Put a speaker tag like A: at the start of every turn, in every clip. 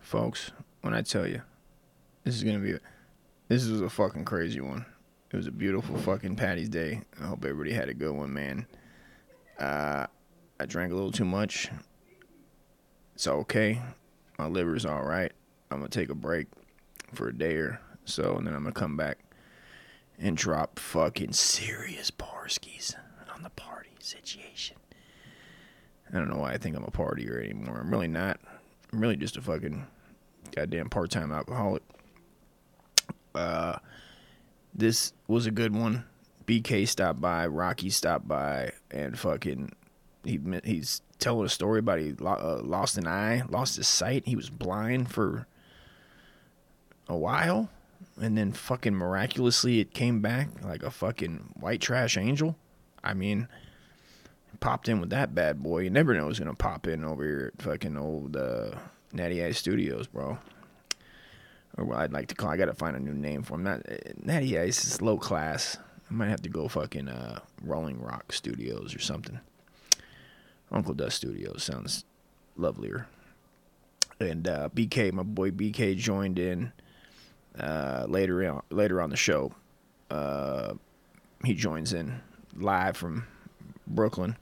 A: folks, when I tell you, this is gonna be, a, this was a fucking crazy one. It was a beautiful fucking Patty's Day. I hope everybody had a good one, man. Uh, I drank a little too much. It's okay. My liver's all right. I'm gonna take a break for a day or so, and then I'm gonna come back and drop fucking serious barskies on the party situation. I don't know why I think I'm a partier anymore. I'm really not. I'm really just a fucking goddamn part-time alcoholic. Uh, this was a good one. BK stopped by, Rocky stopped by, and fucking he mi- he's telling a story about he lo- uh, lost an eye, lost his sight. He was blind for a while, and then fucking miraculously it came back like a fucking white trash angel. I mean popped in with that bad boy. You never know who's gonna pop in over here at fucking old uh, Natty Ice Studios, bro. Or what I'd like to call. I gotta find a new name for him. Not uh, Natty Ice is low class. I might have to go fucking uh, Rolling Rock Studios or something. Uncle Dust Studios sounds lovelier. And uh, BK, my boy BK, joined in uh, later on later on the show. Uh, he joins in live from Brooklyn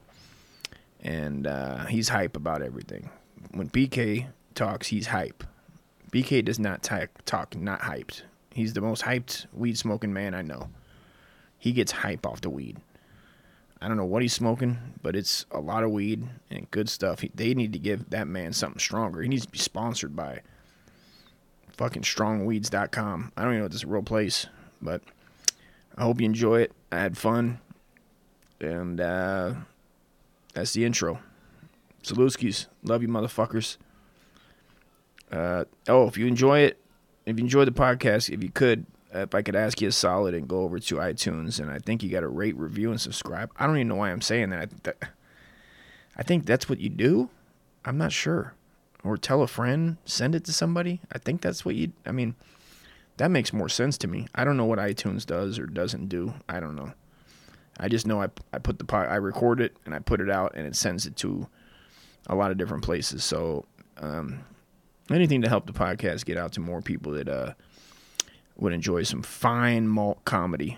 A: and uh, he's hype about everything. When BK talks, he's hype. BK does not ta- talk not hyped. He's the most hyped weed smoking man I know. He gets hype off the weed. I don't know what he's smoking, but it's a lot of weed and good stuff. He, they need to give that man something stronger. He needs to be sponsored by fucking strongweeds.com. I don't even know if this is a real place, but I hope you enjoy it. I had fun. And uh, that's the intro. Salutskis, love you, motherfuckers. Uh, oh, if you enjoy it, if you enjoy the podcast, if you could, uh, if I could ask you a solid and go over to iTunes, and I think you got to rate, review, and subscribe. I don't even know why I'm saying that. I, that- I think that's what you do. I'm not sure. Or tell a friend, send it to somebody. I think that's what you. I mean, that makes more sense to me. I don't know what iTunes does or doesn't do. I don't know. I just know I, I put the pod, I record it and I put it out and it sends it to a lot of different places. So um, anything to help the podcast get out to more people that uh, would enjoy some fine malt comedy.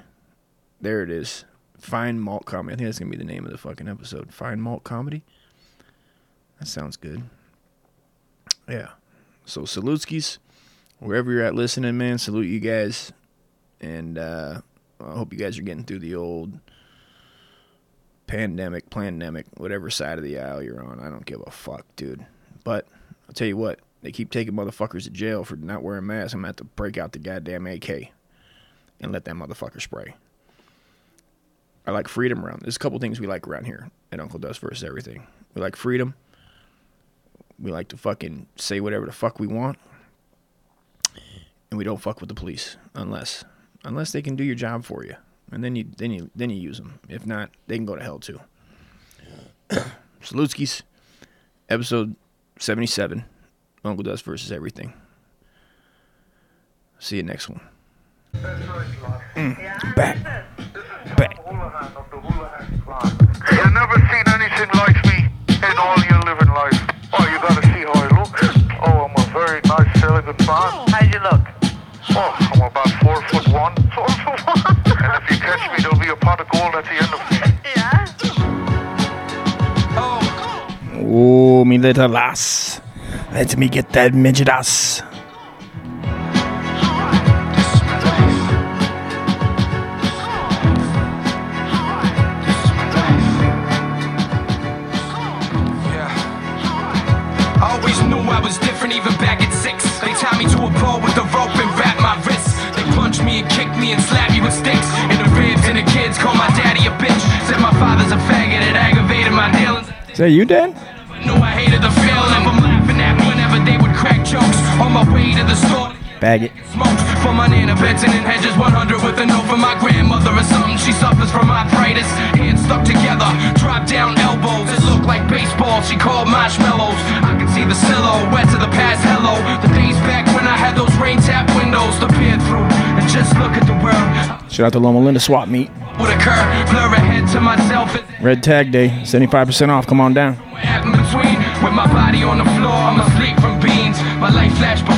A: There it is. Fine malt comedy. I think that's going to be the name of the fucking episode. Fine malt comedy. That sounds good. Yeah. So salutskis, wherever you're at listening, man, salute you guys. And uh, I hope you guys are getting through the old pandemic, pandemic, whatever side of the aisle you're on. I don't give a fuck, dude. But I'll tell you what, they keep taking motherfuckers to jail for not wearing masks. I'm gonna have to break out the goddamn AK and let that motherfucker spray. I like freedom around. There's a couple things we like around here at Uncle Dust versus everything. We like freedom. We like to fucking say whatever the fuck we want. And we don't fuck with the police unless unless they can do your job for you. And then you then you then you use them. If not, they can go to hell too. Salutskis, episode 77, Uncle Dust versus everything. See you next one.
B: Back.
A: Back.
B: You never seen anything like me in all your living life. Oh, you gotta see how I look. Oh, I'm a very nice, elegant man. How'd you look? Oh, I'm about four foot one. Four foot one? and if you catch me, there'll be a pot of gold at the end of me.
C: Yeah.
A: Oh, me little lass. Let me get that midget ass.
D: Always knew I was different even back at six. They tied me to a pole with a rope and wrapped my wrists. They punched me and kicked me and slapped me with sticks. In the ribs and the kids called my daddy a bitch. Said my father's a faggot, it aggravated my dealings.
A: Is that you, Dan?
D: I knew I hated the feeling, but laughing at me whenever they would crack jokes. On my way to the store.
A: Bag it.
D: Smoked for my nana Benson and Hedges 100 with a note for my grandmother or something. She suffers from arthritis, hands stuck together, drop down elbows. It looked like baseball. She called marshmallows. I could see the silhouettes of the past. Hello, the days back when I had those rain tap windows to peer through and just look at the world.
A: Shout out to Loma Linda Swap Meet.
D: Would occur, blur ahead to myself. as-
A: Red Tag Day, 75% off. Come on down.
D: Somewhere out in between, with my body on the floor, I'm asleep from beans. My life flashed by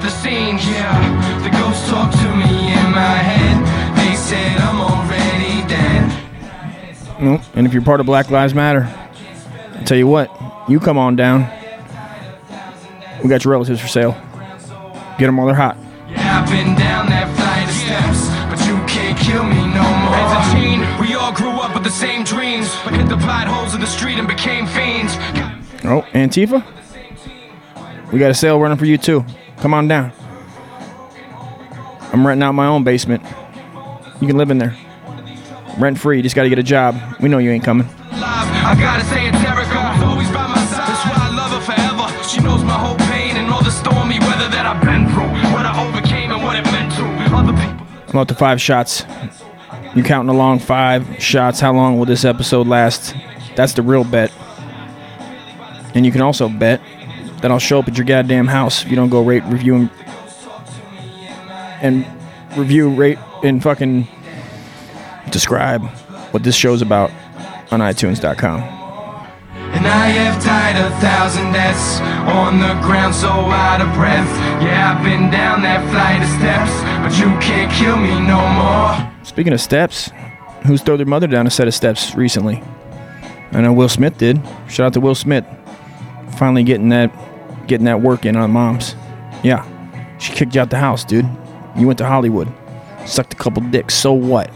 D: the scene, yeah. The ghost talked to me in my head. They said I'm already dead.
A: Nope. And if you're part of Black Lives Matter, I tell you what, you come on down. We got your relatives for sale. Get them while they're hot.
D: I've been down that flight of steps, but you can't kill me no more. As a teen, we all grew up with the same dreams, but hit the potholes in the street and became fiends.
A: Oh, Antifa? We got a sale running for you too. Come on down. I'm renting out my own basement. You can live in there. Rent free, just gotta get a job. We know you ain't coming.
D: Live, I gotta say it's Erica, always by my side. That's why I love her forever. She knows my whole pain and all the stormy weather that I've been through, what I overcame and what it meant to other people.
A: I'm up to five shots. You counting along five shots. How long will this episode last? That's the real bet. And you can also bet that I'll show up at your goddamn house if you don't go rate, review, and, and review, rate, and fucking describe what this show's about on iTunes.com.
D: And I have died a thousand deaths on the ground, so out of breath. Yeah, I've been down that flight of steps, but you can't kill me no more.
A: Speaking of steps, who's thrown their mother down a set of steps recently? I know Will Smith did. Shout out to Will Smith. Finally getting that getting that work in on moms. Yeah. She kicked you out the house, dude. You went to Hollywood. Sucked a couple dicks. So what?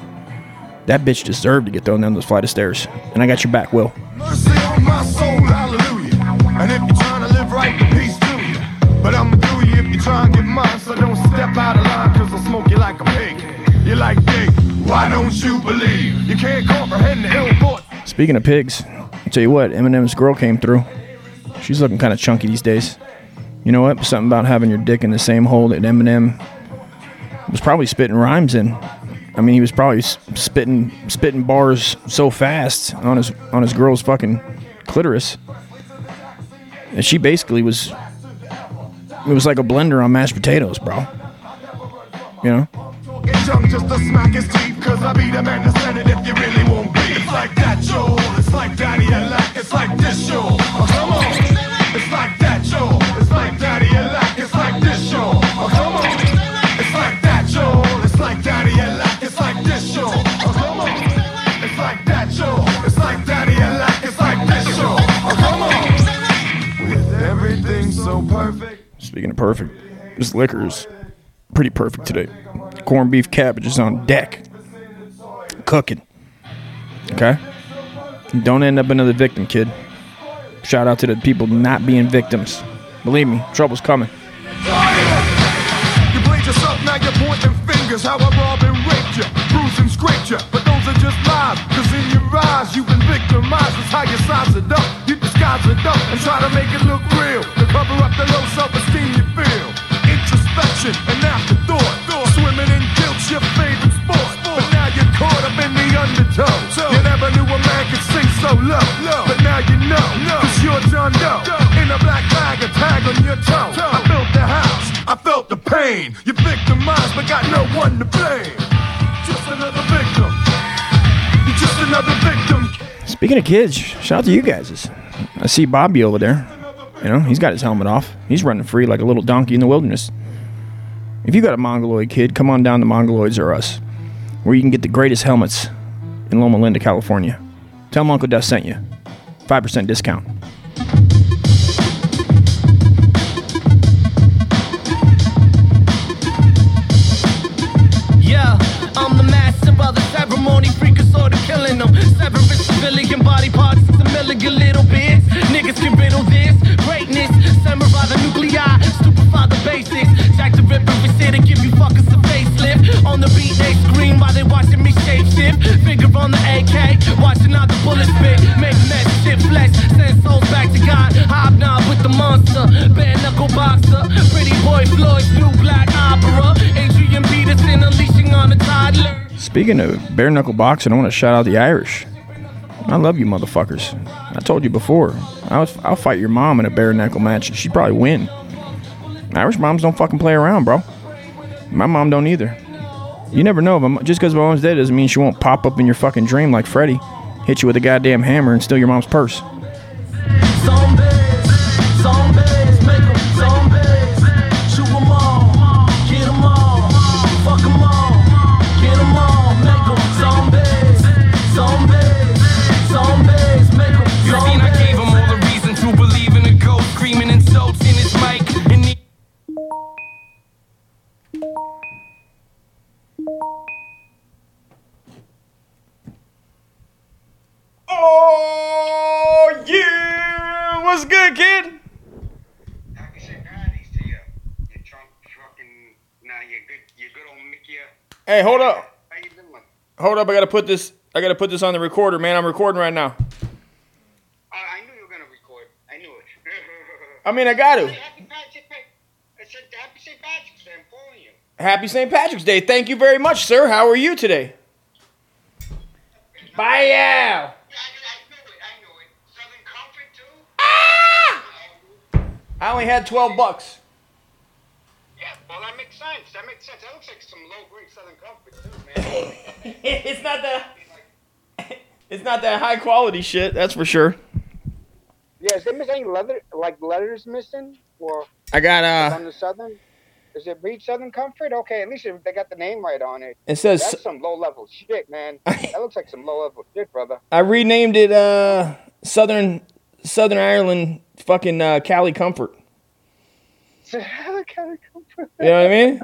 A: That bitch deserved to get thrown down those flight of stairs. And I got your back, Will.
C: Mercy on my soul, hallelujah. And if you're trying to live right, peace to you. But I'ma do you if you trying to get mine, so don't step out of line, cause I'll smoke you like a pig. You're like dick, why don't you believe? You can't comprehend the ill thought.
A: Speaking of pigs, I'll tell you what, Eminem's girl came through. She's looking kind of chunky these days. You know what? Something about having your dick in the same hole that Eminem was probably spitting rhymes in. I mean, he was probably s- spitting spitting bars so fast on his on his girl's fucking clitoris, and she basically was. It was like a blender on mashed potatoes, bro. You know.
C: Get drunk just to smack his teeth, cause I be the man to send it if you really won't be. It's like that, yo. It's like daddy, I like. It's like this, yo. Oh, come on. It's like that, yo. It's like daddy, I like. It's like this, yo. Oh, come on. It's like that, yo. It's like daddy, I like. It's like this, yo. Oh, come on. It's like that, yo. It's like daddy, I like. It's like this, yo. Oh, come on. With everything so perfect.
A: Speaking of perfect, this liquor is pretty perfect today. Corned beef cabbage is on deck, cooking. Okay? Don't end up another victim, kid. Shout out to the people not being victims. Believe me, trouble's coming.
C: You played yourself, now you're pointing fingers. How I robbed and raped you, bruised and scraped you. But those are just lies, cause in your eyes, you've been victimized. That's how you size it up. You disguise it up and try to make it look real. To cover up the low self esteem you feel. Introspection and afterthought. Swimming in guilt's your favorite sport. But now you're caught up in the undertow. You never knew a man could sink so low. But now you know, cause you're John Doe. In a black bag, a tag on your toe. I built the house, I felt the pain. You victimized, but got no one to blame. Just another victim. You're just another victim.
A: Speaking of kids, shout out to you guys. I see Bobby over there. You know, he's got his helmet off. He's running free like a little donkey in the wilderness. If you got a Mongoloid kid, come on down to Mongoloids or us, where you can get the greatest helmets in Loma Linda, California. Tell 'em Uncle Duff sent you. 5% discount.
E: Yeah, I'm the master of the ceremony, freak of sort of killing them. Severance, civilian body parts, it's a million little bits. Niggas can riddle this greatness. Samurai the nuclei, stupefy the basics. Jack the Ripper is here to give you fuckers a facelift. On the beat, they scream while they watching me shapeshift. Figure on the AK, watching out the bullets spit. Make mess, shit flex, send souls back to God. Hobnob with the monster, bare knuckle boxer. Pretty boy Floyd's new black opera. Adrian Peterson unleashing on a toddler.
A: Speaking of bare knuckle boxing, I want to shout out the Irish. I love you, motherfuckers. I told you before, I was, I'll fight your mom in a bare knuckle match. She'd probably win. Irish moms don't fucking play around, bro. My mom don't either. You never know. But just because my mom's dead doesn't mean she won't pop up in your fucking dream like Freddy, hit you with a goddamn hammer, and steal your mom's purse.
E: Zombies, zombies, make 'em zombies. Shoot 'em all,
A: Oh,
F: uh, Nah, you're good. You're good old Mickey. uh,
A: Hey, hold up.
F: How you doing?
A: Hold up, I gotta put this. I gotta put this on the recorder, man. I'm recording right now.
F: Uh, I knew you were gonna record. I knew it.
A: I mean, I got
F: Hey,
A: to.
F: happy Patrick. I said happy St. Patrick's Day. I'm calling you.
A: Happy St. Patrick's Day. Thank you very much, sir. How are you today? Bye. yeah.
F: Yeah, I, I knew it. I knew it. Southern Comfort too. Ah!
A: I only had 12 bucks.
F: Yeah. Well, that makes sense. That makes sense. That looks like some low grade Southern Comfort too, man.
A: It's not that. It's not that high quality shit. That's for sure.
F: yeah. Is there any leather like letters missing or
A: I got uh.
F: the Southern? Is it read Southern Comfort? Okay, at least if they got the name right on it.
A: It says
F: That's some low level shit, man. That looks like some low level shit, brother.
A: I renamed it uh Southern Southern Ireland fucking uh, Cali Comfort. You know what I mean?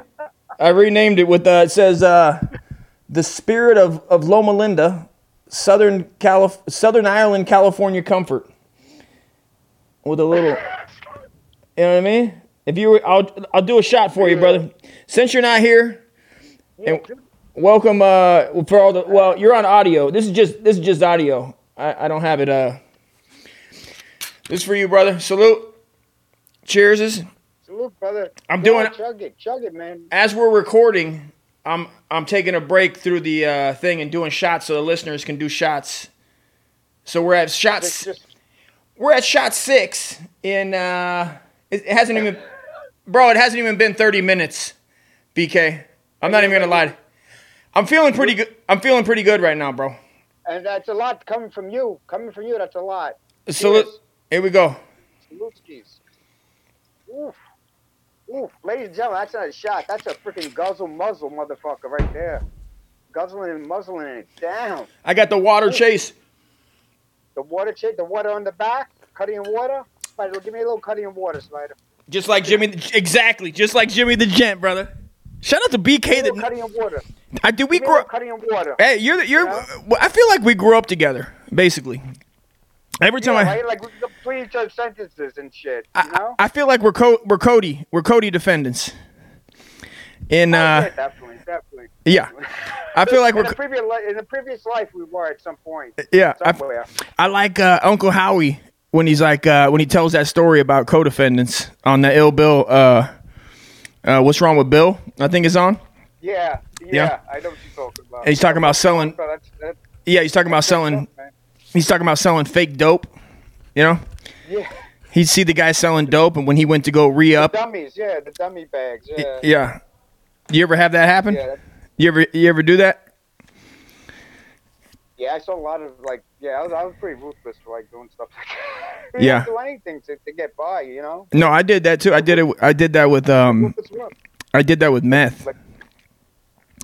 A: I renamed it with uh, it says uh, the spirit of, of Loma Linda, Southern Calif- Southern Ireland, California comfort. With a little, you know what I mean? If you were, I'll I'll do a shot for you, brother. Since you're not here, and welcome uh for all the well, you're on audio. This is just this is just audio. I, I don't have it uh. This is for you, brother. Salute. Cheerses.
F: Salute, brother.
A: I'm doing-
F: Chug it, chug it, man.
A: as we're recording, I'm I'm taking a break through the uh, thing and doing shots so the listeners can do shots. So we're at
F: It's
A: shots.
F: just
A: We're at shot six in. Uh, it, it hasn't even, bro. It hasn't even been thirty minutes. BK, I'm not even gonna lie. I'm feeling pretty good. I'm feeling pretty good right now, bro.
F: and that's a lot coming from you. Coming from you, that's a lot.
A: Salute. Here we go.
F: Salutskis. Oof. Oof. Ladies and gentlemen, that's not a shot. That's a freaking guzzle muzzle motherfucker right there. Guzzling and muzzling it down.
A: I got the water chase.
F: The water chick, the water on the back, cutting in water. Spider, give me a little cutting in water, Spider.
A: Just like Jimmy, exactly. Just like Jimmy the Gent, brother. Shout out to BK.
F: Give me a little
A: That,
F: cutting in water. Give
A: I, did we
F: me a
A: grow?
F: little cutting in water.
A: Hey, you're the- you're.
F: Yeah.
A: well, I feel like we grew up together, basically. Every time I,
F: Right? Like we can complete each other's sentences and shit. You know?
A: I, I feel like we're co- we're Cody, we're Cody defendants. And
F: yeah,
A: uh,
F: definitely, definitely.
A: yeah, I feel like
F: In
A: we're
F: the
A: co-
F: previous li- in the previous life, we were at some point.
A: yeah. I,
F: Somewhere.
A: I like uh, Uncle Howie when he's like uh, when he tells that story about co-defendants on the Ill Bill. Uh, uh, what's wrong with Bill? I think it's on.
F: Yeah, yeah,
A: Yeah.
F: I know what you're talking about.
A: And he's talking about selling.
F: So that's, that's
A: Yeah, he's talking about selling.
F: man.
A: He's talking about selling fake dope. You know,
F: Yeah,
A: he'd see the guy selling dope, and when he went to go re up,
F: dummies. Yeah, the dummy bags. Yeah, yeah.
A: Yeah. You ever have that happen?
F: that-
A: You ever you ever do that?
F: yeah, I saw a lot of like, yeah, I was, I was pretty ruthless for like doing stuff like that.
A: Yeah.
F: I'd do anything to, to get by, you know.
A: No, I did that too. I did it. I did that with um.
F: Ruthless work.
A: I did that with meth.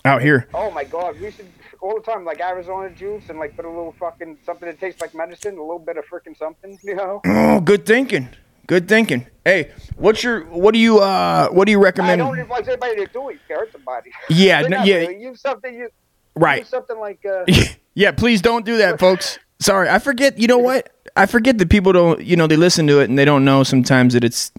A: Out here.
F: Oh my God, we used to all the time like Arizona juice and like put a little fucking something that tastes like medicine, a little bit of freaking something, you know.
A: Oh, good thinking. Good thinking. Hey, what's your what do you uh what do you
F: I
A: recommend?
F: don't advise anybody to do it. It hurts somebody.
A: Yeah,
F: They're
A: no,
F: not
A: yeah.
F: really- Use something. You,
A: right.
F: Use something like. Uh,
A: yeah, please don't do that, folks. Sorry, I forget. You know what? I forget that people don't. You know, they listen to it and they don't know sometimes that it's.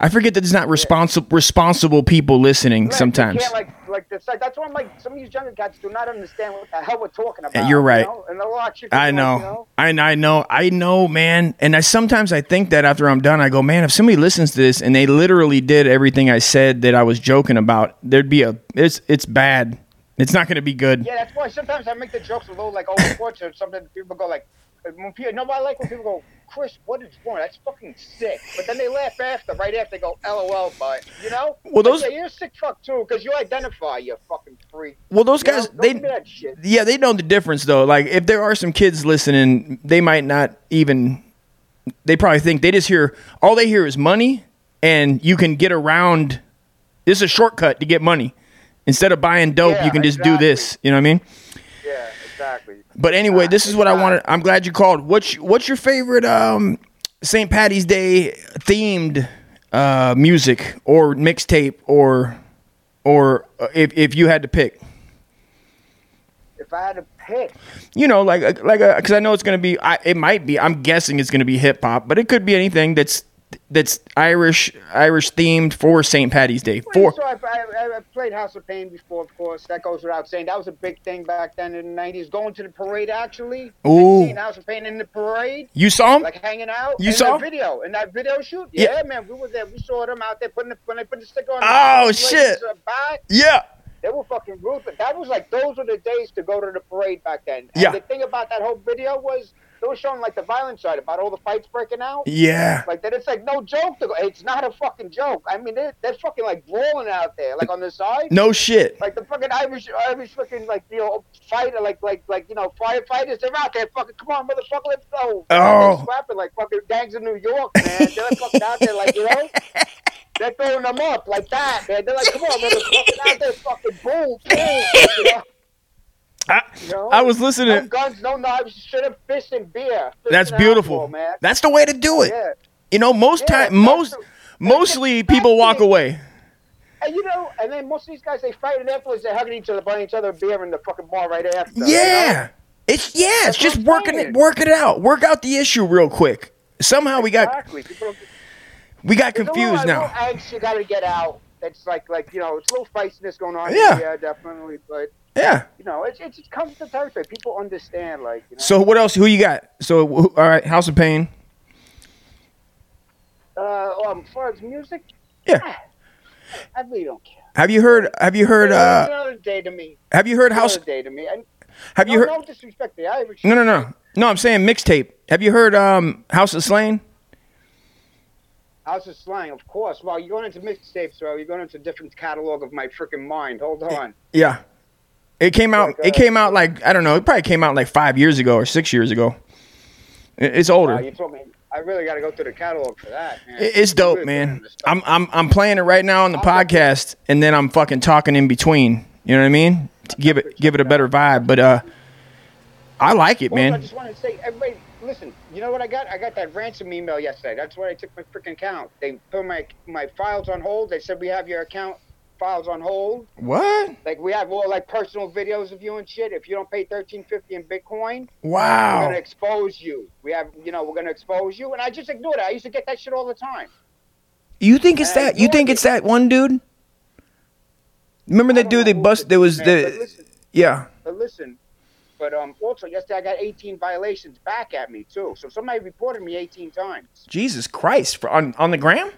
A: I forget that it's not responsible responsible people listening
F: Right,
A: sometimes.
F: You can't, like, like the site. That's why I'm like, some of these younger cats do not understand what the hell we're talking about.
A: you're right.
F: You know? And a lot of shit
A: I
F: goes on, you
A: know. I I know. I know, man. And I sometimes I think that after I'm done, I go, man. If somebody listens to this and they literally did everything I said that I was joking about, there'd be a. It's it's bad. It's not going to be good.
F: Yeah, that's why sometimes I make the jokes a little like oh, overcourt or something. People go like, when people, no, I like when people go, Chris, what is wrong? That's fucking sick. But then they laugh after, right after, they go, LOL, but you know.
A: Well, those-
F: Like, yeah, you're a sick fuck too, because you identify, you fucking freak.
A: Well, those
F: You know?
A: guys,
F: Don't
A: they
F: give me that shit.
A: yeah, they know the difference though. Like if there are some kids listening, they might not even. They probably think they just hear all they hear is money, and you can get around. This is a shortcut to get money. Instead of buying dope,
F: Yeah,
A: you can just do
F: exactly.
A: this. You know what I mean?
F: Yeah, exactly.
A: But anyway, this is what I wanted. I'm glad you called. What's what's your favorite um St. Patty's Day themed uh music or mixtape or or uh, if if you had to pick?
F: If I had to pick,
A: You uh, know, like like because I know it's gonna be. I, it might be. I'm guessing it's gonna be hip hop, but it could be anything that's that's Irish Irish themed for St. Patty's Day. For
F: So I, I, I played House of Pain before, of course. That goes without saying. That was a big thing back then in the '90s. Going to the parade, actually.
A: Ooh.
F: Seeing House of Pain in the parade,
A: you saw him?
F: like hanging out.
A: You
F: in
A: saw?
F: that video in that video shoot?
A: Yeah.
F: Yeah. man, we were there. We saw them out there putting the, when they put the sticker on.
A: Oh,
F: the
A: shit.
F: uh, back.
A: Yeah.
F: They were fucking ruthless. That was like those were the days to go to the parade back then. And
A: Yeah.
F: The thing about that whole video was they were showing like the violent side about all the fights breaking out.
A: Yeah.
F: Like that, it's like no joke. To go. It's not a fucking joke. I mean, they're, they're fucking like brawling out there, like on the side.
A: No shit.
F: Like the fucking Irish, Irish fucking like you know fighter, like like like you know firefighters. They're out there, fucking come on, motherfucker, let's go.
A: Oh.
F: They're slapping like fucking gangs in New York, man. They're fucking out there, like you know. They're throwing them up like that, man. They're like, come on, motherfucker, out there, fucking boom, boom. You know?
A: I,
F: You know?
A: I was listening.
F: No guns, no knives, straight up fish and beer. Fish
A: That's
F: and alcohol,
A: beautiful.
F: man.
A: That's the way to do it.
F: yeah.
A: You know, most
F: Yeah,
A: time, most,
F: that's the-
A: mostly
F: that's
A: people walk
F: it.
A: away.
F: And you know, and then most of these guys they fight and afterwards they're hugging each other, buying each other a beer in the fucking bar right after. you know?
A: Yeah. It's yeah. It's
F: That's
A: just
F: what I'm
A: working it,
F: saying.
A: work it out, work out the issue real quick. Somehow we got
F: Exactly. People don't-
A: we got
F: There's a
A: confused now.
F: little, A little angst you got to get out. That's like, like you know, it's a little feistiness going on.
A: Yeah.
F: yeah, definitely. But
A: Yeah.
F: you know, it's it's it comes to territory. People understand, like you know.
A: So what else? Who you got? So who, all right, House of Pain.
F: uh, um, as far as music,
A: Yeah.
F: I really don't care.
A: Have you heard? Have you heard?
F: It's
A: Uh,
F: another day to me.
A: have you heard House?
F: Another day to me. And
A: Have you
F: no,
A: heard?
F: no disrespect to the Irish.
A: No, no, no, no. I'm saying mixtape. Have you heard? Um, House of Slain.
F: House of slang, of course. Well, you're going into mixtapes, bro. You're going into a different catalog of my freaking mind. Hold on.
A: Yeah. It came out.
F: Like,
A: It
F: uh,
A: came out like I don't know. It probably came out like five years ago or six years ago. It- It's older.
F: Wow, Uh, you told me. I really got to go through the catalog for that. Man.
A: It- It's
F: Really
A: dope,
F: put
A: man.
F: in the stuff.
A: I'm I'm I'm playing it right now on the podcast, and then I'm fucking talking in between. You know what I mean? To give it give it a better vibe. But uh, I like it,
F: Also, I
A: man.
F: just want to say, everybody, listen. You know what I got? I got that ransom email yesterday. That's what I took my freaking account. They put my my files on hold. They said we have your account files on hold.
A: What?
F: Like we have all like personal videos of you and shit. If you don't pay thirteen fifty in Bitcoin, we're
A: Wow.
F: gonna expose you. We have, you know, we're gonna expose you. And I just ignored it. I used to get that shit all the time.
A: You think it's that? You
F: Yeah.
A: think it's that one dude? Remember
F: I
A: that
F: don't
A: dude?
F: know
A: They
F: who
A: bust.
F: it
A: There was
F: is, man, but
A: the
F: listen,
A: yeah.
F: but listen. But um, also yesterday I got eighteen violations back at me too. So somebody reported me eighteen times.
A: Jesus Christ! For on on the gram?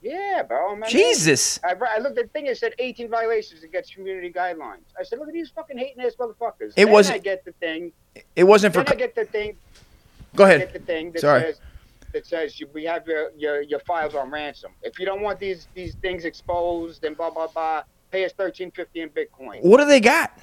F: Yeah, bro. I'm-
A: Jesus.
F: I, I looked at the thing. It said 18 violations against community guidelines. I said, look at these fucking hating ass motherfuckers.
A: It
F: then
A: wasn't-
F: I get the thing.
A: It wasn't for.
F: Then I get the thing.
A: Go
F: Get the
A: ahead.
F: thing that
A: Sorry.
F: says that says you, we have your, your your files on ransom. If you don't want these these things exposed and blah blah blah, pay us 1350 in Bitcoin.
A: What do they got?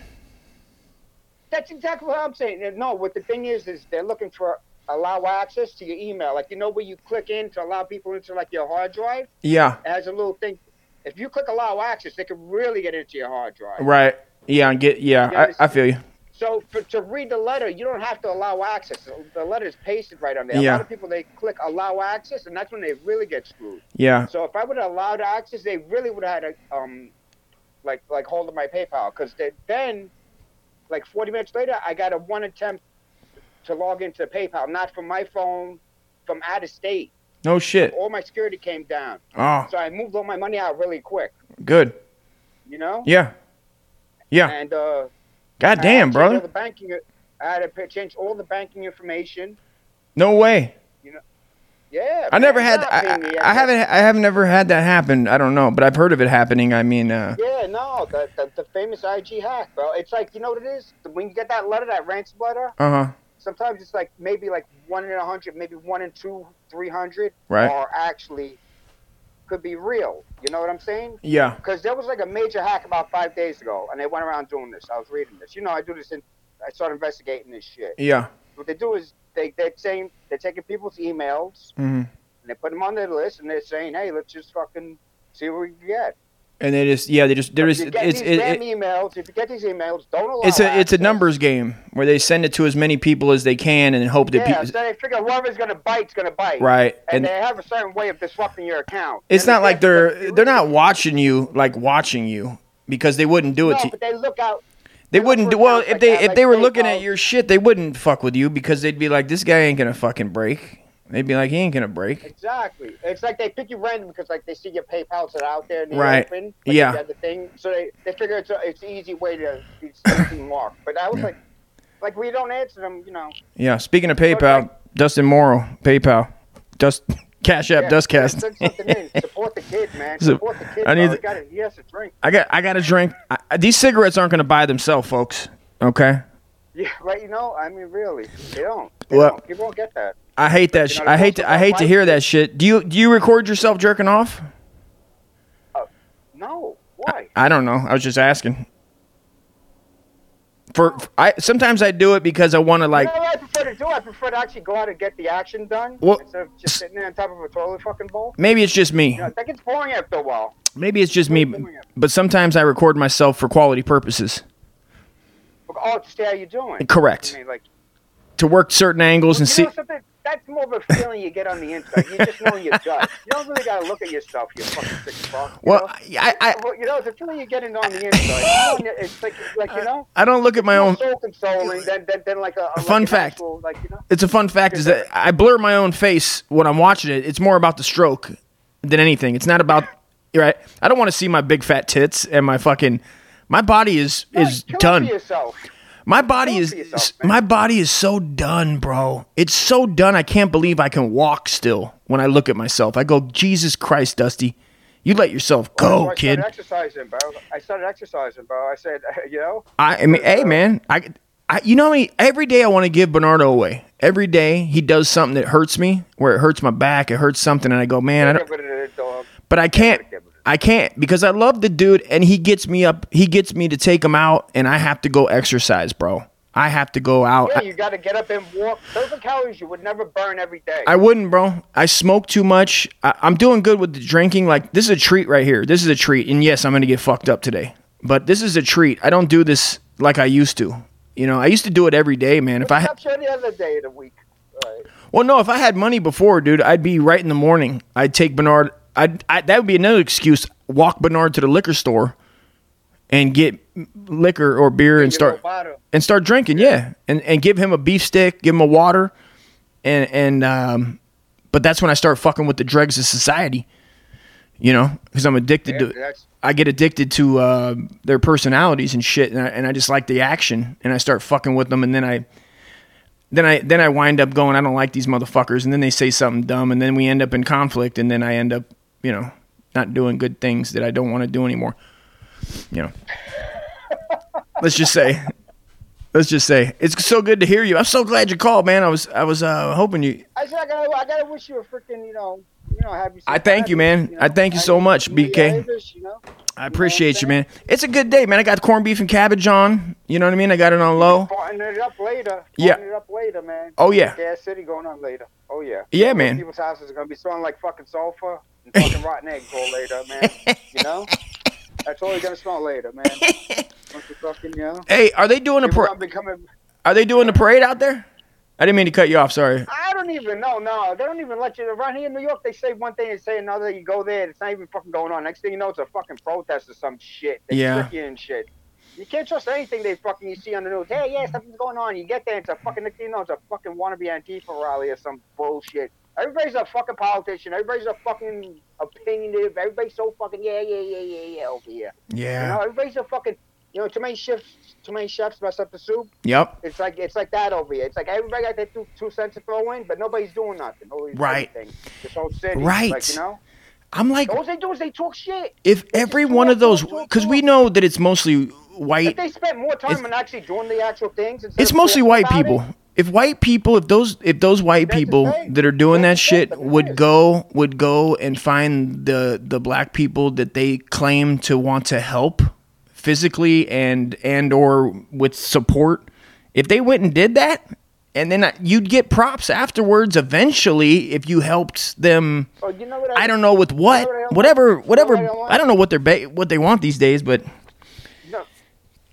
F: That's exactly what I'm saying. And No, what the thing is is they're looking for allow access to your email. Like you know where you click in to allow people into like your hard drive.
A: Yeah.
F: It has a little thing. If you click allow access, they can really get into your hard drive.
A: Right. Yeah. I Get. Yeah. I, I feel you.
F: So for, to read the letter, you don't have to allow access. The letter is pasted right on there. A
A: Yeah.
F: lot of people they click allow access, and that's when they really get screwed.
A: Yeah.
F: So if I would have allowed access, they really would have had a um, like like hold of my PayPal because then, like 40 minutes later, I got a one attempt to log into PayPal, not from my phone, from out of state.
A: No shit.
F: All my security came down,
A: Oh,
F: so I moved all my money out really quick.
A: good.
F: You know.
A: Yeah. Yeah.
F: And uh.
A: God
F: I had to
A: damn,
F: change All the
A: brother.
F: banking, I had to pa- change all the banking information.
A: No way.
F: Yeah.
A: I
F: man,
A: never
F: it's
A: had.
F: not
A: I,
F: being the
A: I, I haven't. I have never had that happen. I don't know, but I've heard of it happening. I mean, uh,
F: Yeah, no, the, the, the famous IG hack, bro. It's like you know what it is. When you get that letter, that ransom letter,
A: uh huh.
F: sometimes it's like maybe like one in a hundred, maybe one in two, three hundred,
A: Right.
F: or actually could be real. You know what I'm saying?
A: Yeah.
F: Because there was like a major hack about five days ago, and they went around doing this. I was reading this. You know, I do this. In, I start investigating this shit.
A: Yeah.
F: what they do is they they're saying they're taking people's emails
A: Mhm.
F: and they put them on their list and they're saying, hey, let's just fucking see what we can get.
A: And they just. Yeah. They just. They're
F: If
A: just.
F: you get
A: It's.
F: these
A: It,
F: damn
A: it,
F: emails, if you get these emails, don't allow.
A: it's a. It's a
F: access.
A: numbers game where they send it to as many people as they can and hope that
F: Yeah, so
A: people.
F: they figure whoever's gonna bite's gonna bite.
A: Right.
F: And,
A: And
F: they have a certain way of disrupting your account.
A: it's
F: And
A: not like
F: they can't
A: they're. They're not watching you like watching you because they wouldn't do it
F: No,
A: to. you.
F: but they look out.
A: They
F: look
A: wouldn't.
F: for
A: do Well,
F: accounts
A: if
F: like
A: they
F: that,
A: if
F: like
A: they were looking at
F: PayPal.
A: your shit, they wouldn't fuck with you because they'd be like, this guy ain't gonna fucking break. They'd be like, he ain't gonna break.
F: Exactly. It's like they pick you random because like they see your PayPal's that are out there in the
A: Right.
F: open. Like
A: Yeah.
F: The other thing. So they, they figure it's a, it's an easy way to be sneaky mark. But I was like, like we don't answer them, you know.
A: Yeah. Speaking of PayPal, Dustin Morrow, PayPal, Dust Cash App,
F: Yeah,
A: Dustcast.
F: send something in. Support the kid, man.
A: So-
F: Support the kid.
A: I
F: I
A: need
F: need.
A: to-
F: Got it. He has to drink.
A: I got I got a drink. I, I- these cigarettes aren't gonna buy themselves, folks. Okay.
F: Yeah, right. You know, I mean, really, they don't. They
A: Well-
F: don't. People don't get that.
A: I hate that. Sh-
F: You know,
A: I hate.
F: it's
A: To,
F: also
A: I hate to
F: about
A: hear
F: life.
A: that shit. Do you do you record yourself jerking off?
F: No. Why?
A: I don't know. I was just asking. For I sometimes I do it because I want to like.
F: you know what I prefer to do? I prefer to actually go out and get the action done
A: Well-
F: instead of just sitting there on top of a toilet fucking bowl.
A: Maybe it's just me.
F: You know, that gets boring after a while.
A: Maybe it's just me.
F: Wait, wait, wait.
A: But sometimes I record myself for quality purposes
F: Oh, to see how you're doing.
A: Correct.
F: I mean, like,
A: to work certain angles and
F: you
A: see.
F: know something? That's more of a feeling you get on the inside. You just know in your gut. You don't really gotta look at yourself. You fucking sick fuck. you
A: Well,
F: know?
A: I, I
F: Well, you know, it's a feeling you're getting on the inside. You know, it's like, like you know,
A: I don't look at Uh, my own.
F: more soul consoling than, than, than like a, a
A: Fun
F: like an
A: fact.
F: actual, like you know,
A: It's a fun fact is that I blur my own face when I'm watching it. It's more about the stroke than anything. It's not about right. I don't want to see my big fat tits and my fucking. My body is is
F: Kill it for
A: done.
F: Yourself.
A: My body
F: Don't
A: is
F: be yourself, man.
A: my body is so done, bro. It's so done. I can't believe I can walk still when I look at myself. I go, Jesus Christ, Dusty, you let yourself go,
F: So I
A: kid.
F: started exercising, bro. I started exercising, bro. I said, you know,
A: I, I mean, hey, man, I, I, you know, me every day I want to give Bernardo away. Every day he does something that hurts me, where it hurts my back, it hurts something, and I go, man, I
F: get
A: don't.
F: rid of the dog.
A: But I can't. I can't because I love the dude, and he gets me up. He gets me to take him out, and I have to go exercise, bro. I have to go out.
F: Yeah,
A: I-
F: you got to get up and walk. Those are calories you would never burn every day.
A: I wouldn't, bro. I smoke too much. I, I'm doing good with the drinking. Like this is a treat right here. This is a treat, and yes, I'm gonna get fucked up today. But this is a treat. I don't do this like I used to. You know, I used to do it every day, man. If I had,
F: That's any other day of the week. Right.
A: well, no, if I had money before, dude, I'd be right in the morning. I'd take Bernard. I'd, I that would be another excuse. Walk Bernard to the liquor store, and get liquor or beer and
F: Get
A: start
F: a bottle.
A: and start drinking. Yeah, and and give him a beef stick, give him a water, and and um, but that's when I start fucking with the dregs of society. You know, because I'm addicted
F: Yeah,
A: to.
F: that's-
A: I get addicted to uh, their personalities and shit, and I, and I just like the action, and I start fucking with them, and then I. Then I then I wind up going I don't like these motherfuckers and then they say something dumb and then we end up in conflict and then I end up you know not doing good things that I don't want to do anymore you know let's just say let's just say it's so good to hear you i'm so glad you called man i was i was uh hoping you
F: I said I gotta, I gotta wish you a freaking, you know, you know, happy.
A: I thank you, man.
F: Saturday,
A: I thank you so
F: I-
A: much,
F: know,
A: BK.
F: I wish, you know,
A: i appreciate you man it's a good day man i got corned beef and cabbage on you know what i mean i got it on low
F: parting it up later.
A: Yeah.
F: Parting it up later, man.
A: Oh, yeah.
F: Gas City going on later. Oh yeah.
A: Yeah, man.
F: People's houses are gonna be smelling like fucking sulfur and fucking rotten eggs all later, man. You know. That's all you're gonna smell later, man. Once you fucking, you know.
A: hey are they doing a
F: People
A: par-
F: are becoming.
A: are they doing a parade out there i didn't mean to cut you off sorry
F: I don't even know. No, they don't even let you around here in New York. They say one thing and say another. You go there, it's not even fucking going on. Next thing you know, it's a fucking protest or some shit. They
A: Yeah.
F: trick you and shit. You can't trust anything they fucking you see on the news. Hey, yeah, something's going on. You get there, it's a fucking next thing you know, it's a fucking wannabe Antifa rally or some bullshit. Everybody's a fucking politician. Everybody's a fucking opinionative. Everybody's so fucking yeah, yeah, yeah, yeah, yeah over here. You know,
A: yeah
F: everybody's a fucking. You know, too many chefs, too many chefs mess up the soup.
A: yep
F: It's like it's like that over here. It's like everybody got their two, two cents to throw in, but nobody's doing nothing. Nobody's
A: Right.
F: Doing anything. This whole city.
A: Right.
F: Like, you know,
A: i'm like
F: all they do is they talk shit.
A: if every one of those because we know that it's mostly white
F: If they spent more time
A: It's-
F: on actually doing the actual things, instead
A: it's
F: of
A: mostly
F: talking
A: white
F: about
A: people.
F: it,
A: If white people, if those, if those white
F: That's the
A: people
F: thing.
A: that are doing that
F: That's the thing,
A: shit
F: but it
A: would
F: is.
A: go, would go and find the the black people that they claim to want to help physically and and or with support. If they went and did that, and then I, you'd get props afterwards. Eventually, if you helped them,
F: oh, you know what
A: I don't know with what,
F: what I don't
A: whatever,
F: want? You know
A: whatever.
F: what I don't want?
A: I don't know what they're ba- what they want these days, but
F: No,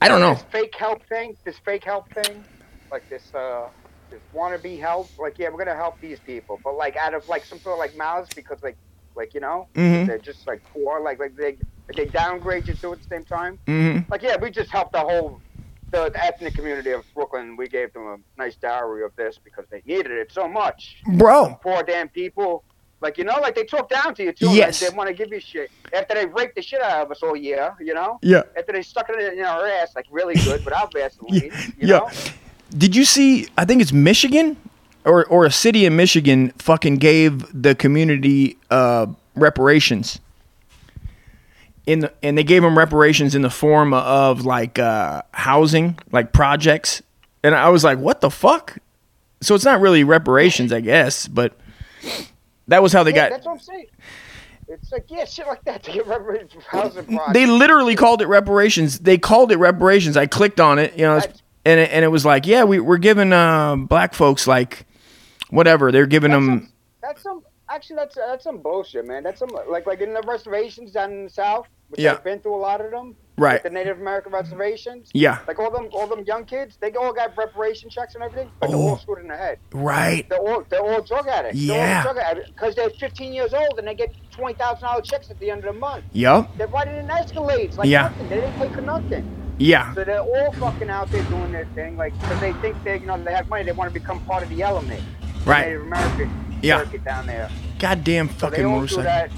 A: I don't know.
F: This fake help thing. This fake help thing. Like this. uh this wannabe help. Like yeah, we're gonna help these people, but like out of like some sort of like malice because like like you know
A: Mhm.
F: they're just like poor. Like like they they downgrade you too at the same time.
A: hmm
F: Like, yeah, we just helped the whole the ethnic community of Brooklyn, we gave them a nice dowry of this because they needed it so much.
A: Bro,
F: Poor damn people. Like, you know, like they talk down to you too. like,
A: Yes.
F: they want to give you shit. After they raped the shit out of us all year, you know?
A: Yeah.
F: After they stuck it in our ass, like really good without Vaseline, you
A: yeah.
F: know?
A: Did you see? I think it's Michigan or or a city in Michigan fucking gave the community uh, reparations. In the, and they gave them reparations in the form of like uh, housing, like projects, and I was like, "What the fuck?" So it's not really reparations, I guess, but that was how they got.
F: Yeah, that's what I'm saying. It's like, yeah, shit like that to get reparations for housing projects.
A: they literally called it reparations. They called it reparations. I clicked on it, you know, it's- and it, and it was like, yeah, we we're giving uh, black folks like whatever. They're giving them.
F: That's some actually that's that's some bullshit, man. That's some like like in the reservations down in the south, which
A: Yeah.
F: I've been through a lot of them.
A: Right.
F: Like the Native American reservations.
A: Yeah.
F: Like all them all them young kids, they all got reparation checks and everything, but they're
A: Oh.
F: all screwed in the head.
A: Right.
F: They're all they're all drug addicts.
A: Yeah.
F: They're all drug addicts because they're 15 years old and they get twenty thousand dollar checks at the end of the month.
A: Yep.
F: They're riding in Escalades like
A: Yeah.
F: nothing. They didn't pay for nothing.
A: Yeah.
F: So they're all fucking out there doing their thing, like because they think they you know they have money, they want to become part of the element.
A: Right.
F: Native American
A: Yeah.
F: circuit down there.
A: Goddamn
F: They
A: fucking
F: all do
A: motorcycle.
F: that.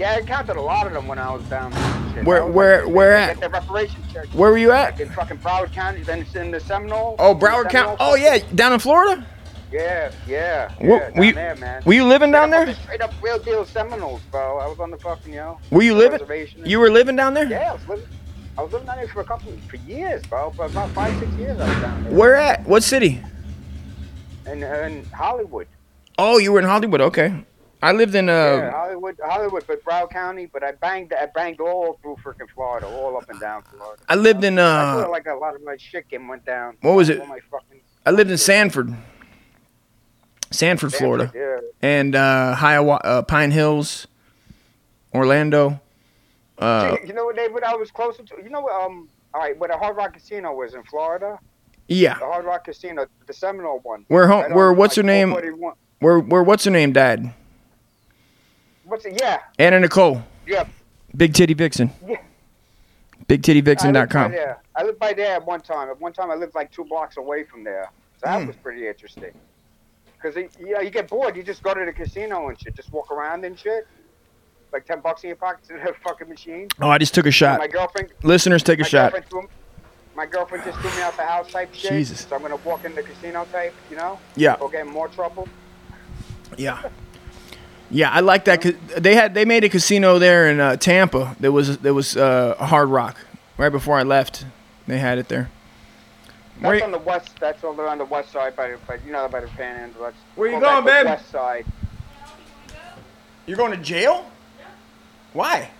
F: Yeah, I counted a lot of them when I was down there. and shit.
A: Where-
F: I was
A: where-
F: like,
A: where
F: they
A: at?
F: Get their reparation check.
A: Where were you at?
F: Like in fucking Broward County, then it's in the Seminole.
A: Oh,
F: in the
A: Broward County.
F: Seminole.
A: Oh yeah, down in Florida.
F: Yeah, yeah. yeah
A: Were-
F: down
A: were you-
F: there, man.
A: were you living
F: Straight
A: down
F: up on
A: there?
F: the Straight up real deal Seminoles, bro. I was on the fucking, you know.
A: Were you living?
F: reservation.
A: You were living down there.
F: Yeah, I was living. I was living down there for a couple, for years, bro. For about five, six years, I was down there.
A: Where at? What city?
F: In, in Hollywood.
A: Oh, you were in Hollywood. Okay. I lived in
F: Yeah,
A: uh.
F: Hollywood, Hollywood, but Broward County. But I banged, I banged all through freaking Florida, all up and down Florida.
A: I lived in
F: I
A: uh.
F: feel like a lot of my shit game went down.
A: What was it?
F: All my fucking
A: I lived in Sanford. Sanford, Florida.
F: Yeah.
A: and uh, Hiawa- uh Pine Hills, Orlando. Uh,
F: you know what neighborhood I was closer to? You know what? Um, all right, where the Hard Rock Casino was in Florida.
A: yeah,
F: The Hard Rock Casino, the Seminole one.
A: Where home-
F: on,
A: where what's her name-
F: 441.
A: where where what's her name died?
F: What's it? Yeah,
A: Anna Nicole,
F: yeah.
A: Big Titty Vixen.
F: Yeah. I lived by
A: BigTittyVixen.com.
F: there. I lived by there at one time. At one time, I lived like two blocks away from there. So
A: Hmm.
F: that was pretty interesting. Because you, know, you get bored, you just go to the casino and shit, just walk around and shit. Like ten bucks in your pocket to the fucking machine.
A: Oh, I just took a shot.
F: My girlfriend,
A: Listeners, take a
F: my
A: shot.
F: girlfriend threw, my girlfriend just threw me out the house type shit.
A: Jesus.
F: So I'm gonna walk in the casino type, you know?
A: Yeah.
F: Go get in more trouble.
A: Yeah. Yeah, I like that. 'cause They had they made a casino there in uh, Tampa. There was there was uh, a Hard Rock right before I left. They had it there.
F: That's
A: Where you-
F: on the west. That's all around the west side, by the, by, you know, by the panhandle. That's
A: Where you
F: go
A: going,
F: back to the
A: baby?
F: West side.
A: You're going to jail? Why?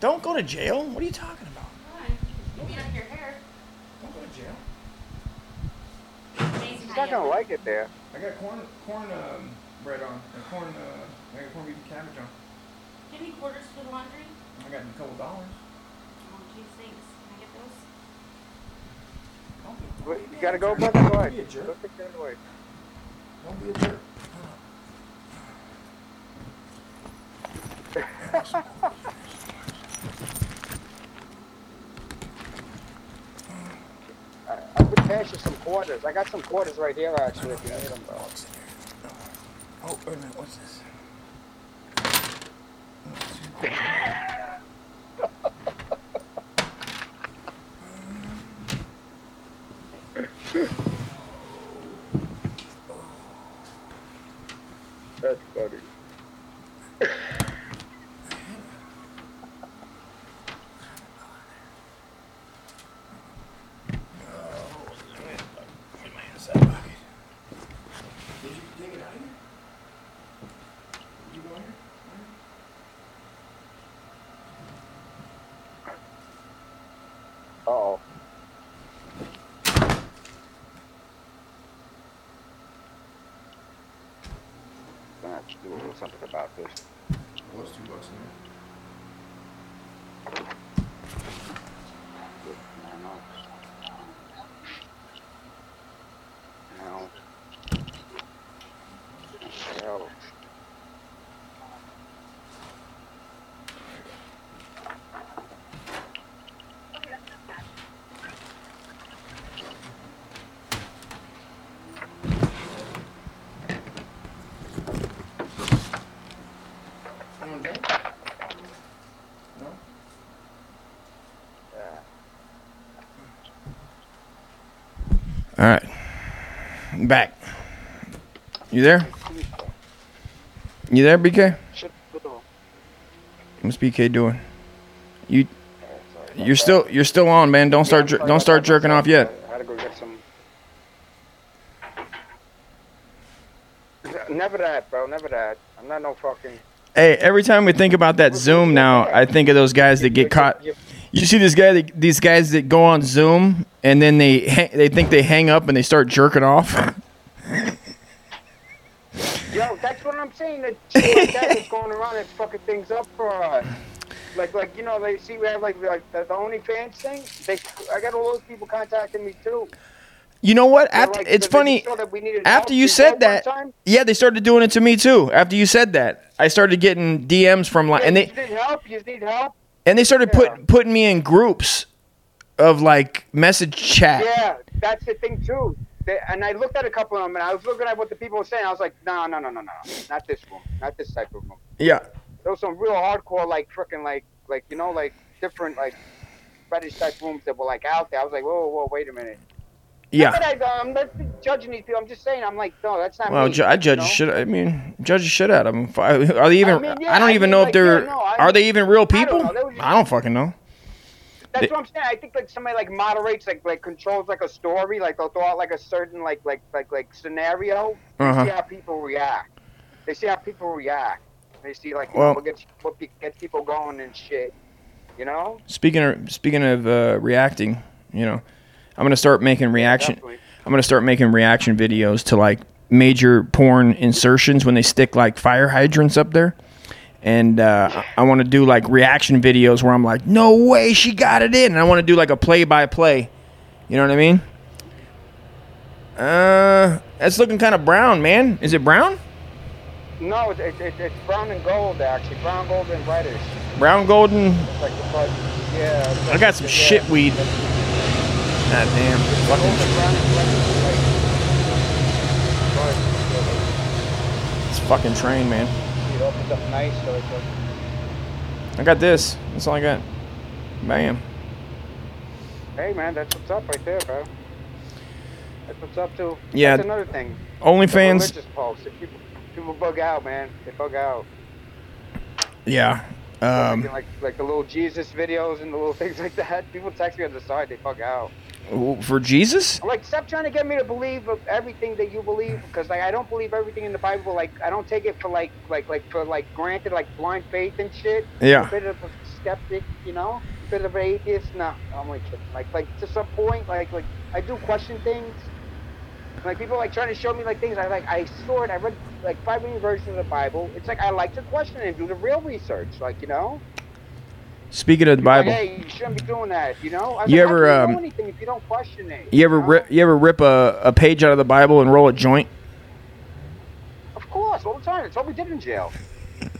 A: Don't go to jail. What are you talking about? Don't go to jail.
F: She's not gonna like it there.
A: I got corn corn um, bread on. And corn uh, I got corn beef and cabbage on.
G: Any quarters for the laundry?
A: I got a couple dollars.
G: Oh, geez, thanks. Can I get those?
A: Don't
F: What- You gotta go, brother. Go ahead.
A: Be a jerk.
F: Go pick that away.
A: don't be a jerk.
F: I could pass you some quarters. I got some quarters right here, actually, if you need them, bro.
A: Oh, wait a minute. What's this?
F: That's funny.
A: Put my hands in that pocket. Did you take it out of here? Did you go in here?
F: Uh-oh. Gonna have to do a little something about this.
A: What's two bucks in there?
F: I don't know. No. Hell.
A: All right. I'm back. You there? You there, BK? What's BK doing? You You're still you're still on, man. Don't start jer- don't start jerking off yet.
F: I had to go get some. Never that, bro. Never that. I'm not no fucking.
A: Hey, every time we think about that Zoom now, I think of those guys that get caught. You see this guy, that- these guys that go on Zoom and then they ha- they think they hang up and they start jerking off.
F: Yo, that's what I'm saying. That shit like that is going around and fucking things up for us. Like, like you know, they see we have like like the, the OnlyFans thing. They, I got all those people contacting me too.
A: You know what?
F: They're
A: After
F: like,
A: it's
F: they- they
A: funny.
F: saw Oh, that we needed help.
A: After you
F: We
A: said
F: helped one
A: that,
F: time.
A: yeah, they started doing it to me too. After you said that, I started getting DMs from like, and
F: Hey,
A: they
F: you need help. You just need help.
A: and they started
F: Yeah.
A: put putting me in groups of like message chat.
F: Yeah, that's the thing too. They, and I looked at a couple of them, and I was looking at what the people were saying. I was like, no, no, no, no, no, not this room, not this type of room.
A: Yeah.
F: There was some real hardcore, like freaking, like, like you know, like different, like fetish type rooms that were like out there. I was like, whoa, whoa, wait a minute.
A: Yeah.
F: Not that I, am not judging these people. I'm just saying. I'm like, no, that's not.
A: Well,
F: me,
A: ju- I judge
F: you
A: the shit.
F: know?
A: I mean, judge the shit out of them. Are they even? I,
F: mean, yeah,
A: don't
F: I
A: even
F: mean,
A: know if
F: like,
A: they're.
F: yeah, no, I
A: are
F: mean,
A: they even real
F: I
A: people?
F: don't
A: I
F: know. They
A: don't,
F: were just-
A: fucking know.
F: That's
A: They-
F: what I'm saying. I think like somebody like moderates, like like controls like a story, like they'll throw out like a certain like like like like scenario. They
A: Uh-huh.
F: see how people react. They see how people react. They see like
A: Well-
F: well, what gets what pe- gets people going and shit. You know?
A: Speaking of speaking of uh, reacting, you know, I'm gonna start making reaction.
F: definitely.
A: I'm gonna start making reaction videos to like major porn insertions when they stick like fire hydrants up there. And uh, I want to do like reaction videos where I'm like, no way, she got it in. And I want to do like a play by play. You know what I mean? Uh, that's looking kind of brown, man. Is it brown?
F: No, it, it, it, it's brown and gold actually. Brown, gold, and reddish.
A: Brown golden.
F: It's like the fuck. Yeah. it's
A: I
F: like-
A: got some
F: yeah.
A: shit weed. God damn.
F: Gold
A: Fucking
F: and brown and reddish, like-
A: this fucking train, man.
F: But It opens up nice, so it's like
A: I got this. That's all I got. Bam.
F: Hey man, that's what's up right there, bro. That's what's up too.
A: Yeah.
F: That's another thing. The
A: OnlyFans.
F: Religious pulse. If people, people bug out, man. They bug out.
A: Yeah. Um,
F: Like- like like the little Jesus videos and the little things like that. People text me on the side. They bug out.
A: for Jesus?
F: I'm like, stop trying to get me to believe of everything that you believe, because like I don't believe everything in the Bible. Like I don't take it for like like like for like granted, like blind faith and shit.
A: Yeah.
F: A bit of a skeptic, you know. A bit of an atheist. No, I'm only kidding. Like like to some point, like like I do question things. Like people like trying to show me like things. I like I saw it. I read like five million versions of the Bible. It's like I like to question and do the real research. Like you know.
A: Speaking of the
F: Like,
A: Bible,
F: hey, you shouldn't be doing that. You know. I was
A: You
F: like, how
A: ever,
F: can you know
A: um,
F: anything if you don't question it?
A: you ever
F: know?
A: rip, you ever rip a, a page out of the Bible and roll a joint?
F: Of course, all the time. That's what we did in jail.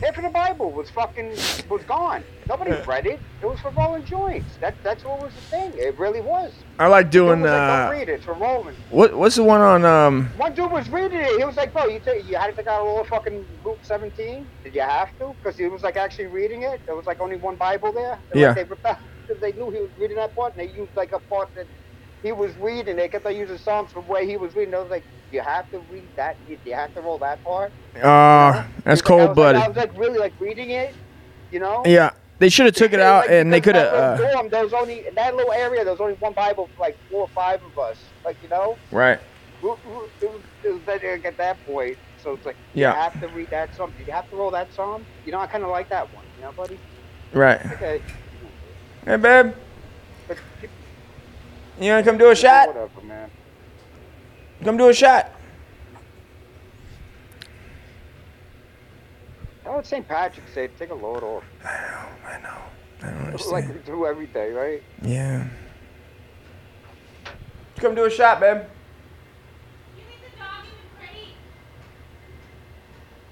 F: Half of the Bible was fucking was gone. Nobody read it. It was for rolling joints. That that's what was the thing. It really was.
A: I like
F: Dude
A: doing
F: was like,
A: uh,
F: Don't read it. It's for rolling.
A: what what's the one on um
F: One dude was reading it. He was like, "Bro, you take you had to take out all the fucking Luke 17. Did you have to? Because he was like actually reading it. There was like only one Bible there. And,
A: Yeah.
F: Like, they, ripped out- 'cause they knew he was reading that part, and they used like a part that he was reading. They kept on using Psalms from where he was reading. I was like, "You have to read that. You, you have to roll that part."
A: uh that's
F: Like, I was
A: cold blooded.
F: Like, I was like really like reading it, you know.
A: Yeah. They should have took it out
F: Like,
A: and they could
F: because
A: have uh,
F: that little dorm, there was only in that little area. There was only one Bible for like four or five of us. Like you know,
A: right.
F: who, who, it was, it was that, at that point. So it's like
A: Yeah.
F: you have to read that psalm. You have to roll that psalm. You know, I kind of like that one. You know, buddy.
A: Right.
F: Okay.
A: Hey babe,
F: But keep-
A: you gonna come do a shot?
F: Whatever, man.
A: Come do a shot.
F: Oh, it's St. Patrick's Day. Take a load off.
A: I don't
F: Like
A: understand.
F: we do every day, right?
A: Yeah. Come do a shot, babe.
G: You need the dog in the crate.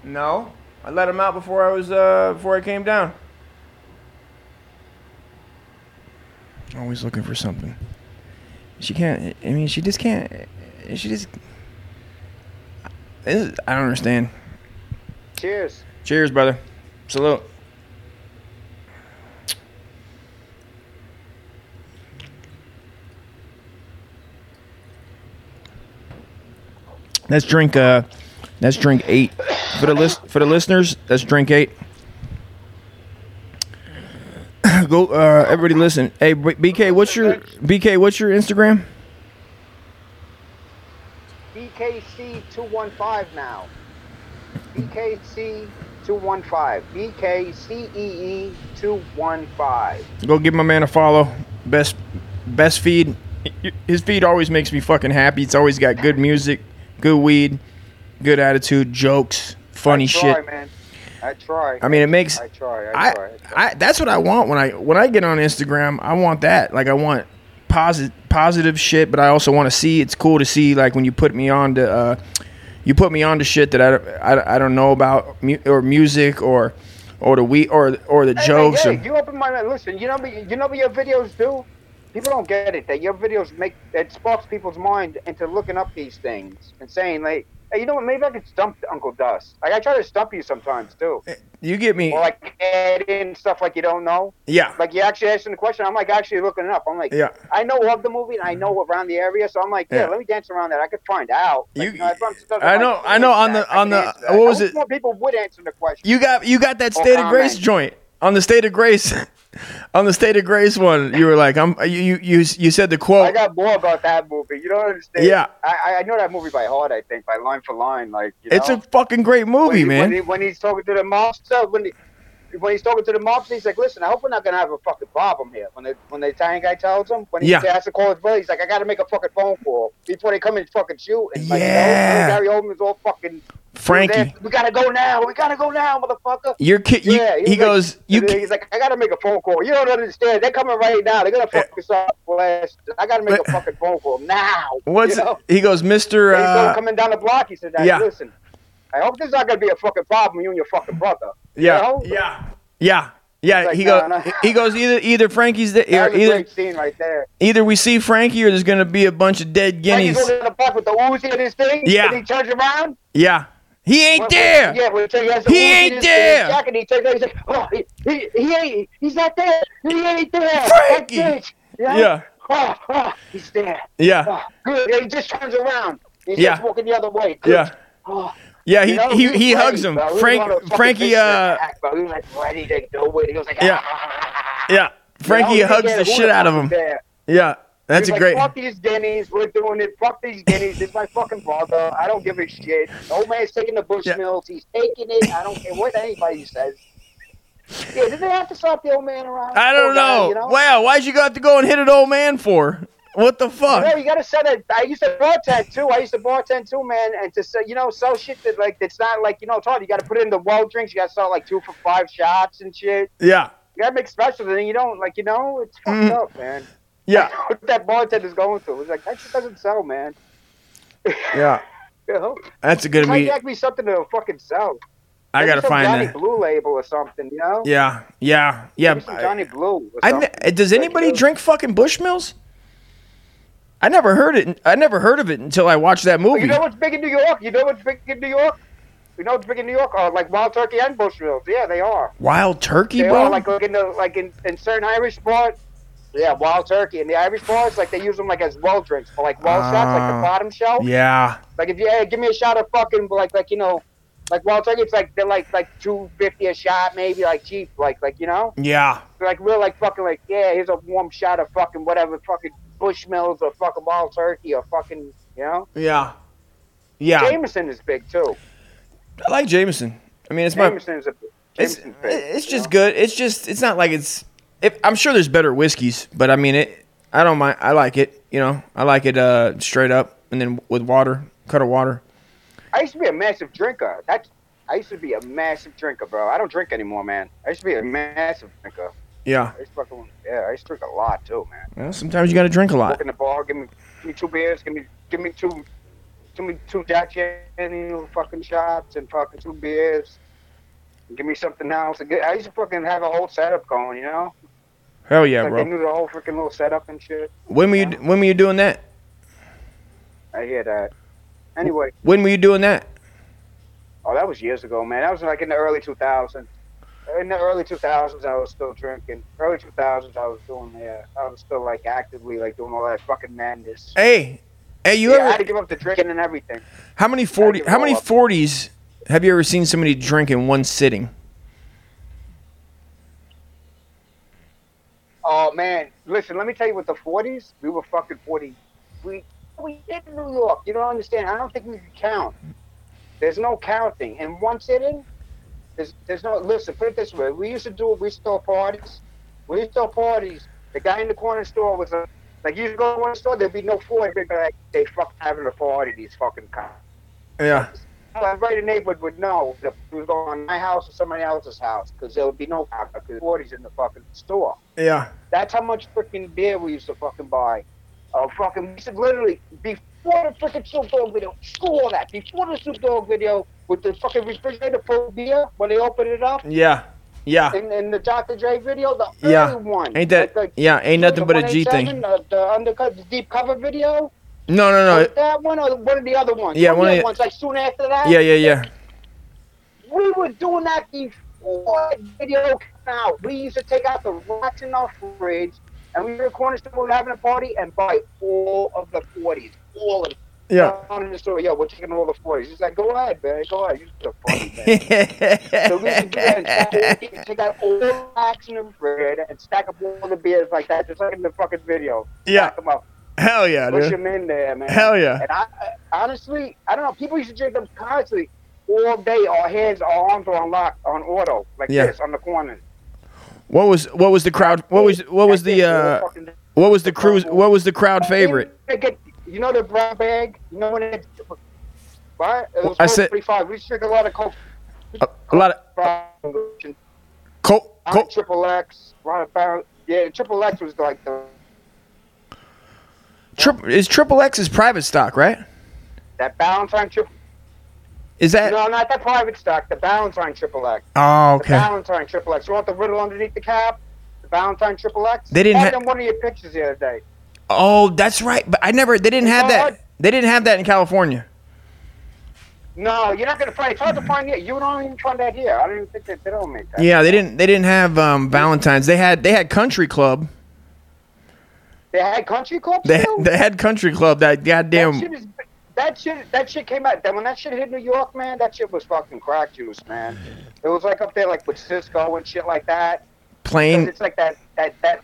A: No, I let him out before I was uh before I came down. Always looking for something. She can't. I mean, she just can't. She just. This is- I don't understand.
F: Cheers.
A: Cheers, brother. Salute. That's drink. Uh, that's drink eight for the list for the listeners. That's drink eight. Go, uh, everybody, listen. Hey, B- BK, what's your BK? What's your Instagram?
F: BKC two one five now. BKC two one five. BKCEE E two one five.
A: Go give my man a follow. Best, best feed. His feed always makes me fucking happy. It's always got good music, good weed, good attitude, jokes, funny shit.
F: Try, man. I try.
A: I mean, it makes.
F: I try. I,
A: I,
F: try.
A: I that's what I want when I when I get on Instagram. I want that. Like I want positive positive shit, but I also want to see. It's cool to see like when you put me on to uh, you put me on to shit that I, don't- I, I don't know about mu- or music or or the we or or the
F: Hey,
A: jokes.
F: Hey,
A: or,
F: you open my listen. You know what you know what your videos do. People don't get it that your videos make it sparks people's mind into looking up these things and saying like, hey, you know what? Maybe I could stump Uncle Dust. Like I try to stump you sometimes too,
A: you get me?
F: or like add in stuff like you don't know.
A: yeah.
F: Like you actually asking the question. I'm like actually looking it up. I'm like,
A: Yeah.
F: I know of the movie and I know around the area, so I'm like, yeah,
A: Yeah.
F: let me dance around that. I could find out. Like,
A: You-
F: know, if I'm stuck,
A: I
F: I'm
A: know-
F: like,
A: I know on
F: that,
A: the-
F: I
A: on
F: can
A: the-
F: answer that.
A: what
F: I
A: was
F: wish
A: it?
F: More people would answer the question.
A: You got you got that
F: Or
A: state of grace
F: comment.
A: joint on the state of grace. On the state of grace one, you were like, "I'm you you you said the quote."
F: I got more about that movie. You don't understand.
A: Yeah.
F: I, I- I know that movie by heart. I think by line for line. Like you
A: it's
F: know?
A: a fucking great
F: when
A: movie,
F: he-
A: man.
F: When, he, when he's talking to the mobster, when he, when he's talking to the mobster, he's like, "Listen, I hope we're not gonna have a fucking problem here." When the when the Italian guy tells him, when he
A: Yeah.
F: has to call his brother, he's like, "I gotta make a fucking phone call before they come and fucking shoot." And like, you know,
A: Yeah.
F: Gary Oldman's all fucking. he was
A: Frankie,
F: ass- we gotta go now. We gotta go now, motherfucker.
A: Your kid, you,
F: yeah,
A: he
F: was like-
A: goes, you,
F: he's
A: ki-
F: like, I gotta make a phone call. You don't understand. They're coming right now. They're
A: Eh.
F: gonna fuck us up last. I gotta make a fucking phone call now.
A: what's,
F: you know?
A: he goes, Mr.
F: He's still
A: Uh,
F: coming down the block. He said, "Hey,
A: yeah.
F: listen, I hope this is not gonna be a fucking problem. You and your fucking brother.
A: Yeah,
F: you know?
A: yeah, yeah, yeah.
F: like,
A: he
F: no,
A: goes,
F: no.
A: he goes, either, either Frankie's, the,
F: That
A: or
F: was a
A: either,
F: great scene right there.
A: either we see Frankie or there's going to be a bunch of dead
F: And
A: guineas.
F: he's over in the block with the Uzi in his thing.
A: Yeah.
F: and he turns around.
A: Yeah. He ain't
F: What-
A: there.
F: Yeah, well, so he has the
A: He
F: Uzi in
A: ain't
F: his- in his
A: there.
F: jacket, he turns around, he's like, oh, he, he, he ain't. He's not there. He ain't there. That
A: Frankie!
F: bitch, you know?
A: Yeah.
F: Oh, oh, he's there.
A: Yeah.
F: Oh, good. And he just turns around. He's
A: Yeah.
F: just walking the other way. Good.
A: Yeah.
F: Oh,
A: Yeah. He,
F: you know,
A: he,
F: was
A: he
F: ready,
A: hugs him.
F: bro. He was on a
A: Frank,
F: fucking
A: Frankie,
F: mission
A: uh,
F: attack, bro. He was like ready to go in. He was like,
A: Yeah. yeah. Frankie
F: you know, he
A: hugs
F: didn't
A: the
F: care who
A: shit out of
F: fuck
A: him.
F: was there.
A: Yeah. That's
F: He's
A: a
F: like,
A: great,
F: Fuck these guineas. We're doing it. Fuck these guineas. It's my fucking brother. I don't give a shit. The old man's taking the Bushmills. He's taking it. I don't care what anybody says. Yeah, did they have to slap the old man around?
A: I
F: Poor
A: don't
F: guy,
A: know.
F: you know?
A: Wow. Why'd you have to go and hit an old man for? What the fuck?
F: Yeah, you gotta sell that. I used to bartend too. I used to bartend too, man, and to sell, you know, sell shit that like that's not like you know, it's hard. You gotta put in the well drinks. You gotta sell like two for five shots and shit.
A: Yeah.
F: You gotta make specials, and you don't like you know, it's fucked
A: Mm.
F: up, man.
A: Yeah.
F: what that bartender's going through? It's like that shit doesn't sell, man.
A: Yeah.
F: You know,
A: That's a good
F: might
A: week.
F: get me something to fucking sell.
A: I
F: Maybe
A: gotta
F: some Johnny
A: find that.
F: Blue label or something, you know?
A: Yeah, yeah, yeah.
F: Maybe some Johnny Blue. Or
A: I,
F: something.
A: ne- does
F: Like,
A: anybody
F: you know,
A: drink fucking Bushmills? I never heard it. I never heard of it until I watched that
F: You
A: movie.
F: know what's big in New York? You know what's big in New York? You know what's big in New York? Are like Wild Turkey and Bushmills. Yeah, they are.
A: Wild Turkey,
F: They
A: bro.
F: are like, like in the like in, in certain Irish bars. Yeah, Wild Turkey and the Irish bars like they use them like as well drinks or like well shots, like the
A: Ah,
F: bottom shelf.
A: yeah,
F: Like if you hey, give me a shot of fucking like like you know, like Wild Turkey, it's like they're like like two fifty a shot, maybe like cheap, like like you know.
A: yeah,
F: like we're like fucking like yeah, here's a warm shot of fucking whatever fucking Bushmills or fucking wild turkey or fucking you know.
A: yeah, yeah.
F: Jameson is big too.
A: I like Jameson. I mean, it's my.
F: Jameson is a
A: It's
F: Jameson's big.
A: it's
F: you
A: just
F: know?
A: good. It's just it's not like it's. If, I'm sure there's better whiskeys, but I mean it. I don't mind. I like it. You know, I like it uh, straight up and then with water, cut of water.
F: I used to be a massive drinker. That's I used to be a massive drinker, bro. I don't drink anymore, man. I used to be a massive drinker.
A: Yeah.
F: I used to fucking yeah, I used to drink a lot too, man.
A: Well, sometimes you got to drink a lot.
F: Walk in the bar, give me give me two beers, give me give me two give me two Jack Daniel fucking shots and fucking two beers. Give me something else. I used to fucking have a whole setup going, you know.
A: Hell yeah,
F: like they
A: bro.
F: knew the whole freaking little setup and shit.
A: When were you when were you doing that?
F: I hear that. Anyway,
A: When were you doing that?
F: oh, that was years ago, man. That was like in the early 2000s. In the early 2000s, I was still drinking. Early 2000s, I was doing yeah. I was still like actively like doing all that fucking madness.
A: Hey, Hey, you
F: Yeah, I had
A: ever?
F: to give up the drinking and everything.
A: How many forty?
F: give it
A: How
F: all
A: many
F: up.
A: forties have you ever seen somebody drink in one sitting?
F: Oh man, listen, let me tell you what the forties, we were fucking forty. We we did in New York. You don't understand. I don't think we could count. There's no counting. And one sitting, there's there's no listen, put it this way. We used to do it, we used to throw parties. We used to throw parties. The guy in the corner store was a like you used to go to one store, there'd be no forty they'd be like they fucking having a party, these fucking cops.
A: Yeah.
F: Everybody in the neighborhood would know if it was going on my house or somebody else's house, because there would be no cop because forties in the fucking store.
A: Yeah.
F: That's how much freaking beer we used to fucking buy. Uh, fucking, we used to literally, before the freaking Snoop Dogg video, screw all that. Before the Snoop Dogg video, with the fucking refrigerator full of beer, when they opened it up,
A: Yeah. Yeah.
F: in, in the Dr. Dre video, the
A: Yeah.
F: early one.
A: Ain't that- yeah, ain't nothing
F: the
A: but a G thing.
F: 187, The, the undercut, the deep cover video,
A: No, no, no.
F: was that one or one of the other ones?
A: Uh, Yeah,
F: one
A: one
F: of
A: of
F: the
A: the-
F: ones, like soon after that?
A: Yeah, yeah, yeah.
F: We were doing that before the video came out. We used to take out the rocks in our fridge, and we were corner store we were having a party and buy all of the forties, all of them.
A: Yeah.
F: Down in the store, yeah, we're taking all the forties. He's like, go ahead, man, go ahead. You're so funny, man. so we used to do that and stack all- we used to take out all the rocks in the fridge and stack up all the beers like that, just like in the fucking video.
A: Yeah.
F: Stack 'em up.
A: Hell yeah,
F: Push
A: dude.
F: them in there, man.
A: Hell yeah.
F: And I, I honestly, I don't know. People used to drink them constantly, all day. Our hands, our arms were on lock, on auto, like
A: Yeah.
F: this, on the corner.
A: What was what was the crowd? What was what was the uh what was the cruise? What was the crowd favorite?
F: They get, you know the brown bag. You know when it, right? It was
A: I
F: I
A: said-
F: forty-five. We used to drink a lot of coke.
A: A, a lot of
F: Brown,
A: Colt. Colt.
F: triple X, right about yeah. Triple X was like the
A: Triple is Triple X is private stock, right?
F: that Valentine triple.
A: Is that?
F: No, not that private stock. The Valentine triple X.
A: Oh,
F: The
A: okay.
F: Valentine Triple X. You want the riddle underneath the cap? The Valentine Triple X?
A: They didn't
F: Had
A: ha-
F: them one of your pictures the other day.
A: Oh, that's right. But I never. They didn't have that. They didn't have that in California.
F: No, you're not gonna find. It's hard to find it. You don't even find that here. I don't even think that they don't make that.
A: Yeah, they didn't. They didn't have um, Valentine's. They had. They had Country Club.
F: They had country clubs.
A: They
F: too?
A: they had Country Club. That
F: that
A: goddamn.
F: shit is. That shit, that shit came out. Then when that shit hit New York, man, that shit was fucking crack juice, man. It was like up there, like with Cisco and shit like that. 'Cause
A: plain
F: it's like that, that, that.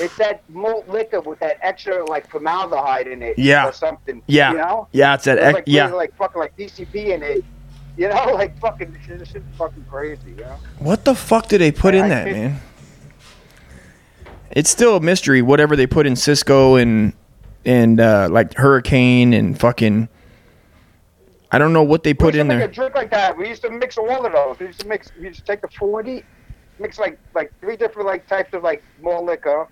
F: It's that malt liquor with that extra like formaldehyde in it.
A: Yeah.
F: Or something.
A: yeah
F: You know.
A: yeah it's that
F: There's,
A: ex-
F: like,
A: yeah
F: really, like fucking like DCP in it. You know, like fucking this shit's fucking crazy, yeah.
A: what the fuck did they put
F: I-
A: in
F: I
A: that
F: can't-
A: man it's still a mystery whatever they put in cisco and and uh like hurricane and fucking i don't know what they put
F: we used
A: in
F: to make
A: there
F: a drink like that. We used to mix all of those. We used to mix. We used to take the forty, mix like like three different like types of like more liquor,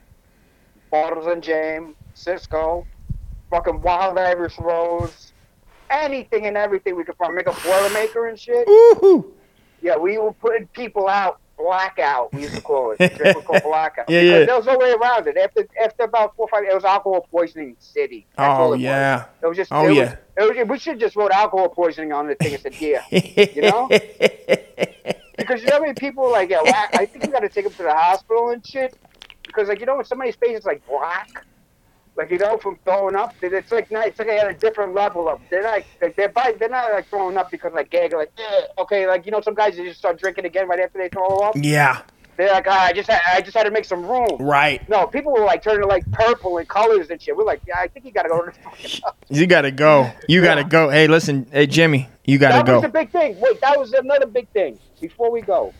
F: bottles and jam, Cisco, fucking wild Irish rose, anything and everything we could find. Make a boilermaker and shit.
A: Woo-hoo.
F: Yeah, we were putting people out, blackout. We used to call it typical blackout.
A: Yeah, yeah.
F: Because There was no way around it. After after about four or five, it was alcohol poisoning city. That's all
A: oh
F: it
A: yeah
F: was. It was just.
A: Oh,
F: it was-
A: yeah.
F: it was- we should just wrote alcohol poisoning on the thing and said, yeah, you know. Because you know how many people like, yeah, wha- I think we got to take them to the hospital and shit. Because like you know, when somebody's face is like black, like you know, from throwing up, then it's like not, it's like at a different level of they're like, like they're by, they're not like throwing up because like gag, like "Eh," okay, like you know, some guys they just start drinking again right after they throw up.
A: yeah
F: They're like, ah, I just had, I just had to make some room.
A: right
F: No, people were like turning like purple and colors and shit. We're like, yeah, I think you gotta go to the fucking
A: you gotta go you gotta
F: Yeah.
A: go hey listen hey jimmy you gotta
F: that
A: go
F: was a big thing. Wait, that was another big thing. Before we go,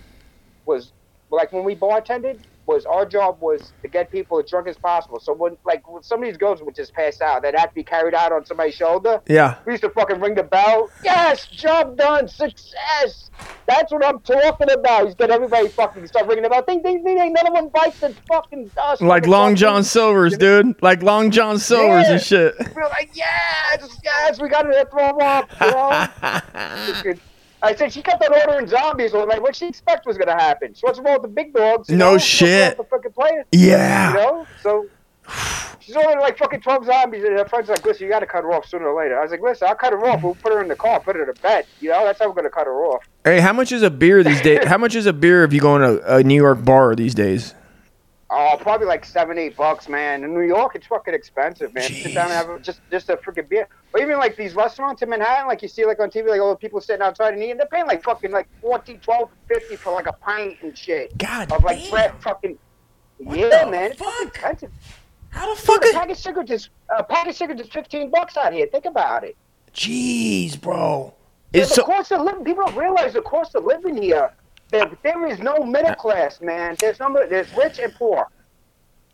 F: was like when we bartended, was our job was to get people as drunk as possible. So when like when some of these girls would just pass out, that had to be carried out on somebody's shoulder.
A: yeah
F: We used to fucking ring the bell. Yes, job done, success. That's what I'm talking about. He's got everybody fucking start ringing the bell. Ding, ding, ding, ding. None of them bites the fucking dust.
A: like long john
F: Fucking-
A: silvers dude like long john silvers
F: Yeah.
A: and shit
F: we were like, yes, yes, we got it, throw 'em up, you know?
A: Uh,
F: Fucking- I said, she kept on ordering zombies. I was like, what she expect was going to happen? She wants to roll with the big dogs. you
A: No
F: know? She wants to roll
A: shit.
F: with The fucking players,
A: yeah
F: you know? So she's ordering like fucking 12 zombies, and her friend's like, listen, you got to cut her off sooner or later. I was like, listen, I'll cut her off. We'll put her in the car, put her to bed. You know, that's how we're going to cut her off.
A: Hey, how much is a beer these days? How much is a beer if you go in a, a New York bar these days?
F: Oh, probably like seven, eight bucks, man. In New York, it's fucking expensive, man. Sit down and have a- just just a freaking beer. Or even like these restaurants in Manhattan, like you see like on TV, like all the people sitting outside and eating. They're paying like fucking like 14, 12, 50 for like a pint and shit.
A: God
F: Of like
A: damn.
F: bread fucking. yeah,
A: the
F: man. It's fucking
A: fuck?
F: expensive.
A: How the
F: Dude,
A: fuck?
F: a
A: Is,
F: pack of cigarettes, is- a pack of cigarettes is 15 bucks out here. Think about it.
A: jeez, bro.
F: The
A: It's so
F: cost of living, people don't realize the cost of living here. There, there is no
A: Uh,
F: middle class, man. There's no, there's rich and poor.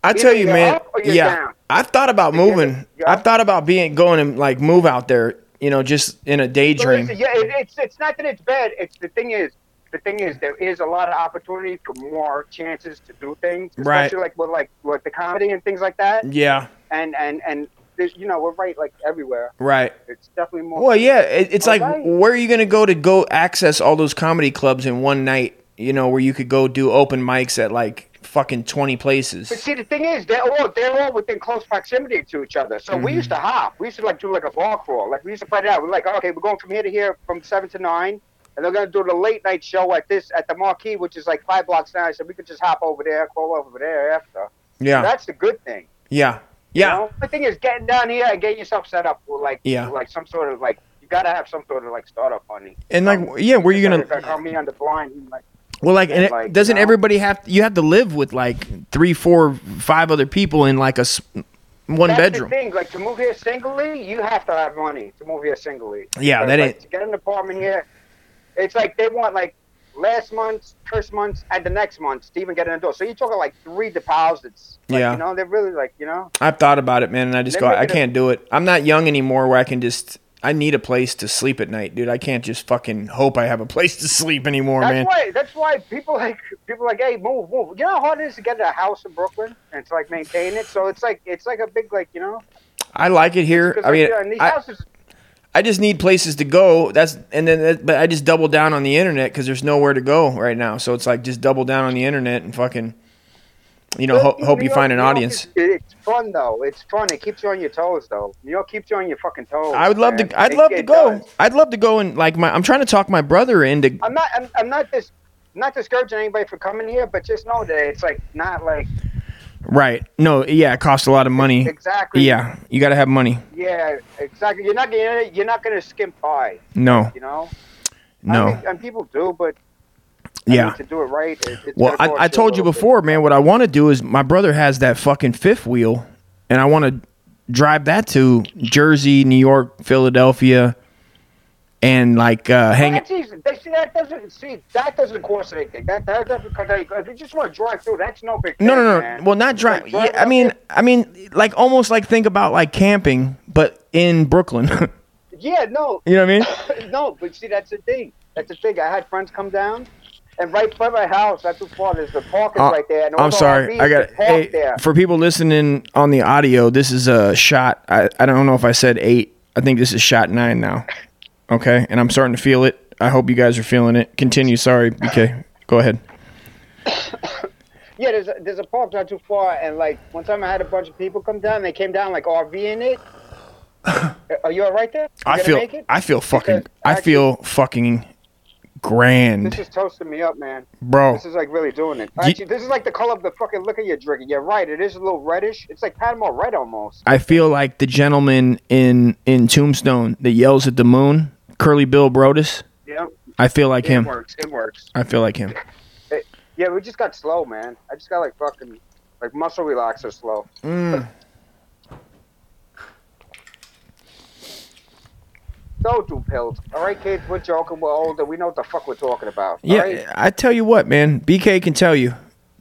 A: I tell you,
F: you're
A: man.
F: up or you're
A: Yeah,
F: down.
A: I thought about
F: You're-
A: moving.
F: you're
A: I
F: up.
A: thought about being going and like move out there. You know, just in a
F: So
A: daydream.
F: listen, yeah, it, it's it's not that it's bad. It's the thing is, the thing is, there is a lot of opportunity for more chances to do things,
A: Right.
F: especially like with like with the comedy and things like that.
A: Yeah,
F: And and and there's, you know, we're right like everywhere.
A: right.
F: It's definitely more.
A: Well, yeah, it, it's like
F: Alright.
A: where are you going to go to go access all those comedy clubs in one night? You know, where you could go do open mics at like fucking twenty
F: But
A: places.
F: see, the thing is, they're all they're all within close proximity to each other. So we used
A: Mm-hmm.
F: to hop. We used to like do like a bar crawl. Like we used to find out. We're like, okay, we're going from here to here from seven to nine, and they're gonna do the late night show at this at the Marquee, which is like five blocks down. So we could just hop over there, crawl over there after.
A: Yeah,
F: That's the good thing.
A: yeah,
F: You
A: yeah.
F: know? The thing is getting down here and getting yourself set up with like
A: Yeah.
F: like some sort of like you gotta have some sort of like startup Um, money.
A: And like, yeah, where you
F: Like,
A: gonna?
F: like, on me on the blind, and, like
A: Well, like, and
F: and,
A: it,
F: like,
A: doesn't
F: you know?
A: everybody have? You have to live with like three, four, five other people in like a s- one
F: that's
A: bedroom.
F: the thing. Like to move here singly, you have to have money to move here singly.
A: Yeah,
F: Because,
A: that
F: like,
A: ain't-
F: to get an apartment here. It's like they want like last month's, first month's, and the next month's to even get an door. So you're talking like three deposits. Like,
A: Yeah.
F: you know they're really like you know.
A: I've thought about it, man, and I just
F: They
A: go,
F: make
A: I
F: it a-
A: can't do it. I'm not young anymore where I can just. I need a place to sleep at night, dude. I can't just fucking hope I have a place to sleep anymore,
F: That's
A: man.
F: why. That's why people like people like, hey, move, move. You know how hard it is to get a house in Brooklyn and to like maintain it. So it's like it's like a big like you know.
A: I like it here.
F: 'cause,
A: I
F: like,
A: mean,
F: yeah, and these
A: I,
F: houses.
A: I just need places to go. That's and then, that, but I just double down on the internet because there's nowhere to go right now. So it's like just double down on the internet and fucking, you know, ho-
F: New
A: hope you
F: York-
A: find an
F: New York
A: audience.
F: is- it's fun though. It's fun. It keeps you on your toes though. New York keeps you on your fucking toes.
A: I would love
F: man.
A: to. I'd
F: It-
A: love to
F: it
A: go.
F: does.
A: I'd love to go and like my. I'm trying to talk my brother into.
F: I'm not. I'm, I'm not this. Not discouraging anybody for coming here, but just know that it's like not like
A: Right. No. Yeah. It costs a lot of money.
F: exactly.
A: Yeah. You got to have money.
F: Yeah. Exactly. You're not. gonna- You're not gonna skimp by.
A: No.
F: You know. I
A: No.
F: mean, and people do, but I mean,
A: Yeah.
F: to do it right. It, it's
A: Well,
F: gonna
A: I,
F: cost
A: I
F: a
A: told you
F: little bit.
A: before, man. What I want to do is my brother has that fucking fifth wheel, and I want to drive that to Jersey, New York, Philadelphel, and like uh, hang.
F: That's easy. They see that doesn't see that doesn't cost anything. That that doesn't cost anything. If you just want to drive through, that's no big.
A: No,
F: thing,
A: no, no.
F: man.
A: Well, not drive.
F: Like,
A: Yeah, I
F: up
A: mean,
F: there-
A: I mean, like almost like think about like camping, but in Brooklyn.
F: yeah, no,
A: you know what I mean?
F: no. But see, that's the thing. That's the thing. I had friends come down, and right by my house, not too far. There's the park is
A: Uh,
F: right there. And all
A: I'm
F: the
A: sorry.
F: RVs
A: I got
F: is parked
A: hey,
F: there.
A: for people listening on the audio. This is a shot. I, I don't know if I said eight. I think this is shot nine now. Okay, and I'm starting to feel it. I hope you guys are feeling it. Continue. Sorry, BK. Go ahead.
F: Yeah, there's a, there's a park not too far, and like one time I had a bunch of people come down. They came down like RV in it. Are you all right there? You
A: I
F: gonna
A: feel.
F: make it?
A: I feel fucking.
F: Because
A: I
F: actually-
A: feel fucking
F: This
A: grand,
F: is toasting me up, man.
A: bro.
F: This is like really doing it. Actually, this is like the color of the fucking liquor you're drinking. You're right. It is a little reddish. It's like Panama red almost.
A: I feel like the gentleman in in Tombstone that yells at the moon, Curly Bill Brodus.
F: Yeah,
A: I feel like
F: it
A: him.
F: works. It works.
A: I feel like him.
F: It- yeah, we just got slow, man. I just got like fucking like muscle relaxer slow. Don't do pills. All right, kids, we're joking. We're older. We know what the fuck we're talking about. all
A: Yeah, Um,
F: right?
A: I tell you what, man. BK can tell you.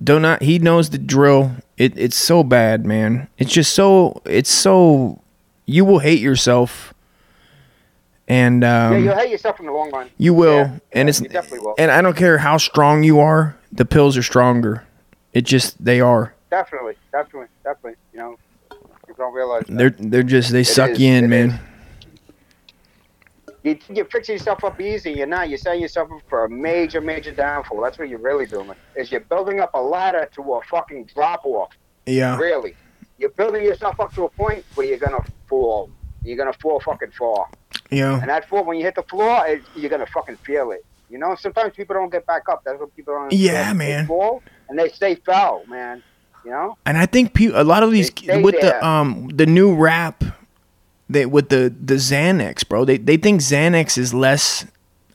A: Do not. He knows the drill. It, it's so bad, man. It's just so. It's so. You will hate yourself. And um,
F: yeah, you'll hate yourself in the long run.
A: you will.
F: yeah,
A: and
F: yeah,
A: it's
F: you definitely will.
A: and I don't care how strong you are. The pills are stronger. It just they are.
F: Definitely, definitely, definitely. You know, you don't realize. that.
A: They're they're just they suck
F: is,
A: you in,
F: it
A: man.
F: is. You think you're fixing yourself up easy, you're not. You're setting yourself up for a major, major downfall. That's what you're really doing. Is you're building up a ladder to a fucking drop off.
A: Yeah.
F: Really, you're building yourself up to a point where you're gonna fall. You're gonna fall fucking far.
A: Yeah.
F: And that fall, when you hit the floor, it, you're gonna fucking feel it. You know, sometimes people don't get back up. That's what people don't.
A: Yeah,
F: understand. They
A: man.
F: Fall and they stay fell, man. You know?
A: And I think pe- a lot of these
F: They stay
A: with
F: there.
A: the um the new rap that with the the Xanax, bro. They they think Xanax is less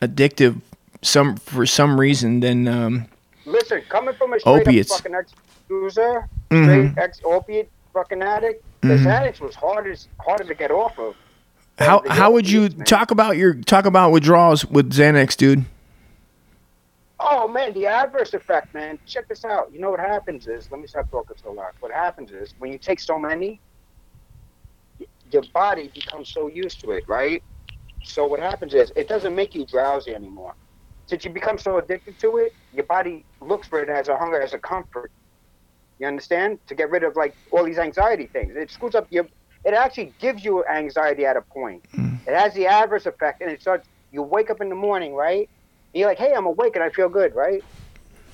A: addictive some for some reason than um
F: Listen, coming from a straight
A: Opiates. Mm-hmm.
F: up fucking ex user, straight ex opiate fucking addict, this addict was hard as, harder to get off of.
A: how
F: the
A: how would you
F: opiates, man.
A: talk about your talk about withdrawals with Xanax, dude?
F: Oh man, the adverse effect, man. Check this out. You know what happens is, let me stop talking so loud. What happens is when you take so many, y- your body becomes so used to it, right? So what happens is it doesn't make you drowsy anymore. Since you become so addicted to it, your body looks for it as a hunger, as a comfort. You understand? To get rid of like all these anxiety things, it screws up your. It actually gives you anxiety at a point. It has the adverse effect, and it starts. You wake up in the morning, right? And you're like, hey, I'm awake and I feel good, right?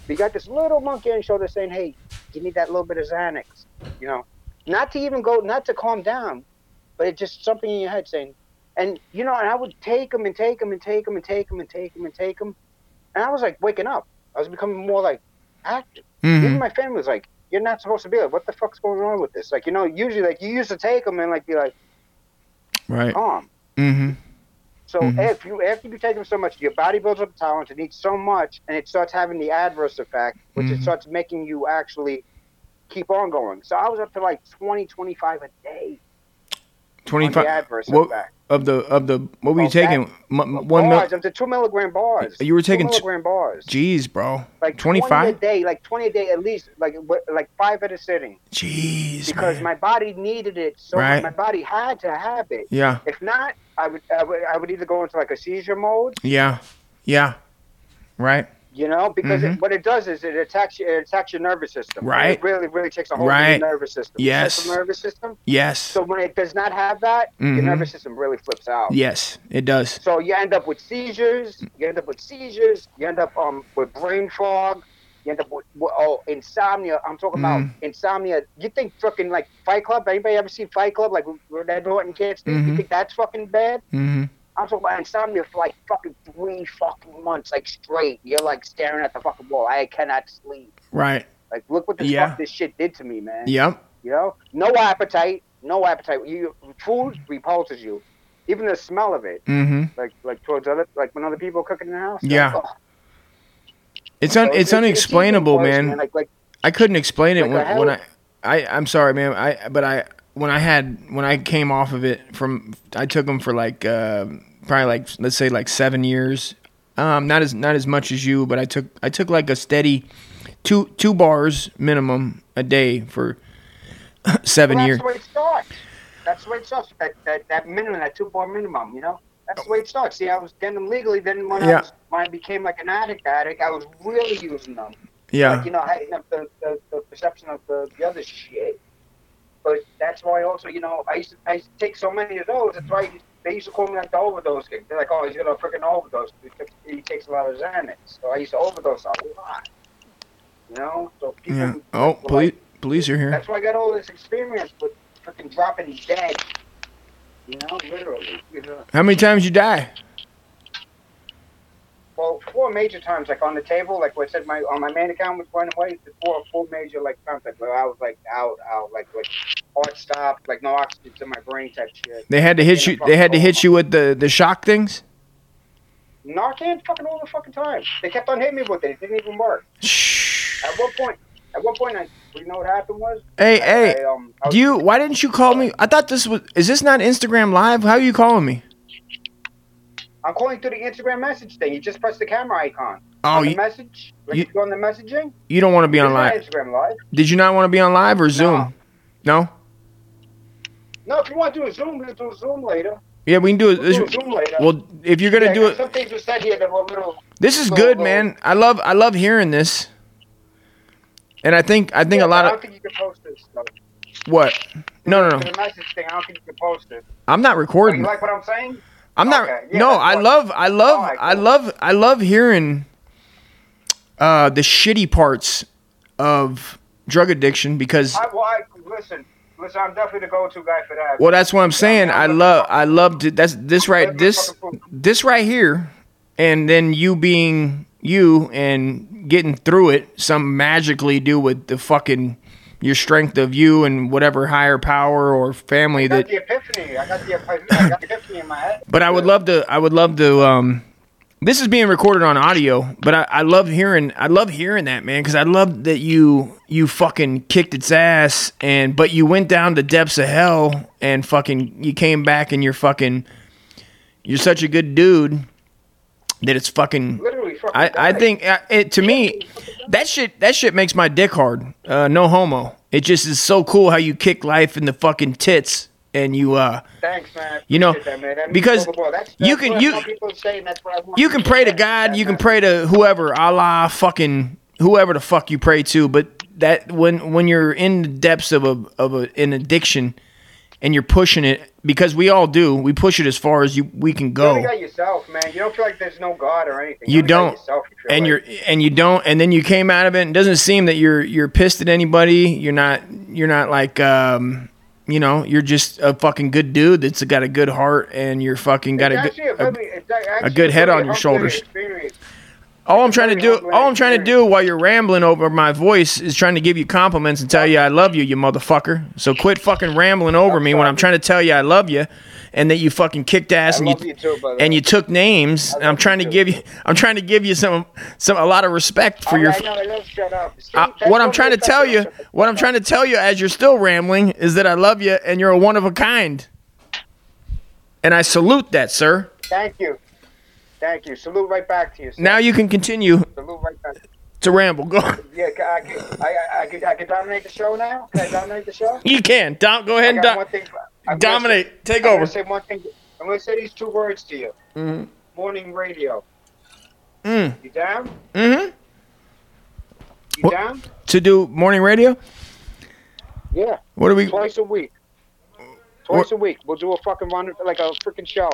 F: But you got this little monkey on your shoulder saying, hey, you need that little bit of Xanax, you know, not to even go, not to calm down, but it's just something in your head saying, and you know, and I would take them and take them and take them and take them and take them and take them, and I was like waking up. I was becoming more like active.
A: Mm-hmm.
H: Mm-hmm.
F: Even my family was like, "You're not supposed to be like, what the fuck's going on with this?" Like, you know, usually like you used to take them and like be like
A: Right.
F: calm.
A: Mhm.
F: So if you after you take them so much, your body builds up tolerance. It needs so much, and it starts having the adverse effect, which
A: Mm-hmm.
F: it starts making you actually keep on going. So I was up to like 20, 25 a day. On
A: 25
F: the adverse
A: what,
F: effect.
A: of the of the what were you
F: Of
A: taking?
F: Oh, that-
A: M- m- 1 mil-
F: bars up to two milligram bars.
A: You were
F: Two
A: taking t-
F: milligram bars.
A: Jeez, bro.
F: like
A: 25?
F: 20 a day, like 20 a day at least, like wh- like five at a sitting,
A: Jeez.
F: because
A: man.
F: my body needed it. So
A: Right.
F: my body had to have it.
A: Yeah.
F: If not, I would, I would I would either go into like a seizure mode,
A: Yeah. Yeah. Right.
F: you know, because it, what it does is it attacks your, it attacks your nervous system.
A: Mm-hmm. Right.
F: It really really takes a whole
A: Right.
F: nervous system.
A: Yes.
F: Central nervous system.
A: Yes.
F: So when it does not have that,
A: Mm-hmm.
F: your nervous system really flips out.
A: yes, it does.
F: So you end up with seizures. You end up with seizures. You end up um with brain fog. You end up with, with oh insomnia. I'm talking about
A: Mm-hmm.
F: insomnia. You think fucking like Fight Club? Anybody ever seen Fight Club? Like where that Norton kids? do? You think that's fucking bad?
A: Mm-hmm.
F: I'm talking about insomnia for like fucking three fucking months, like straight. You're like staring at the fucking wall. I cannot sleep.
A: Right.
F: Like look what the
A: Yeah.
F: fuck this shit did to me, man.
A: Yep.
F: You know, no appetite, no appetite. You food repulses you, even the smell of it.
A: Mm-hmm.
F: Like like towards other like when other people are cooking in the house.
A: Yeah.
F: Like, oh,
A: It's un-
F: so
A: it's
F: even
A: unexplainable,
F: worse,
A: man.
F: Like like
A: I couldn't explain it
F: Like, I
A: when, when I, I
F: had-
A: I'm sorry, man. I but I when I had when I came off of it from I took them for like uh, probably like let's say like seven years. Um, not as not as much as you, but I took I took like a steady two two bars minimum a day for seven
F: well,
A: years.
F: that's the way it starts. That's the way it starts. That that, that minimum, that two bar minimum. You know, that's the way it starts. See, I was getting them legally. Then when
A: Yeah.
F: I was, when I became like an addict addict, I was really using them.
A: Yeah,
F: Like, you know, heighten up the, the, the perception of the, the other shit. But that's why also, you know, I used to, I used to take so many of those. That's why they used to call me like the overdose kid. They're like, oh, he's gonna freaking overdose because he takes a lot of Xanax. So I used to overdose a lot. You know, so people.
A: yeah. Oh,
F: were
A: police
F: like-
A: police are here.
F: That's why I got all this experience with freaking dropping dead. You know, literally. You know,
A: How many times you die?
F: well, four major times, like on the table, like what I said, my on my main account was running away. The four four major like times, like where I was like out, out, like like heart stop, like no oxygen to my brain type shit.
A: They had to hit
F: In
A: you.
F: a
A: They had to
F: fucking
A: hit you with the the shock things.
F: Narcan, fucking all the fucking time. They kept on hitting me with it. It didn't even work.
A: Shh.
F: At what point? At what point? I, you know what happened was?
A: Hey,
F: I-
A: hey.
F: I, um, I was-
A: Do you? Why didn't you call me? I thought this was. Is this not Instagram Live? How are you calling me?
F: I'm calling through the Instagram message thing. You just press the camera icon.
A: Oh,
F: on the
A: you-
F: message. Like
A: you-
F: you, go on the messaging.
A: You don't want to be
F: It's
A: on
F: not
A: live.
F: Instagram live.
A: Did you not want to be on live or Zoom? No.
F: No, if you want to do a Zoom, we'll do a Zoom later.
A: Yeah, we can do it.
F: We'll do a
A: this-
F: Zoom later.
A: well, if you're gonna
F: Yeah,
A: do
F: 'cause
A: it,
F: Some things were said here that were a little.
A: this is
F: so-
A: good,
F: so-
A: man. I love, I love hearing this. And I think, I think
F: Yeah,
A: a lot
F: but I don't
A: of
F: think you can post this. Though.
A: what? No, no,
F: For
A: no.
F: the message thing, I don't think you can post it.
A: I'm not
F: Oh, You
A: recording.
F: like what I'm saying?
A: I'm not.
F: Okay, yeah,
A: no,
F: that's
A: I
F: fine. Oh,
A: love, I love,
F: Alright,
A: I
F: cool.
A: love, I love hearing uh, the shitty parts of drug addiction because
F: I, well, I, listen, listen, I'm definitely the go-to guy for that.
A: Well, that's what I'm saying.
F: Yeah,
A: I
F: I'm looking
A: love,
F: for-
A: I love to, that's this right,
F: looking
A: this,
F: for the proof.
A: this right here, and then you being you and getting through it. Some magically do with the fucking your strength of you and whatever higher power or family
F: I got
A: that
F: the epiphany. I got the epiphany. I got the epiphany in my head.
A: But I would love to. I would love to. Um, this is being recorded on audio, but I, I love hearing. I love hearing that, man, because I love that you you fucking kicked its ass, and but you went down the depths of hell and fucking you came back and you're fucking. You're such a good dude that it's fucking.
F: Literally fucking
A: I, I
F: died.
A: think uh, it, to me, that shit that shit makes my dick hard. Uh, no homo. It just is so cool how you kick life in the fucking tits and you uh
F: Thanks, man. I
A: You know,
F: appreciate that, man. That means
A: because
F: overall, that's,
A: you
F: that's
A: can-
F: what
A: you-
F: some people say, and that's what I want
A: you can pray to
F: hear.
A: God, you
F: Yeah,
A: can
F: man.
A: pray to whoever, Allah, fucking whoever the fuck you pray to, but that when when you're in the depths of a of a, an addiction and you're pushing it because we all do, we push it as far as you we can
F: You
A: go.
F: only got yourself, man. You don't feel like there's no God or anything.
A: You
F: only got
A: don't.
F: yourself, you feel
A: and
F: like.
A: you're and you don't and then you came out of it and it doesn't seem that you're you're pissed at anybody. You're not you're not like um you know, you're just a fucking good dude that's got a good heart and you're fucking got
F: It's
A: a
F: actually
A: good
F: a, really, it's a- actually
A: good head
F: really
A: on your
F: humbling
A: shoulders.
F: experience.
A: All I'm trying to do,
F: humbling
A: all I'm trying to do while you're rambling over my voice is trying to give you compliments and tell you I love you, you motherfucker. So quit fucking rambling over me when I'm trying to tell you I love you, and that you fucking kicked ass and
F: love you too, by the
A: and
F: way.
A: you took names. And I'm
F: love you
A: trying to
F: too.
A: give you, I'm trying to give you some, some a lot of respect for
F: All
A: your.
F: right, no, let's shut up. See,
A: I,
F: that's
A: what I'm
F: what
A: trying to
F: we're
A: tell
F: talking
A: you,
F: about.
A: what I'm trying to tell you as you're still rambling is that I love you and you're a one of a kind. And I salute that, sir.
F: Thank you. Thank you. Salute right back to you. sir.
A: Now you can continue
F: Salute right back.
A: to ramble. Go.
F: Yeah, can I can, I, I, I, can, I can dominate the show now. Can I dominate the show?
A: You can. Dom, go
F: I
A: ahead and
F: got
A: do-
F: one thing. I'm gonna
A: dominate.
F: say-
A: Take
F: I'm
A: over.
F: gonna say one thing. I'm gonna say these two words to you. Morning radio.
A: Mm.
F: You down?
A: Mm-hmm.
F: You
A: What-
F: down?
A: To do morning radio?
F: Yeah.
A: What do we?
F: Twice a week. Twice a week. We'll do a fucking run, like a freaking show.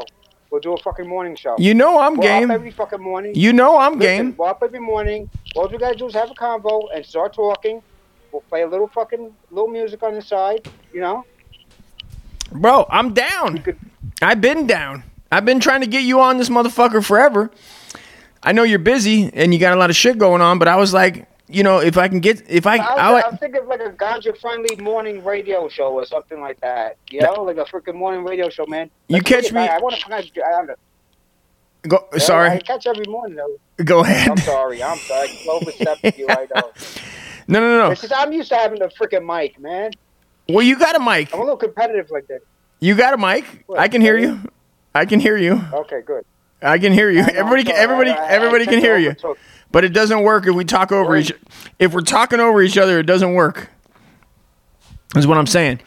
F: We'll do a fucking morning show.
A: You know I'm
F: we're Up
A: game.
F: every fucking morning.
A: You know I'm
F: Listen,
A: game.
F: We're up every morning. All you gotta do is have a convo and start talking. We'll play a little fucking little music on the side. You know.
A: Bro, I'm down.
F: could-
A: I've been down. I've been trying to get you on this motherfucker forever. I know you're busy and you got a lot of shit going on, but I was like, you know, if I can get, if I,
F: I was,
A: I like,
F: I was thinking of like a ganja friendly morning radio show or something like that. You know, like a freaking morning radio show, man.
A: You
F: Let's bring
A: catch
F: it back.
A: me-
F: I want to catch. I don't know.
A: go,
F: I
A: sorry,
F: catch every morning though.
A: go ahead.
F: I'm sorry. I'm sorry. I overstepped you. I know.
A: No, no, no.
F: It's just, I'm used to having a freaking mic, man.
A: Well, you got a mic.
F: I'm a little competitive like that.
A: You got a mic.
F: What?
A: I can hear you. I can hear you.
F: Okay, good.
A: I can hear you.
F: I know,
A: Everybody,
F: I'm
A: can,
F: sorry.
A: everybody,
F: I- I- I
A: everybody can
F: took
A: hear
F: over-
A: you.
F: took-
A: But it doesn't work if we talk over each. If we're talking over each other, it doesn't work. Is what I'm saying.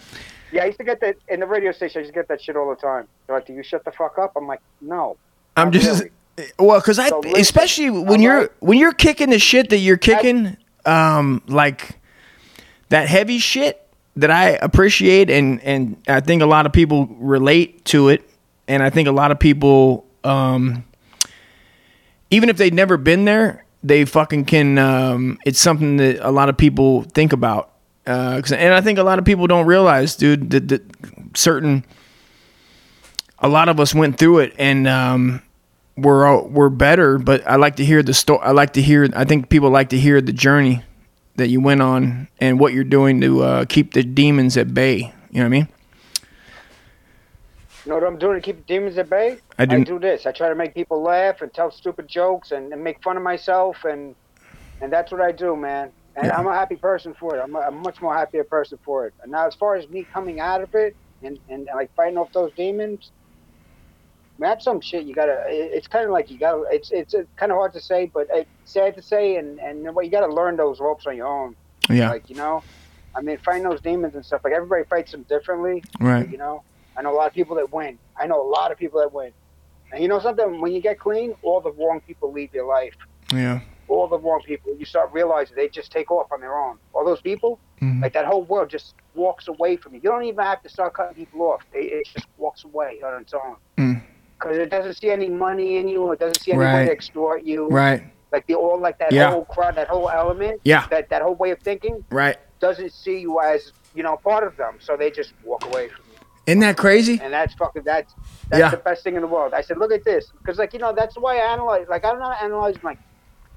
F: Yeah, I used to get that in the radio station. I used to get that shit all the time. They're like, "Do you shut the fuck up?" I'm like, "No."
A: I'm
F: Not
A: just eh,
F: really.
A: well, because I
F: So listen,
A: especially when you're
F: alright?
A: when you're kicking the shit that you're kicking, um, like that heavy shit that I appreciate and and I think a lot of people relate to it, and I think a lot of people, um, even if they've never been there, they fucking can. Um, it's something that a lot of people think about, uh, 'cause- and I think a lot of people don't realize, dude, that, that certain a lot of us went through it and um, we're all, we're better. But I like to hear the story. I like to hear. I think people like to hear the journey that you went on and what you're doing to uh, keep the demons at bay. You know what I mean?
F: You know what I'm doing to keep demons at bay?
A: I do-
F: do this. I try to make people laugh and tell stupid jokes and, and make fun of myself and and that's what I do, man. And I'm a happy person for it. I'm a, a much more happier person for it. And now, as far as me coming out of it and and, like fighting off those demons, man, that's some shit. You gotta. It, it's kind of like you gotta. It's it's, it's kind of hard to say, but it's sad to say. And and what you gotta learn those ropes on your own.
A: Yeah.
F: Like you know, I mean, fighting those demons and stuff. Like everybody fights them differently.
A: Right.
F: You know, I know a lot of people that win. I know a lot of people that win. And you know something? When you get clean, all the wrong people leave your life.
A: yeah.
F: All the wrong people. You start realizing they just take off on their own. All those people,
A: Mhm.
F: like that whole world, just walks away from you. You don't even have to start cutting people off. It, it just walks away on its own.
A: Mm.
F: Because it doesn't see any money in you. It doesn't see any way
A: Right.
F: to extort you.
A: Right.
F: Like the all like that
A: Yeah.
F: whole crowd, that whole element.
A: Yeah.
F: That that whole way of thinking
A: Right.
F: doesn't see you as you know part of them. So they just walk away from you
A: Isn't that crazy?
F: and that's fucking that's that's
A: Yeah.
F: the best thing in the world. I said, look at this, because like you know that's why I analyze. Like I'm not analyzing like,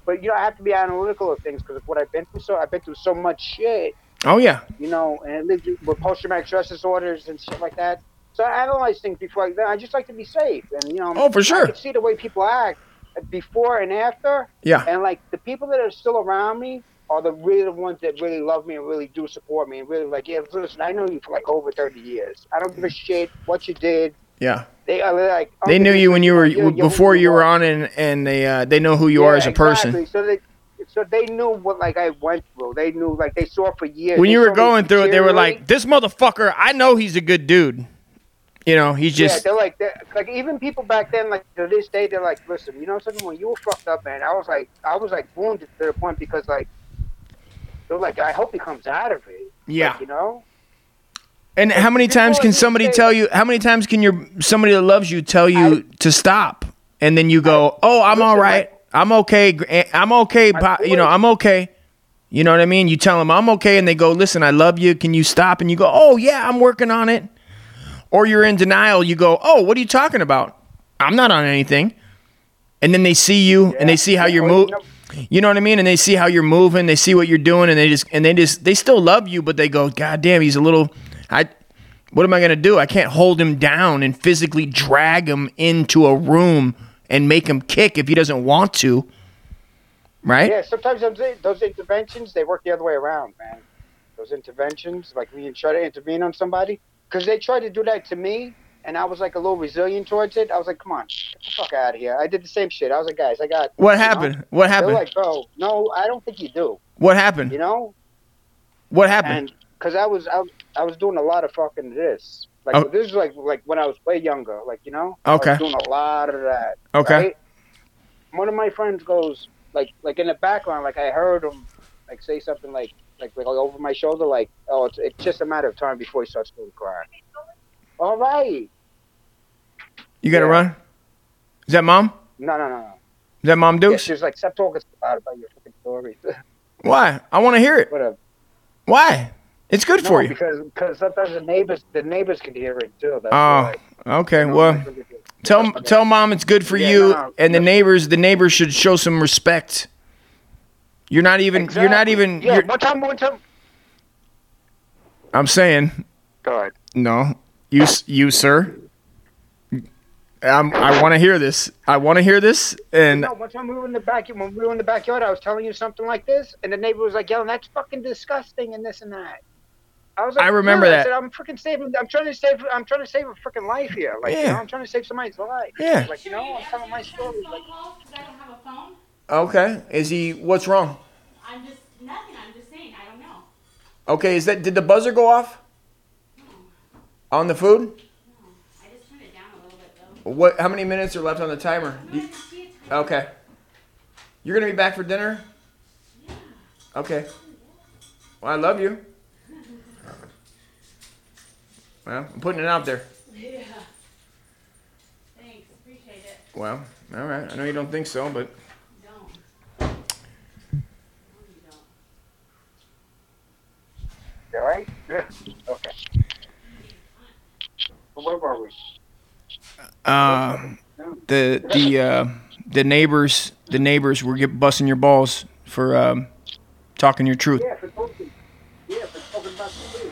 F: but you know I have to be analytical of things because of what I've been through. So I've been through so much shit.
A: Oh yeah,
F: you know, and it lives with post traumatic stress disorders and shit like that. So I analyze things before. I, I just like to be safe, and you know,
A: Oh, for sure.
F: I could see the way people act before and after,
A: yeah.
F: and like the people that are still around me are the real ones that really love me and really do support me and really like, yeah, listen, I know you for like over thirty years. I don't give a shit what you did.
A: Yeah,
F: They are like
A: they knew you when you were
F: You're- you're
A: before
F: who
A: you were
F: are.
A: on, and and they uh, they know who you are
F: Yeah,
A: as a person.
F: exactly. So they. So they knew what like I went through. They knew like they saw for years.
A: When
F: They
A: you
F: saw
A: were
F: me
A: going through it, they were
F: deteriorate.
A: like, "This motherfucker, I know he's a good dude." You know, he's
F: yeah,
A: just
F: they're like, they're, like even people back then, like to this day, they're like, listen, you know something? When you were fucked up, man, I was like, I was like wounded to the point because like, they're like, I hope he comes out of it.
A: yeah.
F: Like, you know?
A: And how many
F: People
A: times
F: are
A: can
F: just
A: somebody
F: saying-
A: tell you? How many times can your somebody that loves you tell you to stop, and then you go, "Oh, I'm all
F: listen,
A: right. I'm okay. gr- eh, I'm okay.
F: My
A: po- You know,
F: boy-
A: I'm okay." You know what I mean? You tell them I'm okay, and they go, "Listen, I love you. Can you stop?" And you go, "Oh yeah, I'm working on it." Or you're in denial. You go, "Oh, what are you talking about? I'm not on anything." And then they see you, and they see how you're
F: Or,
A: moving.
F: you know,
A: You know what I mean? And they see how you're moving, they see what you're doing, and they just and they just they still love you, but they go, God damn, he's a little I what am I gonna do? I can't hold him down and physically drag him into a room and make him kick if he doesn't want to. Right?
F: Yeah, sometimes those, those interventions they work the other way around, man. Those interventions, like when you try to intervene on somebody, because they tried to do that to me, and I was like a little resilient towards it. I was like, come on, get the fuck out of here. I did the same shit. I was like, guys, I got.
A: What
F: you know?
A: happened? What
F: They're
A: happened?
F: like, bro, no, I don't think you do.
A: what
F: You
A: happened?
F: know?
A: What happened?
F: and because I was I, was- I was doing a lot of fucking this. Like
A: Oh.
F: this is like like when I was way younger. Like you know, I
A: Okay.
F: was doing a lot of that.
A: Okay.
F: right? One of my friends goes like like in the background, like I heard him like say something like like like over my shoulder, like oh it's, it's just a matter of time before he starts going crying. All right.
A: You gotta
F: yeah.
A: run? Is that mom?
F: No, no, no, no.
A: Is that mom
F: Yeah,
A: Deuce?
F: she was like, stop talking so loud about your fucking stories.
A: Why? I wanna hear it.
F: Whatever.
A: Why? It's good
F: No,
A: for you.
F: because because sometimes the neighbors the neighbors can hear it too. That's
A: Oh,
F: why.
A: okay.
F: You know,
A: Well,
F: like, if you-
A: Tell tell mom it's good for
F: Yeah,
A: you,
F: no,
A: and the
F: yeah.
A: neighbors the neighbors should show some respect. You're not even you're not
F: Exactly.
A: even.
F: Yeah,
A: You're,
F: one time, one time.
A: I'm saying
F: Go ahead.
A: no, you s- you sir. I'm, I want to hear this. I want to hear this, and
F: No, one time we were in the back. When we were in the backyard, I was telling you something like this, and the neighbor was like yelling, "That's fucking disgusting," and this and that. I was like,
A: I remember
F: "Dude," I
A: that.
F: said, I'm freaking saving. I'm trying to save. I'm trying to save a freaking life here. Like, you
A: Yeah.
F: know, I'm trying to save somebody's life.
A: Yeah.
F: Like, you know, I'm telling my story. Like,
G: I don't have a phone.
A: okay, is he? What's wrong?
G: I'm just nothing. I'm just saying. I don't know.
A: Okay, is that did the buzzer go off on the food?
G: I just turned it down a little bit though.
A: What? How many minutes are left on the timer?
G: No, I can see it.
A: Okay. You're gonna be back for dinner? Okay. Well, I love you. Well, I'm putting it out there.
G: Yeah. Thanks. Appreciate it.
A: Well, all right. I know you don't think so, but
G: Don't. No, you don't.
F: all right. Yeah. Okay. Well, Where were we?
A: uh, the the uh, the neighbors the neighbors were get busting your balls for um, talking your truth.
F: Yeah, for talking. Yeah, for talking about the food.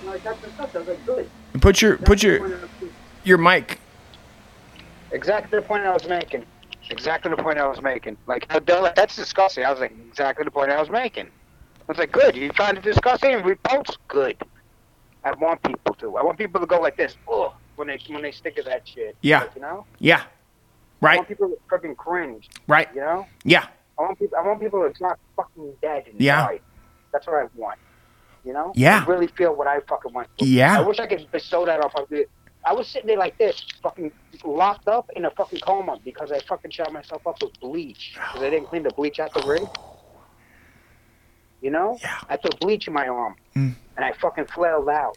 F: And Like that's the stuff. I was like, good.
A: And put your put your your mic.
F: Exactly the point I was making. Exactly the point I was making. Like they're like, that's disgusting. I was like, exactly the point I was making. I was like, good. You find it disgusting and repulse? Good. I want people to. I want people to go like this. Oh, when they when they stick to that shit.
A: Yeah.
F: Like, you know.
A: Yeah.
F: I
A: Right.
F: want people to fucking cringe.
A: Right.
F: You know.
A: Yeah.
F: I want people. I want people to drop fucking dead and
A: Yeah.
F: die. That's what I want. You know.
A: Yeah.
F: I really feel what I fucking want.
A: Yeah.
F: I wish I could bestow that on fucking. I was sitting there like this, fucking locked up in a fucking coma because I fucking shot myself up with bleach because I didn't clean the bleach out the rig. You know,
A: Yeah. Mm.
F: I put bleach in my arm and I fucking flailed out.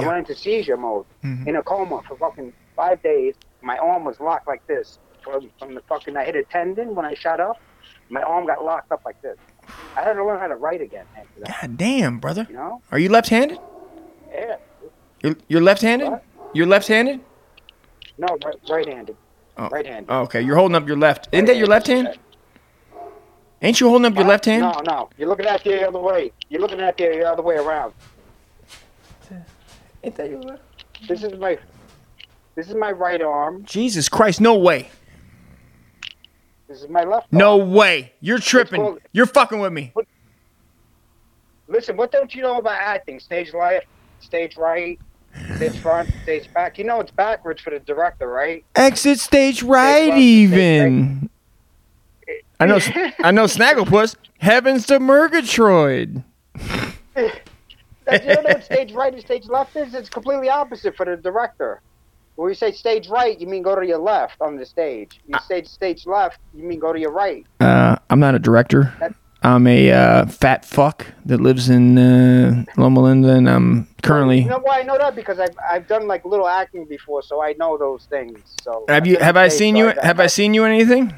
A: Yeah. Mm-hmm.
F: went into seizure mode in a coma for fucking five days. My arm was locked like this from, from the fucking. I hit a tendon when I shot up. My arm got locked up like this. I had to learn how to write again after that.
A: God damn, brother.
F: You know?
A: Are you left-handed?
F: Yeah.
A: You're, you're left-handed.
F: What?
A: You're left-handed.
F: No, right, right-handed.
A: Oh.
F: Right-handed.
A: Oh, okay, you're holding up your left. Isn't that your left hand? Ain't you holding up your left hand?
F: Uh, No, no. You're looking at the other way. You're looking at the other way around.
A: Ain't that your left?
F: This is my, this is my right arm.
A: Jesus Christ! No way!
F: This is my left.
A: No
F: arm.
A: way! You're tripping!
F: Uh, called-
A: You're fucking with me.
F: Listen, what don't you know about acting? Stage left, stage right, stage front, stage back. You know it's backwards for the director, right?
A: Exit stage
F: Stage
A: right,
F: left,
A: even. I know. I know. Snagglepuss. Heavens to Murgatroyd.
F: That's, you know what stage right and stage left is? It's completely opposite for the director. When you say stage right, you mean go to your left on the stage. You say stage left, you mean go to your right.
A: Uh, I'm not a director. I'm a uh, fat fuck that lives in uh, Loma Linda, and I'm currently.
F: You know why I know that? Because I've, I've done like little acting before, so I know those things. So
A: Have you?
F: I've been
A: Have
F: on
A: I
F: stage,
A: seen
F: so
A: you?
F: got
A: Have I
F: that.
A: seen you in anything?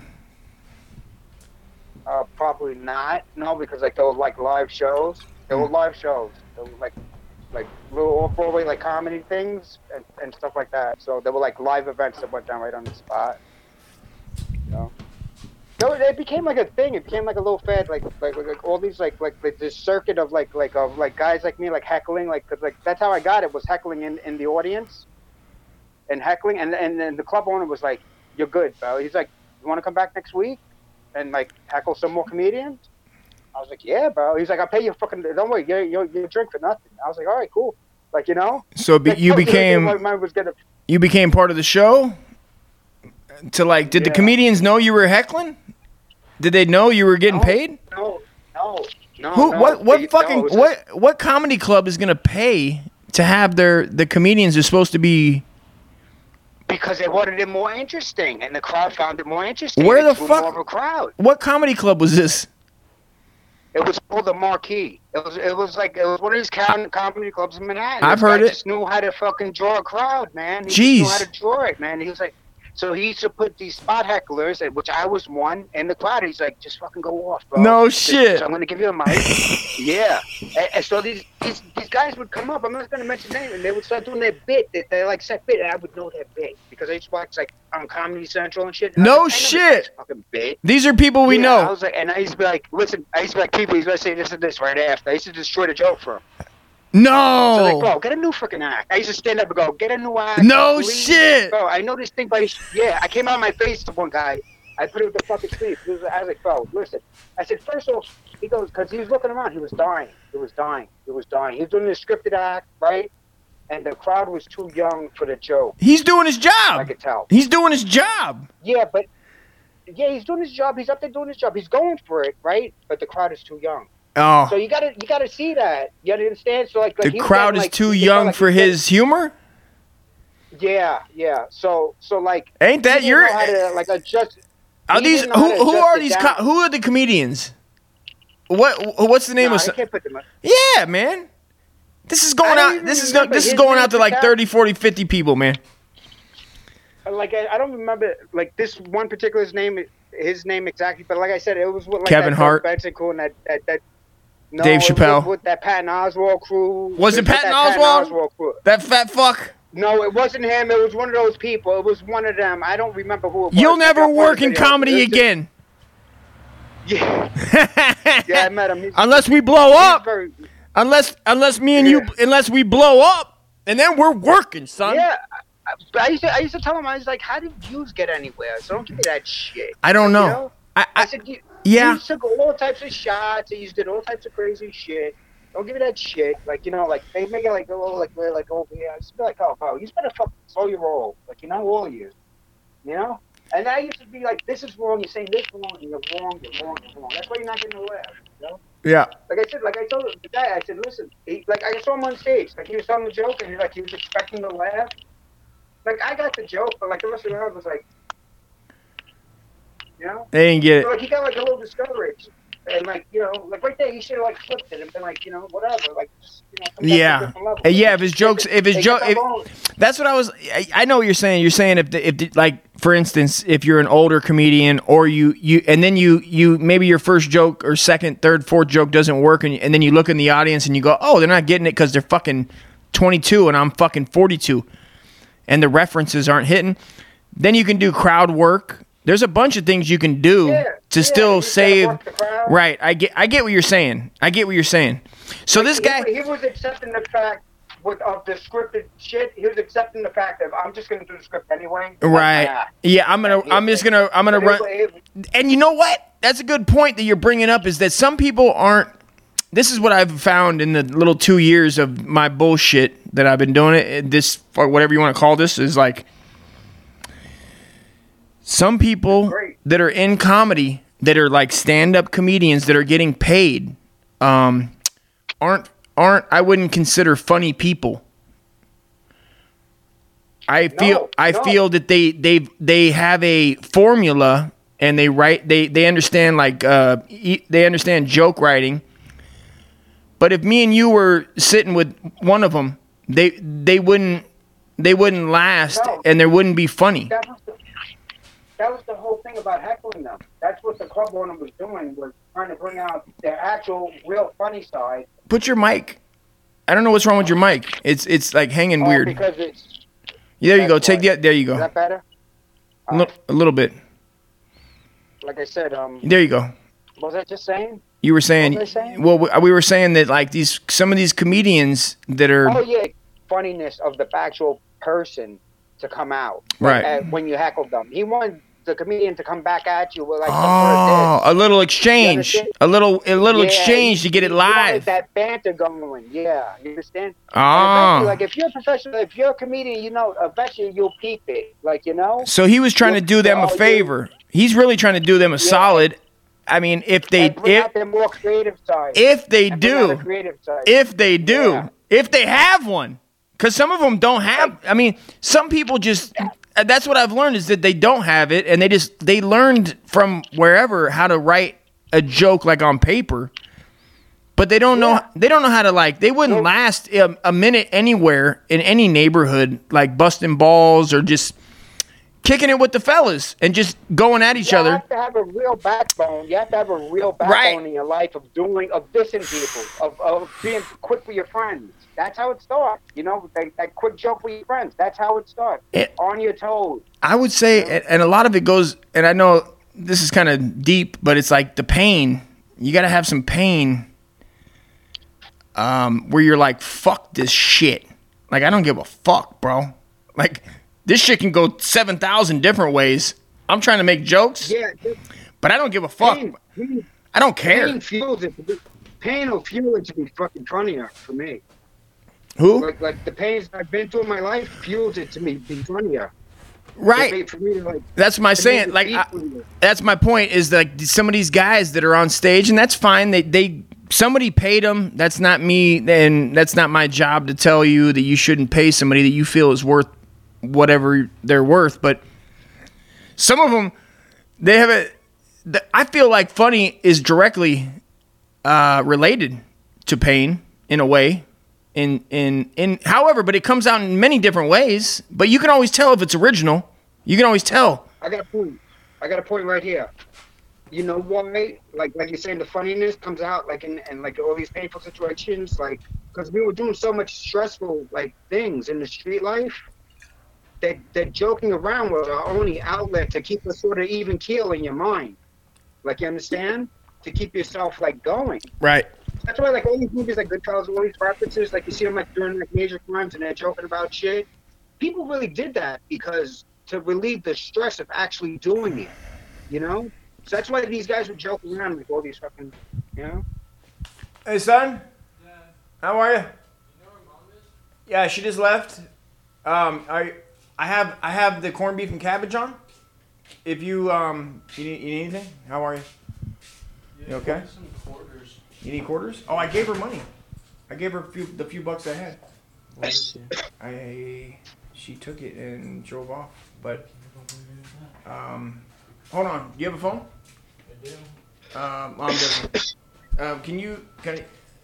F: Uh, probably not. No, because like those like live shows, they were live shows. They were like like little off Broadway like comedy things and, and stuff like that. So they were like live events that went down right on the spot. You know. So it became like a thing. It became like a little fad. Like like, like, like all these like like like this circuit of like like of like guys like me like heckling like 'cause, like that's how I got it was heckling in in the audience, and heckling and and then the club owner was like, "You're good, bro." He's like, "You want to come back next week?" and like heckle some more comedians? I was like, yeah, bro. He's like, I'll pay you fucking, don't worry, you, you, you drink for nothing. I was like, all right, cool. Like, you know?
A: So be,
F: Like,
A: you
F: I was gonna get
A: became
F: what mine was gonna,
A: you became part of the show. To like, did the
F: Yeah.
A: comedians know you were heckling? Did they know you were getting
F: No.
A: paid?
F: no, no, no.
A: Who?
F: no.
A: what? What
F: They- no,
A: fucking?
F: it was
A: what? What comedy club is gonna pay to have their the comedians are supposed to be?
F: Because they wanted it more interesting, and the crowd found it more interesting.
A: Where
F: It
A: the
F: drew
A: fuck-
F: More of a crowd.
A: What comedy club was this?
F: It was called the Marquee. It was, it was like, it was one of these com- comedy clubs in Manhattan.
A: I've
F: This guy
A: heard it.
F: just knew how to fucking draw a crowd, man. He just knew
A: Jeez.
F: how to draw it, man. He was like, so he used to put these spot hecklers, and- which I was one, in the crowd. He's like, just fucking go off, bro.
A: No
F: Just-
A: shit.
F: So I'm gonna give you a mic. yeah. And, and so these, these these guys would come up. I'm not gonna mention names, and they would start doing their bit. They, they like set bit, and I would know their bit because I used to watch like on Comedy Central and shit. and I
A: No
F: was like, I know this
A: shit.
F: guy's Fucking bit.
A: These are people we
F: Yeah, I
A: know.
F: was like, and I used to be like, listen, I used to be like, people, he's gonna say this and this right after. I used to destroy the joke for him. So
A: No.
F: like, bro, get a new fucking act. I used to stand up and go, get a new act.
A: Oh. No
F: please."
A: shit.
F: Bro, I know this thing, but it's- yeah, I came out of my face to one guy. I put it with the fucking sleeve. He was, I was like, bro, listen. I said, first off, he goes, because he was looking around. He was dying. He was dying. He was dying. He was doing this scripted act, right? And the crowd was too young for the joke.
A: He's doing his
F: I
A: job.
F: could tell.
A: He's doing his job.
F: Yeah, but yeah, he's doing his job. He's up there doing his job. He's going for it, right? But the crowd is too young.
A: Oh,
F: So you gotta you gotta see that. You understand? So like, like
A: the
F: he was
A: crowd
F: getting,
A: is
F: like-
A: too
F: he felt
A: young
F: like
A: for
F: he was
A: his humor.
F: getting- Yeah, yeah. So so like
A: Ain't that
F: he didn't
A: your?
F: know how to, like adjust?
A: Are
F: he
A: these
F: didn't know how
A: who?
F: to
A: Who
F: adjust
A: are
F: it
A: these?
F: down.
A: Co- who are the comedians? What? What's the name
F: Nah,
A: of?
F: I
A: some-
F: can't put them up.
A: Yeah, man. This is
F: I
A: going
F: don't
A: out.
F: even
A: This is go,
F: remember
A: this is
F: his
A: going
F: name
A: out to
F: for
A: like
F: that.
A: 30, 40, 50 people, man.
F: Like I, I don't remember like this one particular's name his name exactly, but like I said, it was with like
A: Kevin
F: that
A: Hart.
F: Doug Benson crew and that that, that no,
A: Dave
F: it was
A: Chappelle.
F: with, with that Patton Oswald crew.
A: Was it
F: with that
A: Patton Oswalt?
F: Oswalt crew.
A: That fat fuck.
F: No, it wasn't him. It was one of those people. It was one of them. I don't remember who it was.
A: You'll
F: I
A: never
F: got one
A: work in
F: video.
A: comedy
F: It was just-
A: again.
F: Yeah, yeah, I met him. He's,
A: unless we blow
F: he's
A: up.
F: very,
A: Unless unless me and you
F: Yeah.
A: unless we blow up and then we're working, son.
F: yeah. I, I used to, I used to tell him, I was like, "How did yous get anywhere?" So don't give me that shit.
A: I don't
F: You
A: know.
F: know?
A: I,
F: I
A: I
F: said, you,
A: yeah.
F: you took all types of shots. And you did all types of crazy shit. Don't give me that shit. Like you know, like they make it like a little like we're like over here. I just be like, oh, bro, you better fucking slow your roll. Like you know, all you, you know. And I used to be like, this is wrong. You're saying this wrong, and you're wrong, you're wrong, you're wrong. That's why you're not getting a laugh. You know?
A: yeah.
F: Like I said, like I told the guy, I said, listen, he, like I saw him on stage, like he was telling the joke, and he, like he was expecting to laugh. Like I got the joke, but like the rest of the crowd was like, you know.
A: They didn't get it.
F: So, like he got like a little discouraged, and like you know, like right there, he should have like flipped it and been like, you know, whatever, like just you know. come back to a
A: Yeah.
F: different level.
A: Uh, yeah, if his jokes- if his
F: They
A: joke-
F: got
A: if-
F: along.
A: That's what I was. I, I know what you're saying. You're saying if the, if the, like for instance, if you're an older comedian or you you and then you you maybe your first joke or second, third, fourth joke doesn't work, and, and then you look in the audience and you go, oh, they're not getting it because they're fucking 22 and I'm fucking 42, and the references aren't hitting. Then you can do crowd work There's a bunch of things you can do
F: Yeah,
A: to
F: yeah, you
A: still
F: gotta
A: save.
F: walk the crowd.
A: Right. I get. I get what you're saying. I get what you're saying. So this guy.
F: he, he was accepting the fact with of the scripted shit. He was accepting the fact that I'm just gonna do the script anyway.
A: Right.
F: ah,
A: Yeah, I'm gonna. I'm just gonna. I'm gonna
F: But
A: run.
F: it- it-
A: And you know what? That's a good point that you're bringing up. Is that some people aren't. This is what I've found in the little two years of my bullshit that I've been doing it. This or whatever you want to call this is like. Some people
F: Great.
A: that are in comedy that are like stand-up comedians that are getting paid, um, aren't aren't I wouldn't consider funny people. I feel I
F: no.
A: feel that they they they have a formula and they write they they understand like uh e- they understand joke writing. But if me and you were sitting with one of them, they they wouldn't they wouldn't last
F: No.
A: and there wouldn't be funny.
F: that was the, that was the whole thing about heckling them. That's what the club owner was doing was trying to bring out their actual real funny side.
A: Put your mic. I don't know what's wrong with your mic. It's it's like hanging
F: all
A: weird.
F: Oh, because it's is
A: there you go.
F: that's
A: Take
F: why.
A: the there you go.
F: that better?
A: A little- a little bit.
F: Like I said, um,
A: There you go.
F: what was I just saying?
A: You were saying,
F: What was I saying?
A: well, we- we were saying that like these some of these comedians that are
F: Oh yeah, funniness of the actual person to come out.
A: Right.
F: uh, when you heckled them, he wanted the comedian to come back at you with like. some sort
A: oh,
F: of
A: a little exchange,
F: understand?
A: a little a little
F: Yeah,
A: exchange to get it
F: you wanted
A: live.
F: That banter going, yeah, you understand?
A: Ah.
F: And eventually, like if you're a professional, if you're a comedian, you know, eventually you'll peep it, like you know.
A: So he was trying to do them a
F: Oh, yeah.
A: favor. He's really trying to do them a solid. I mean, if they
F: and bring
A: if
F: out their more creative side.
A: if they
F: And bring out the
A: do,
F: creative side.
A: if they do,
F: Yeah.
A: if they have one, because some of them don't have. I mean, some people just. uh, That's what I've learned is that they don't have it, and they just they learned from wherever how to write a joke like on paper, but they don't know they don't know how to like they wouldn't last a, a minute anywhere in any neighborhood like busting balls or just kicking it with the fellas and just going at each
F: you
A: other.
F: have to have a real backbone. You have to have a real backbone
A: Right.
F: in your life of doing, of dissing people, of, of being quick with your friends. That's how it starts. You know, that, that quick joke with your friends. That's how it starts.
A: It-
F: On your toes.
A: I would say, and, and a lot of it goes, and I know this is kind of deep, but it's like the pain. You got to have some pain um, where you're like, fuck this shit. Like, I don't give a fuck, bro. Like, this shit can go 7,000 different ways. I'm trying to make jokes,
F: Yeah,
A: but I don't give a fuck.
F: pain, pain,
A: I don't care.
F: pain fuels it. to be- Pain will fuel it to be fucking funnier for me.
A: Who?
F: Like, like the pains I've been through in my life fuels it to me be funnier. For me,
A: Right.
F: for me to like
A: That's my saying.
F: it
A: Like, I,
F: equal.
A: that's my point. Is like some of these guys that are on stage, and that's fine. They they somebody paid them. That's not me, and that's not my job to tell you that you shouldn't pay somebody that you feel is worth whatever they're worth. But some of them, they have a. th- I feel like funny is directly uh, related to pain in a way. In in in however, but it comes out in many different ways. But you can always tell if it's original. You can always tell.
F: I got a point. I got a point right here. You know why? Like, like you're saying, the funniness comes out like in, in like all these painful situations, like because we were doing so much stressful like things in the street life that that joking around was our only outlet to keep a sort of even keel in your mind. Like you understand? To keep yourself like going.
A: Right.
F: That's why like all these movies like Goodfellas, all these references, like you see them like during like major crimes and they're joking about shit. People really did that because to relieve the stress of actually doing it, you know. So that's why these guys were joking around like all these fucking, you know.
A: Hey, son. How are you? Yeah, she just left. Um, I, I have I have the corned beef and cabbage on. If you um, you need, you need anything? How are you? you okay? You need quarters? Oh, I gave her money. I gave her a few, the few bucks I had. I she took it and drove off. But um, hold on. Do you have a phone? I do. Um, mom doesn't. um, can you can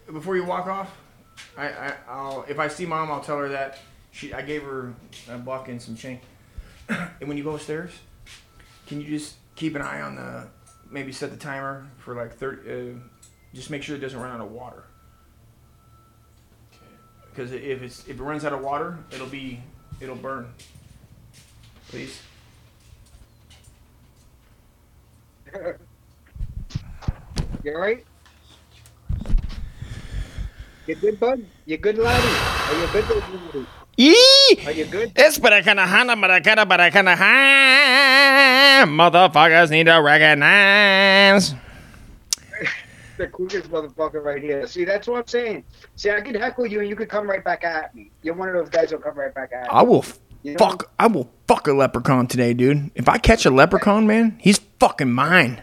A: I, before you walk off? I, I I'll if I see mom, I'll tell her that she I gave her a buck and some change. and when you go upstairs, can you just keep an eye on the maybe set the timer for like thirty? Uh, just make sure it doesn't run out of water. Because if it's if it runs out of water, it'll be it'll burn. Please.
F: You alright? You good, bud? You good, laddie? Are you good, laddie? Are you good?
A: It's Barakana, Barakana, Barakana, ha! Motherfuckers need to recognize.
F: The coolest motherfucker right here. See, that's what I'm saying. See, I could heckle you and you could come right back at me. You're one of those guys who'll come right back at me.
A: I will
F: You know-
A: fuck. I will fuck a leprechaun today, dude. If I catch a leprechaun, man, he's fucking mine.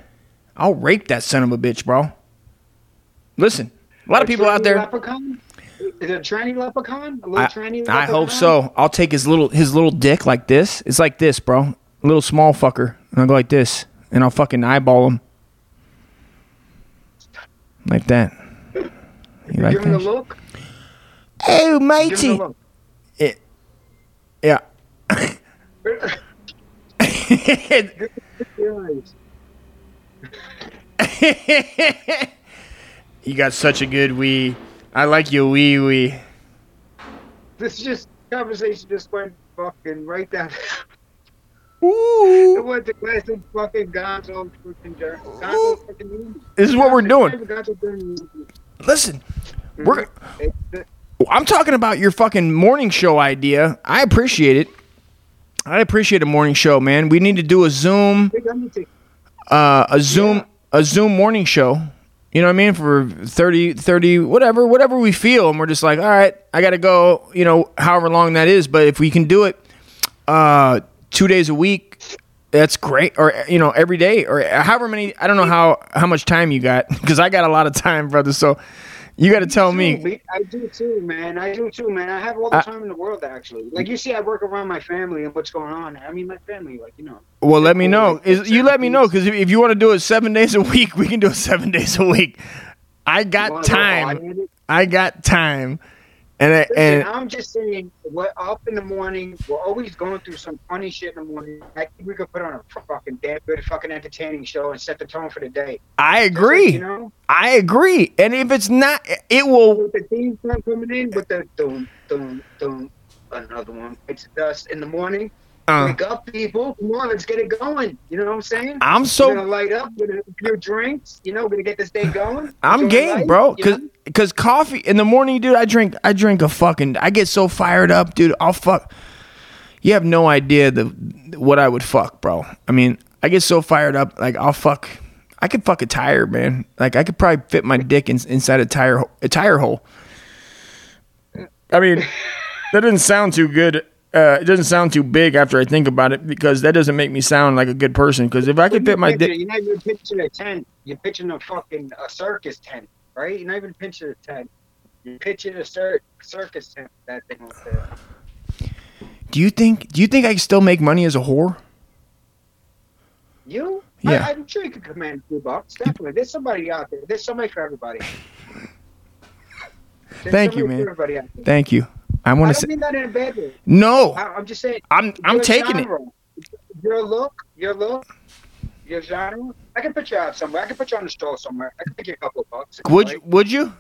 A: I'll rape that son of a bitch, bro. Listen, a lot of people out
F: Tranny
A: there.
F: Leprechaun? Is it a tranny leprechaun? A little
A: I,
F: tranny
A: I
F: leprechaun?
A: hope so. I'll take his little his little dick like this. It's like this, bro. Little small fucker, and I'll go like this, and I'll fucking eyeball him like that. You like
F: Give him the
A: that?
F: look.
A: Oh,
F: Give him
A: matey.
F: the look.
A: Yeah.
F: Realize.
A: you got such a good wee. I like your wee wee.
F: This just conversation just went fucking right down. it
A: Ooh.
F: went to classic fucking Gonzo fucking journey. Gonzo fucking movie.
A: This is what we're doing.
F: Gonzo journey movie.
A: Listen, we're.
F: It's the-
A: I'm talking about your fucking morning show idea. I appreciate it. I appreciate a morning show, man. We need to do a Zoom,
F: Big Undertaker.
A: uh, a Zoom, a Zoom morning show. You know what I mean? For 30, 30, whatever, whatever we feel, and we're just like, all right, I gotta go. You know, however long that is, but if we can do it, uh, two days a week, that's great. Or you know, every day, or however many. I don't know how how much time you got because I got a lot of time, brother. So you got to tell me.
F: Dude, I do too, man. I do too, man. I have all the time in the world, actually. Like you see, I work around my family and what's going on. I mean, my family, like you know.
A: Well, let me know.
F: like,
A: Is, you let me
F: certain
A: know because if, if you want to do it seven days a week, we can do it seven days a week. I got
F: Wanna go
A: time.
F: hard at it?
A: I got time, and I,
F: Listen,
A: and
F: I'm just saying, we're up in the morning. We're always going through some funny shit in the morning. I think we could put on a fucking damn good, fucking entertaining show and set the tone for the day.
A: I agree.
F: You know,
A: I agree. And if it's not, it will.
F: with the theme song coming in, with the dum dum dum, another one. It's dust in the morning.
A: Uh,
F: Wake up, people! Come on, let's get it going. You know what I'm saying?
A: I'm
F: we're gonna
A: so
F: light up with a few drinks. You know, we're gonna get this day going.
A: I'm
F: Enjoy
A: game,
F: life,
A: bro.
F: you
A: Cause
F: know?
A: 'cause coffee in the morning, dude. I drink. I drink a fucking. I get so fired up, dude. I'll fuck. You have no idea the what I would fuck, bro. I mean, I get so fired up. Like I'll fuck. I could fuck a tire, man. Like I could probably fit my dick in, inside a tire ho- a tire hole. I mean, that doesn't sound too good. Uh, it doesn't sound too big after I think about it because that doesn't make me sound like a good person. Because if I could fit my
F: Picture-
A: dick,
F: You're not even pitching a tent. You're pitching a fucking a circus tent, right? You're not even pitching a tent. You're pitching a cir- circus tent. That thing was there.
A: do you think do you think I can still make money as a whore?
F: You?
A: Yeah.
F: I, I'm sure you could command a few bucks. Definitely. There's somebody out there. There's somebody for everybody. There's
A: Thank you,
F: somebody for
A: man.
F: everybody out there.
A: Thank you. I
F: I
A: want to
F: don't
A: say
F: mean that in a bad way.
A: no.
F: I, I'm just saying.
A: I'm I'm
F: your
A: taking it.
F: genre, Your look, your look, your genre. I can put you out somewhere. I can put you on the stroll somewhere. I can pick you a couple of bucks.
A: Would
F: Right?
A: you, would you?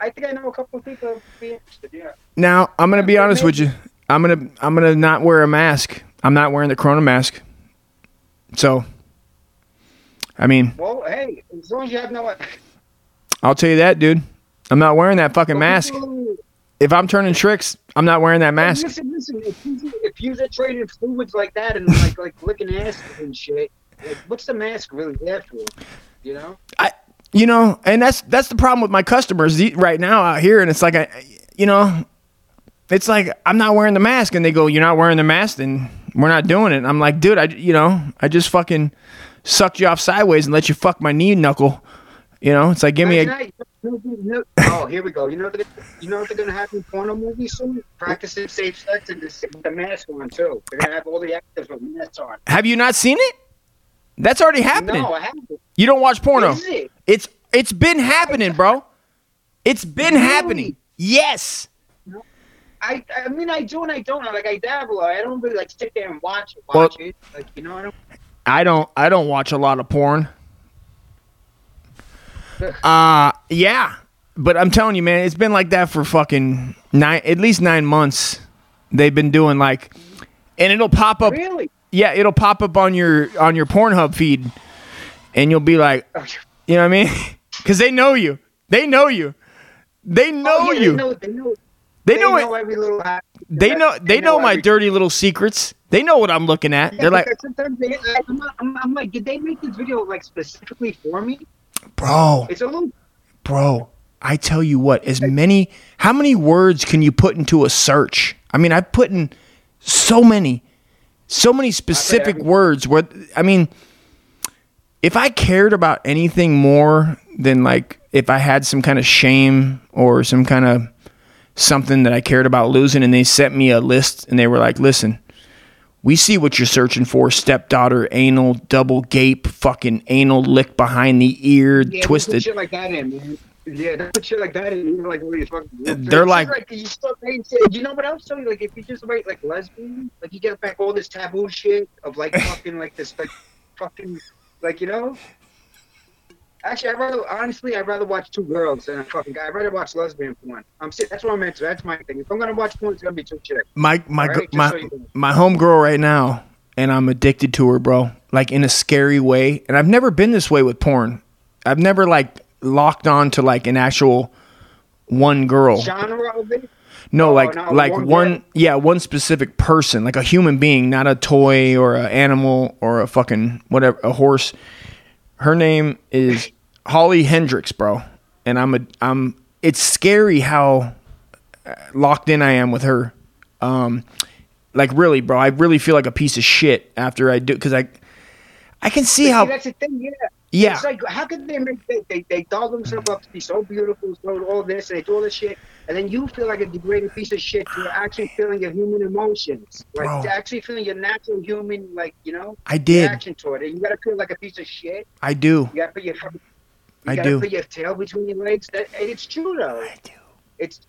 F: I think I know a couple of people who'd be interested. Yeah.
A: Now I'm gonna be
F: Yeah,
A: honest with you. I'm gonna I'm gonna not wear a mask. I'm not wearing the corona mask. So, I mean,
F: Well, hey, as long as you have no
A: I'll tell you that, dude. I'm not wearing that fucking mask. If I'm turning tricks, I'm not wearing that mask.
F: Listen, listen. If you if you're trading fluids like that and like like licking asses and shit, like, what's the mask really there for? You know.
A: I, you know, and that's that's the problem with my customers the- right now out here, and it's like I, you know, it's like I'm not wearing the mask, and they go, "You're not wearing the mask, then we're not doing it." And I'm like, dude, I, you know, I just fucking sucked you off sideways and let you fuck my knee knuckle. You know, it's like give me
F: Can
A: a
F: I- no, no, no. Oh, here we go. You know what? they're- You know what they're gonna have in porno movies soon? Practicing safe sex and just with the mask on too. They're gonna have all the actors with masks on.
A: Have you not seen it? That's already happening.
F: No, I haven't.
A: you don't watch porno.
F: Is it?
A: It's it's been happening, bro. It's been happening. Yes.
F: I I mean I do and I don't. I, Like I dabble. I don't really like sit there and watch it.
A: Well-
F: Watch it. Like you know what I'm.
A: I don't I don't watch a lot of porn. Uh yeah. But I'm telling you, man, it's been like that for fucking nine at least nine months. They've been doing like and it'll pop up
F: Really?
A: yeah, it'll pop up on your on your Pornhub feed and you'll be like, you know what I mean? Because they know you. They know you. They know
F: Oh, yeah,
A: you.
F: They know, they know,
A: they,
F: they
A: know it.
F: know every little hack.
A: they know. They know my
F: every-
A: dirty little secrets. They know what I'm looking at. They're like,
F: Because sometimes they, like, I'm, not- I'm, I'm like, did they make this video like specifically for me?
A: bro,
F: It's a little.
A: bro. I tell you what, as many, how many words can you put into a search? I mean, I put in so many, so many specific words. Where I mean, if I cared about anything more than like if I had some kind of shame or some kind of something that I cared about losing, and they sent me a list and they were like, listen, we see what you're searching for stepdaughter, anal, double gape, fucking anal lick behind the ear,
F: Yeah, they put
A: twisted.
F: shit like that in, man. Yeah, they put shit like that in. You're like, really fucking.
A: They're
F: It's
A: like-
F: you, start writing shit- you know what else? So, like, if you just write like lesbian, like you get back all this taboo shit of like fucking like this like fucking like you know. Actually, I would rather honestly, I'd rather watch two girls than a fucking guy. I'd rather watch lesbian porn. I'm si- that's what I'm into. That's my thing. If I'm gonna watch porn, it's gonna be two chicks.
A: my my
F: All
A: gr-
F: right, just
A: my
F: so you know.
A: my homegirl right now, and I'm addicted to her, bro. Like in a scary way, and I've never been this way with porn. I've never like locked on to like an actual one girl.
F: Genre of it.
A: No, like
F: no,
A: like
F: one
A: one
F: girl.
A: yeah one specific person, like a human being, not a toy or an animal or a fucking whatever a horse. Her name is Holly Hendricks, bro, and I'm a I'm. It's scary how uh, locked in I am with her. Um, like really, bro, I really feel like a piece of shit after I do because I I can see
F: See,
A: how
F: that's the thing, yeah.
A: Yeah.
F: It's like, how could they make they they, they doll themselves up to be so beautiful, so all this, and they do all this shit, and then you feel like a degraded piece of shit for actually feeling your human emotions, like
A: Bro.
F: to actually feeling your natural human, like you know,
A: I did
F: reaction toward it. You gotta feel like a piece of shit.
A: I do
F: You gotta put your fucking- you
A: I
F: gotta
A: do
F: put your tail between your legs. That, and it's true though.
A: I do
F: It's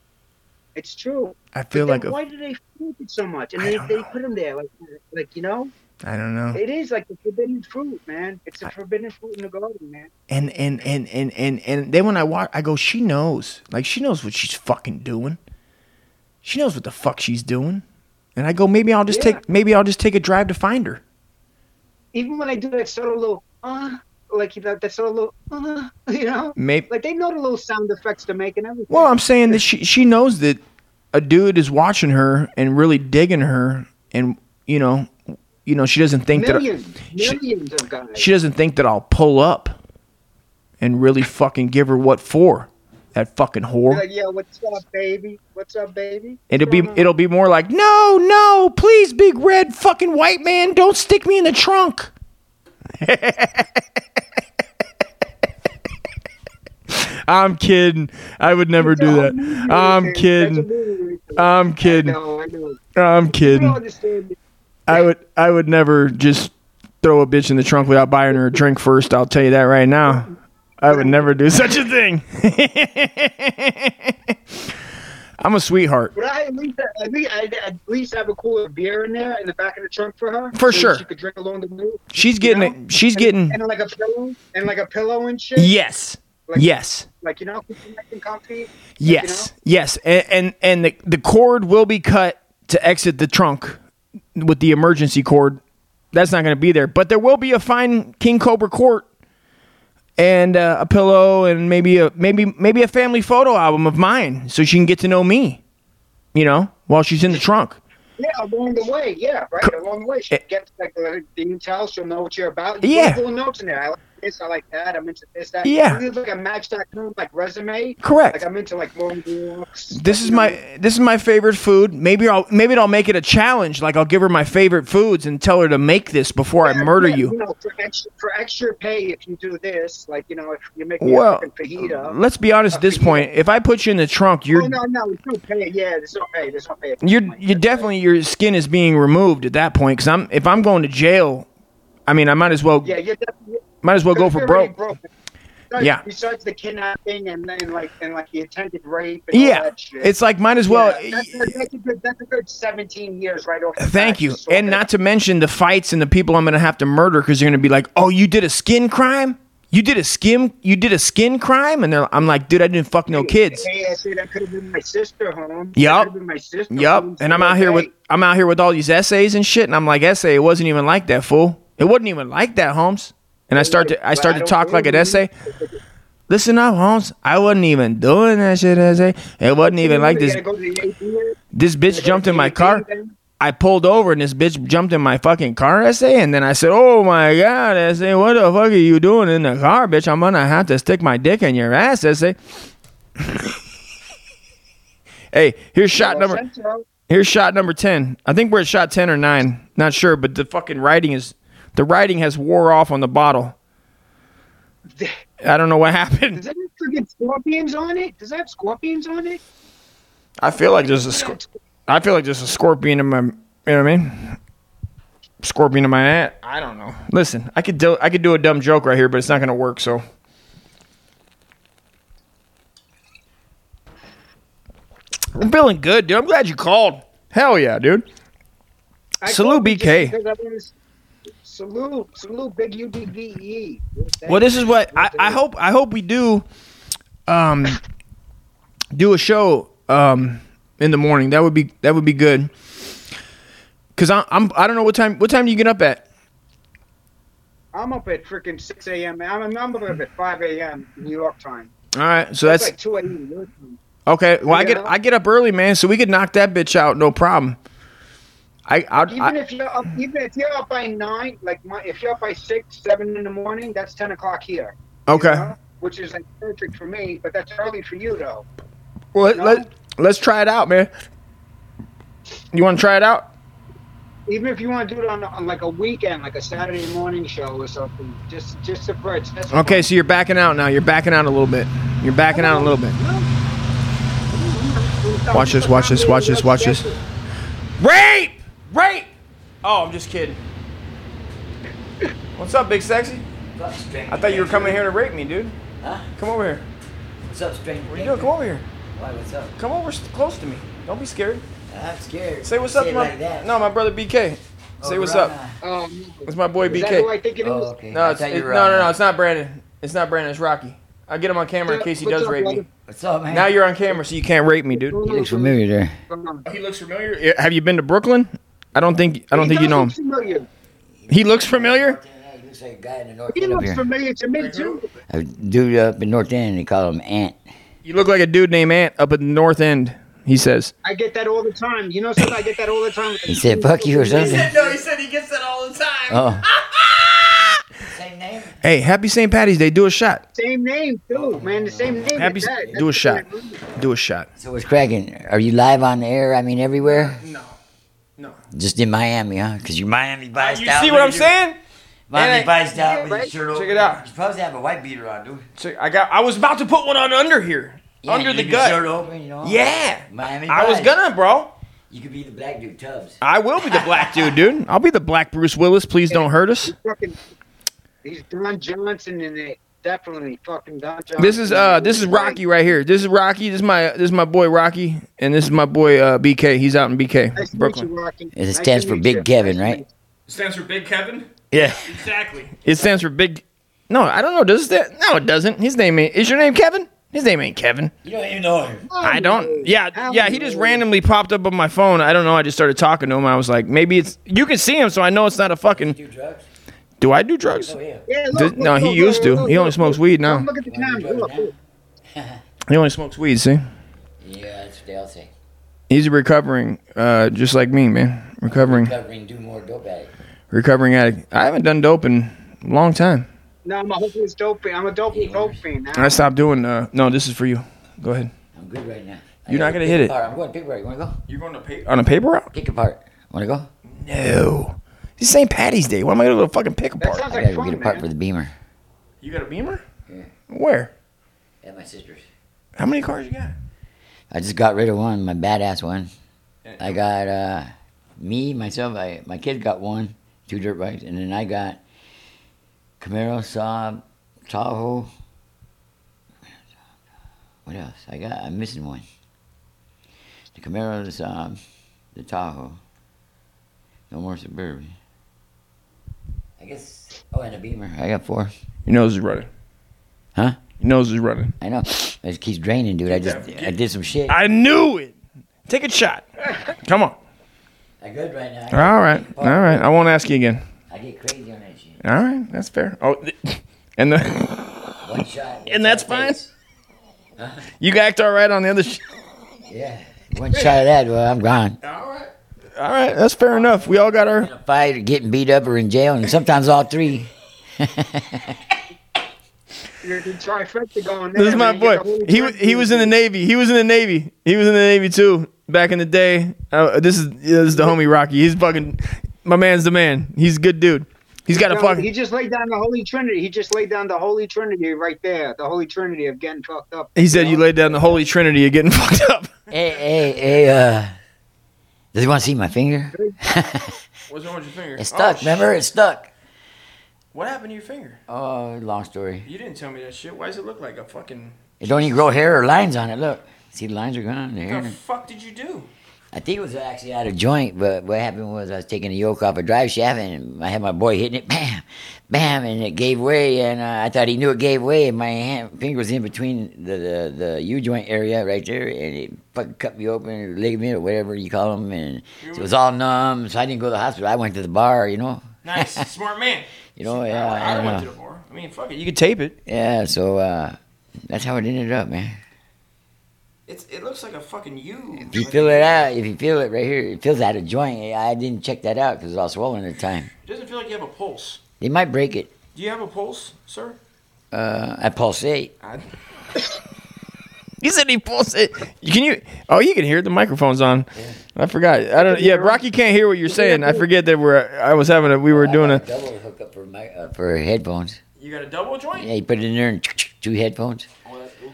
F: it's true.
A: I feel like a,
F: why do they fuck it so much? And
A: I
F: they,
A: don't
F: they
A: know.
F: put them there, like like you know,
A: I don't know.
F: it is like the forbidden fruit, man. It's a forbidden fruit in the garden, man.
A: and and and and and and then when I watch, I go, she knows, like she knows what she's fucking doing. She knows what the fuck she's doing, and I go, maybe I'll just
F: Yeah.
A: take, maybe I'll just take a drive to find her.
F: even when I do that sort of little, uh, like that, that sort of little, uh, you know,
A: Maybe.
F: like they know the little sound effects to make and everything.
A: Well, I'm saying that she she knows that a dude is watching her and really digging her, and you know, you know, she doesn't think
F: millions,
A: she-
F: millions of guys.
A: that she doesn't think that I'll pull up and really fucking give her what for that fucking whore.
F: like, yeah, what's up, baby? What's up, baby?
A: It'll
F: What's
A: be
F: going on?
A: it'll be more like, no, no, please, big red fucking white man, don't stick me in the trunk. I'm kidding. I would never do
F: That's
A: that.
F: a movie
A: I'm
F: right there. That's a
A: kidding.
F: movie right there.
A: I'm kidding.
F: No, I know.
A: I'm
F: You don't
A: kidding.
F: understand. it.
A: I would I would never just throw a bitch in the trunk without buying her a drink first. I'll tell you that right now. I would never do such a thing. I'm a sweetheart.
F: But I at least, at least, I at least have a cooler of beer in there in the back of the trunk for her.
A: For
F: so
A: sure.
F: She could drink along the way.
A: She's getting it. She's
F: And-
A: getting
F: and like a pillow and like a pillow and shit.
A: Yes.
F: Like-
A: yes.
F: Like you know, keep you nice and comfy.
A: Yes. Yes. And and, and the, the cord will be cut to exit the trunk with the emergency cord. That's not going to be there, but there will be a fine King Cobra court and uh, a pillow and maybe a maybe maybe a family photo album of mine so she can get to know me, you know, while she's in the trunk.
F: Yeah, along the way. Yeah, right. Along the way, she gets like the the intel. She'll know what you're about. You
A: eh, Yeah.
F: put little notes in there. I like this. I like that. I'm into this. That.
A: Yeah.
F: It's like a match.com like resume.
A: Correct.
F: Like I'm into like long walks.
A: This is my this is my favorite food. Maybe I'll maybe I'll make it a challenge. Like I'll give her my favorite foods and tell her to make this before I murder
F: Yeah,
A: you.
F: know, for extra for extra pay if you do this. Like you know, if you make me
A: Well, uh,
F: a fucking fajita.
A: let's be honest at this point. If I put you in the trunk, you're
F: Oh, no, no, it's no pay. Yeah, there's no pay. There's no pay.
A: you're you're definitely your skin is being removed at that point. Because I'm if I'm going to jail, I mean I might as well
F: Yeah, you're definitely.
A: might as well go for
F: you're already
A: broke.
F: Besides-
A: Yeah.
F: Besides the kidnapping and then like and like the attempted rape. And all
A: Yeah,
F: that shit.
A: it's like might as well.
F: Yeah, that's, a- that's a good, that's a good 17 years right off. The
A: Thank
F: bat,
A: you,
F: just
A: and
F: walking
A: not to mention the fights and the people I'm going to have to murder because you're going to be like, oh, you did a skin crime. You did a skin, you did a skin crime, and they're, I'm like, dude, I didn't fuck no
F: up.
A: kids.
F: Hey, I said that could have been my sister home.
A: Yup.
F: That could have been my sister.
A: Yup.
F: home.
A: And I'm out here with
F: Hey,
A: I'm out here with all these essays and shit, and I'm like, essay, it wasn't even like that, fool. It wasn't even like that, Holmes. and I start to I start to talk like an essay. Listen up, Holmes. I wasn't even doing that shit essay. It wasn't even like this. This bitch jumped in my car. I pulled over and this bitch jumped in my fucking car essay, and then I said, "Oh my god, essay, what the fuck are you doing in the car, bitch? I'm gonna have to stick my dick in your ass, essay." hey, here's shot number. Here's shot number 10. I think we're at shot 10 or 9. Not sure, but the fucking writing is the writing has wore off on the bottle. I don't know what
F: Does
A: happened.
F: that have freaking scorpions on it? Does that have scorpions on it?
A: I feel like there's a scor- I feel like there's a scorpion in my you know what I mean? Scorpion in my aunt. I don't know. Listen, I could do I could do a dumb joke right here, but it's not going to work, so I'm feeling good, dude. I'm glad you called. Hell yeah, dude.
F: I
A: Salute
F: called it just
A: BK.
F: because I was- Salute, salute, big UDVE.
A: Well, this is what I, I hope. I hope we do, um, do a show um in the morning. That would be that would be good. Cause I, I'm I don't know what time what time do you get up at?
F: I'm up at freaking 6 a.m. I'm, I'm up at 5 a.m. New York time.
A: All right, so
F: That's
A: that's
F: like 2 a.m. your time.
A: okay. Well, I
F: you
A: get
F: know?
A: I get up early, man, so we could knock that bitch out, no problem. I I,
F: Even
A: I
F: if you're up, even if you're up by nine, like my, if you're up by six, seven in the morning, that's 10 o'clock here. you
A: okay.
F: know? Which is like perfect for me, but that's early for you though.
A: Well, let,
F: no.
A: let let's try it out, man. You want to try it out?
F: Even if you want to do it on, on like a weekend, like a Saturday morning show or something, just just to bridge. That's
A: Okay, so you're backing out now. You're backing out a little bit. You're backing out a little bit. Watch this, watch this, watch this, watch this. Rape! Rape! Oh, I'm just kidding. What's up, Big Sexy? I thought you were coming here to rape me, dude.
H: Huh?
A: Come over here.
H: What's up, stranger?
A: What are you doing? Come over here.
H: Why, what's up?
A: Come over s- close to me. Don't be scared.
H: I'm scared.
A: Say what's up,
H: Say it
A: to my
H: like that.
A: no, my brother BK.
H: Oh,
A: Say what's up.
H: Rana.
F: Um,
A: It's my boy
F: is that who
A: BK.
F: I think it is?
H: Oh, okay.
A: No,
H: I
A: it's,
H: thought you
A: it-
H: were uh,
A: no, no, no.
H: Rana.
A: It's not Brandon. It's not Brandon. It's Rocky. I get him on camera in case he
F: What's
A: does
F: up,
A: rape me.
F: brother?
H: What's up, man?
A: Now you're on camera, so you can't rape me, dude.
H: You look familiar there.
F: Um,
A: He looks familiar. Yeah, Have you been to Brooklyn? I don't think I don't
F: he
A: think you
F: does
A: know
F: look
A: him.
F: Familiar.
A: He looks familiar.
H: Yeah, he looks like a guy in the North
F: He
H: End up
F: looks
H: here.
F: familiar to me too.
H: a dude up in North End, they call him Ant.
A: You look like a dude named Ant up at the North End. He says.
F: I get that all the time. You know, something I get that all the time.
H: He said, fuck you or something.
A: No, he said he gets that all the time.
H: Oh. Same name?
A: Hey, happy St. Patty's Day. Do a shot.
F: Same name too, man. The same name.
A: Happy.
F: as that.
A: Do a
F: That's
A: shot.
F: weird.
A: Do a shot.
H: So what's cracking? Are you live on the air? I mean, everywhere?
A: No, no.
H: Just in Miami, huh? Because you're Miami biased
A: You
H: out.
A: see
H: with
A: what I'm
H: your-
A: saying?
H: Miami
A: And I-
H: biased out with your
F: right?
H: shirt over.
A: Check it out.
H: You're supposed to have a white beater on, dude.
A: Check- I got. I was about to put one on under here,
H: Yeah,
A: under
H: you
A: the
H: leave your Shirt
A: gut.
H: open, you know?
A: Yeah.
H: Miami
A: I was
H: biased.
A: gonna, bro.
H: You could be the black dude, Tubbs.
A: I will be the black dude, dude. I'll be the black Bruce Willis. Please don't hurt us.
F: Fucking, he's Don Johnson in it. Definitely fucking Don Johnson.
A: This is uh this is Rocky right here. This is Rocky. This is my this is my boy Rocky, and this is my boy uh, BK. He's out in BK,
F: Nice to meet
A: Brooklyn.
F: you, Rocky.
H: It
F: Nice
H: stands
F: to
H: for
F: meet
H: Big
F: you. Nice
H: Kevin,
F: to
H: right?
F: meet
A: stands for Big Kevin.
H: Yeah.
A: Exactly. It stands for Big. No, I don't know. Does that? No, it doesn't. His name ain't, is your name Kevin. His name ain't Kevin.
H: You don't even know him.
A: I don't. Yeah,
F: How
A: yeah. He just
F: rude.
A: randomly popped up on my phone. I don't know. I just started talking to him. I was like, maybe it's you can see him, so I know it's not a fucking.
H: Do drugs?
A: Do I do drugs?
H: Oh, yeah.
F: you. Yeah,
A: Th-
F: look,
A: no,
F: look,
A: he
F: look,
A: used
F: look,
A: to.
F: look,
A: He only
F: look,
A: smokes
F: look.
A: weed now.
F: Look at the camera. Look, look.
A: He only smokes weed. See,
H: Yeah, that's what they all say.
A: he's recovering, uh, just like me, man. Recovering.
H: Covering, do more dope addict.
A: recovering addict. I haven't done dope in a long time.
F: No, I'm a hopeless dope fiend. I'm a dope dope fiend now.
A: I stopped doing. Uh, no, this is for you. Go ahead.
H: I'm good right now. I
A: You're not gonna
H: gotta pick
A: hit it.
H: Apart. I'm going pick apart. You wanna go?
A: You're going to pay on a paper route?
H: Pick apart. Wanna go?
A: No. It's St. Patty's Day. Why am I going to go to fucking pick
F: That
A: apart?
F: sounds
H: I
F: like
H: gotta go
F: fun,
H: get apart for
F: man.
H: the beamer.
A: You got a Beamer?
H: Yeah.
A: Where?
H: At my sister's.
A: How many cars you got?
H: I just got rid of one, my badass one. I got uh, me, myself, I, my kid got one, two dirt bikes, and then I got Camaro, Saab, Tahoe. What else? I got, I'm missing one. The Camaro, the Saab, the Tahoe. No more Suburban. I guess, oh, and a Beamer. I got four.
A: Your nose is running.
H: Huh?
A: Your nose is running.
H: I know. It just keeps draining, dude. I just, I did some shit.
A: I knew it. Take a shot. Come on.
H: I good right now.
A: All right. All right. I won't ask you again.
H: I get crazy on that shit.
A: All right, that's fair. Oh, th- and the
H: One shot.
A: and that's fine. You act all right on the other. Sh-
H: Yeah. One shot of that, well, I'm gone.
A: all right, that's fair enough. We all got our.
H: Fight, or getting beat up, or in jail, and sometimes all three.
F: You're the trifecta going there.
A: This is my
F: man. You're
A: boy.
F: the whole
A: He w- he was in the Navy. He was in the Navy. He was in the Navy too back in the day. Uh, this is this is the homie Rocky. He's fucking my man's the man. He's a good dude. He's got a
F: No, he
A: fucking.
F: just laid down the Holy Trinity. He just laid down the Holy Trinity right there. The Holy Trinity of getting fucked up.
A: He said you laid down the holy trinity of getting fucked up.
H: Hey, hey, hey, uh. Does he want to see my finger?
A: What's wrong with your finger? Oh,
H: It's stuck, remember? It's stuck.
A: What happened to your finger?
H: Oh, long story.
A: You didn't tell me that shit. Why does it look like a fucking?
H: It don't even grow hair or lines on it. Look, see the lines are gone. The
F: Mm.
H: hair.
A: fuck did you do?
H: I think it was actually out of joint, but what happened was I was taking a yoke off a drive shaft and I had my boy hitting it, bam, bam, and it gave way. And uh, I thought he knew it gave way, and my hand, finger was in between the, the, the U joint area right there, and it fucking cut me open, or ligament, or whatever you call them. And so it was all numb, so I didn't go to the hospital. I went to the bar, you know?
A: Nice, smart man.
H: You know, yeah. I don't know.
A: bar. I mean, fuck it. You could tape it.
H: Yeah, so uh, that's how it ended up, man.
A: It's, it looks like a fucking U.
H: If you feel it out, if you feel it right here, it feels out of joint. I didn't check that out because it was all swollen at the time.
A: doesn't feel like you have a pulse.
H: They might break it.
A: Do you have a pulse, sir?
H: Uh, I pulsate.
A: He said he pulsate. Can you? Oh, you can hear it. The microphone's on. I forgot. I don't. Yeah, Rocky can't hear what you're saying. I forget that we're. I was having a. We were doing
H: I
A: a.
H: got double hookup for my uh, for headphones.
A: You got a double joint.
H: Yeah, you put it in there and two headphones.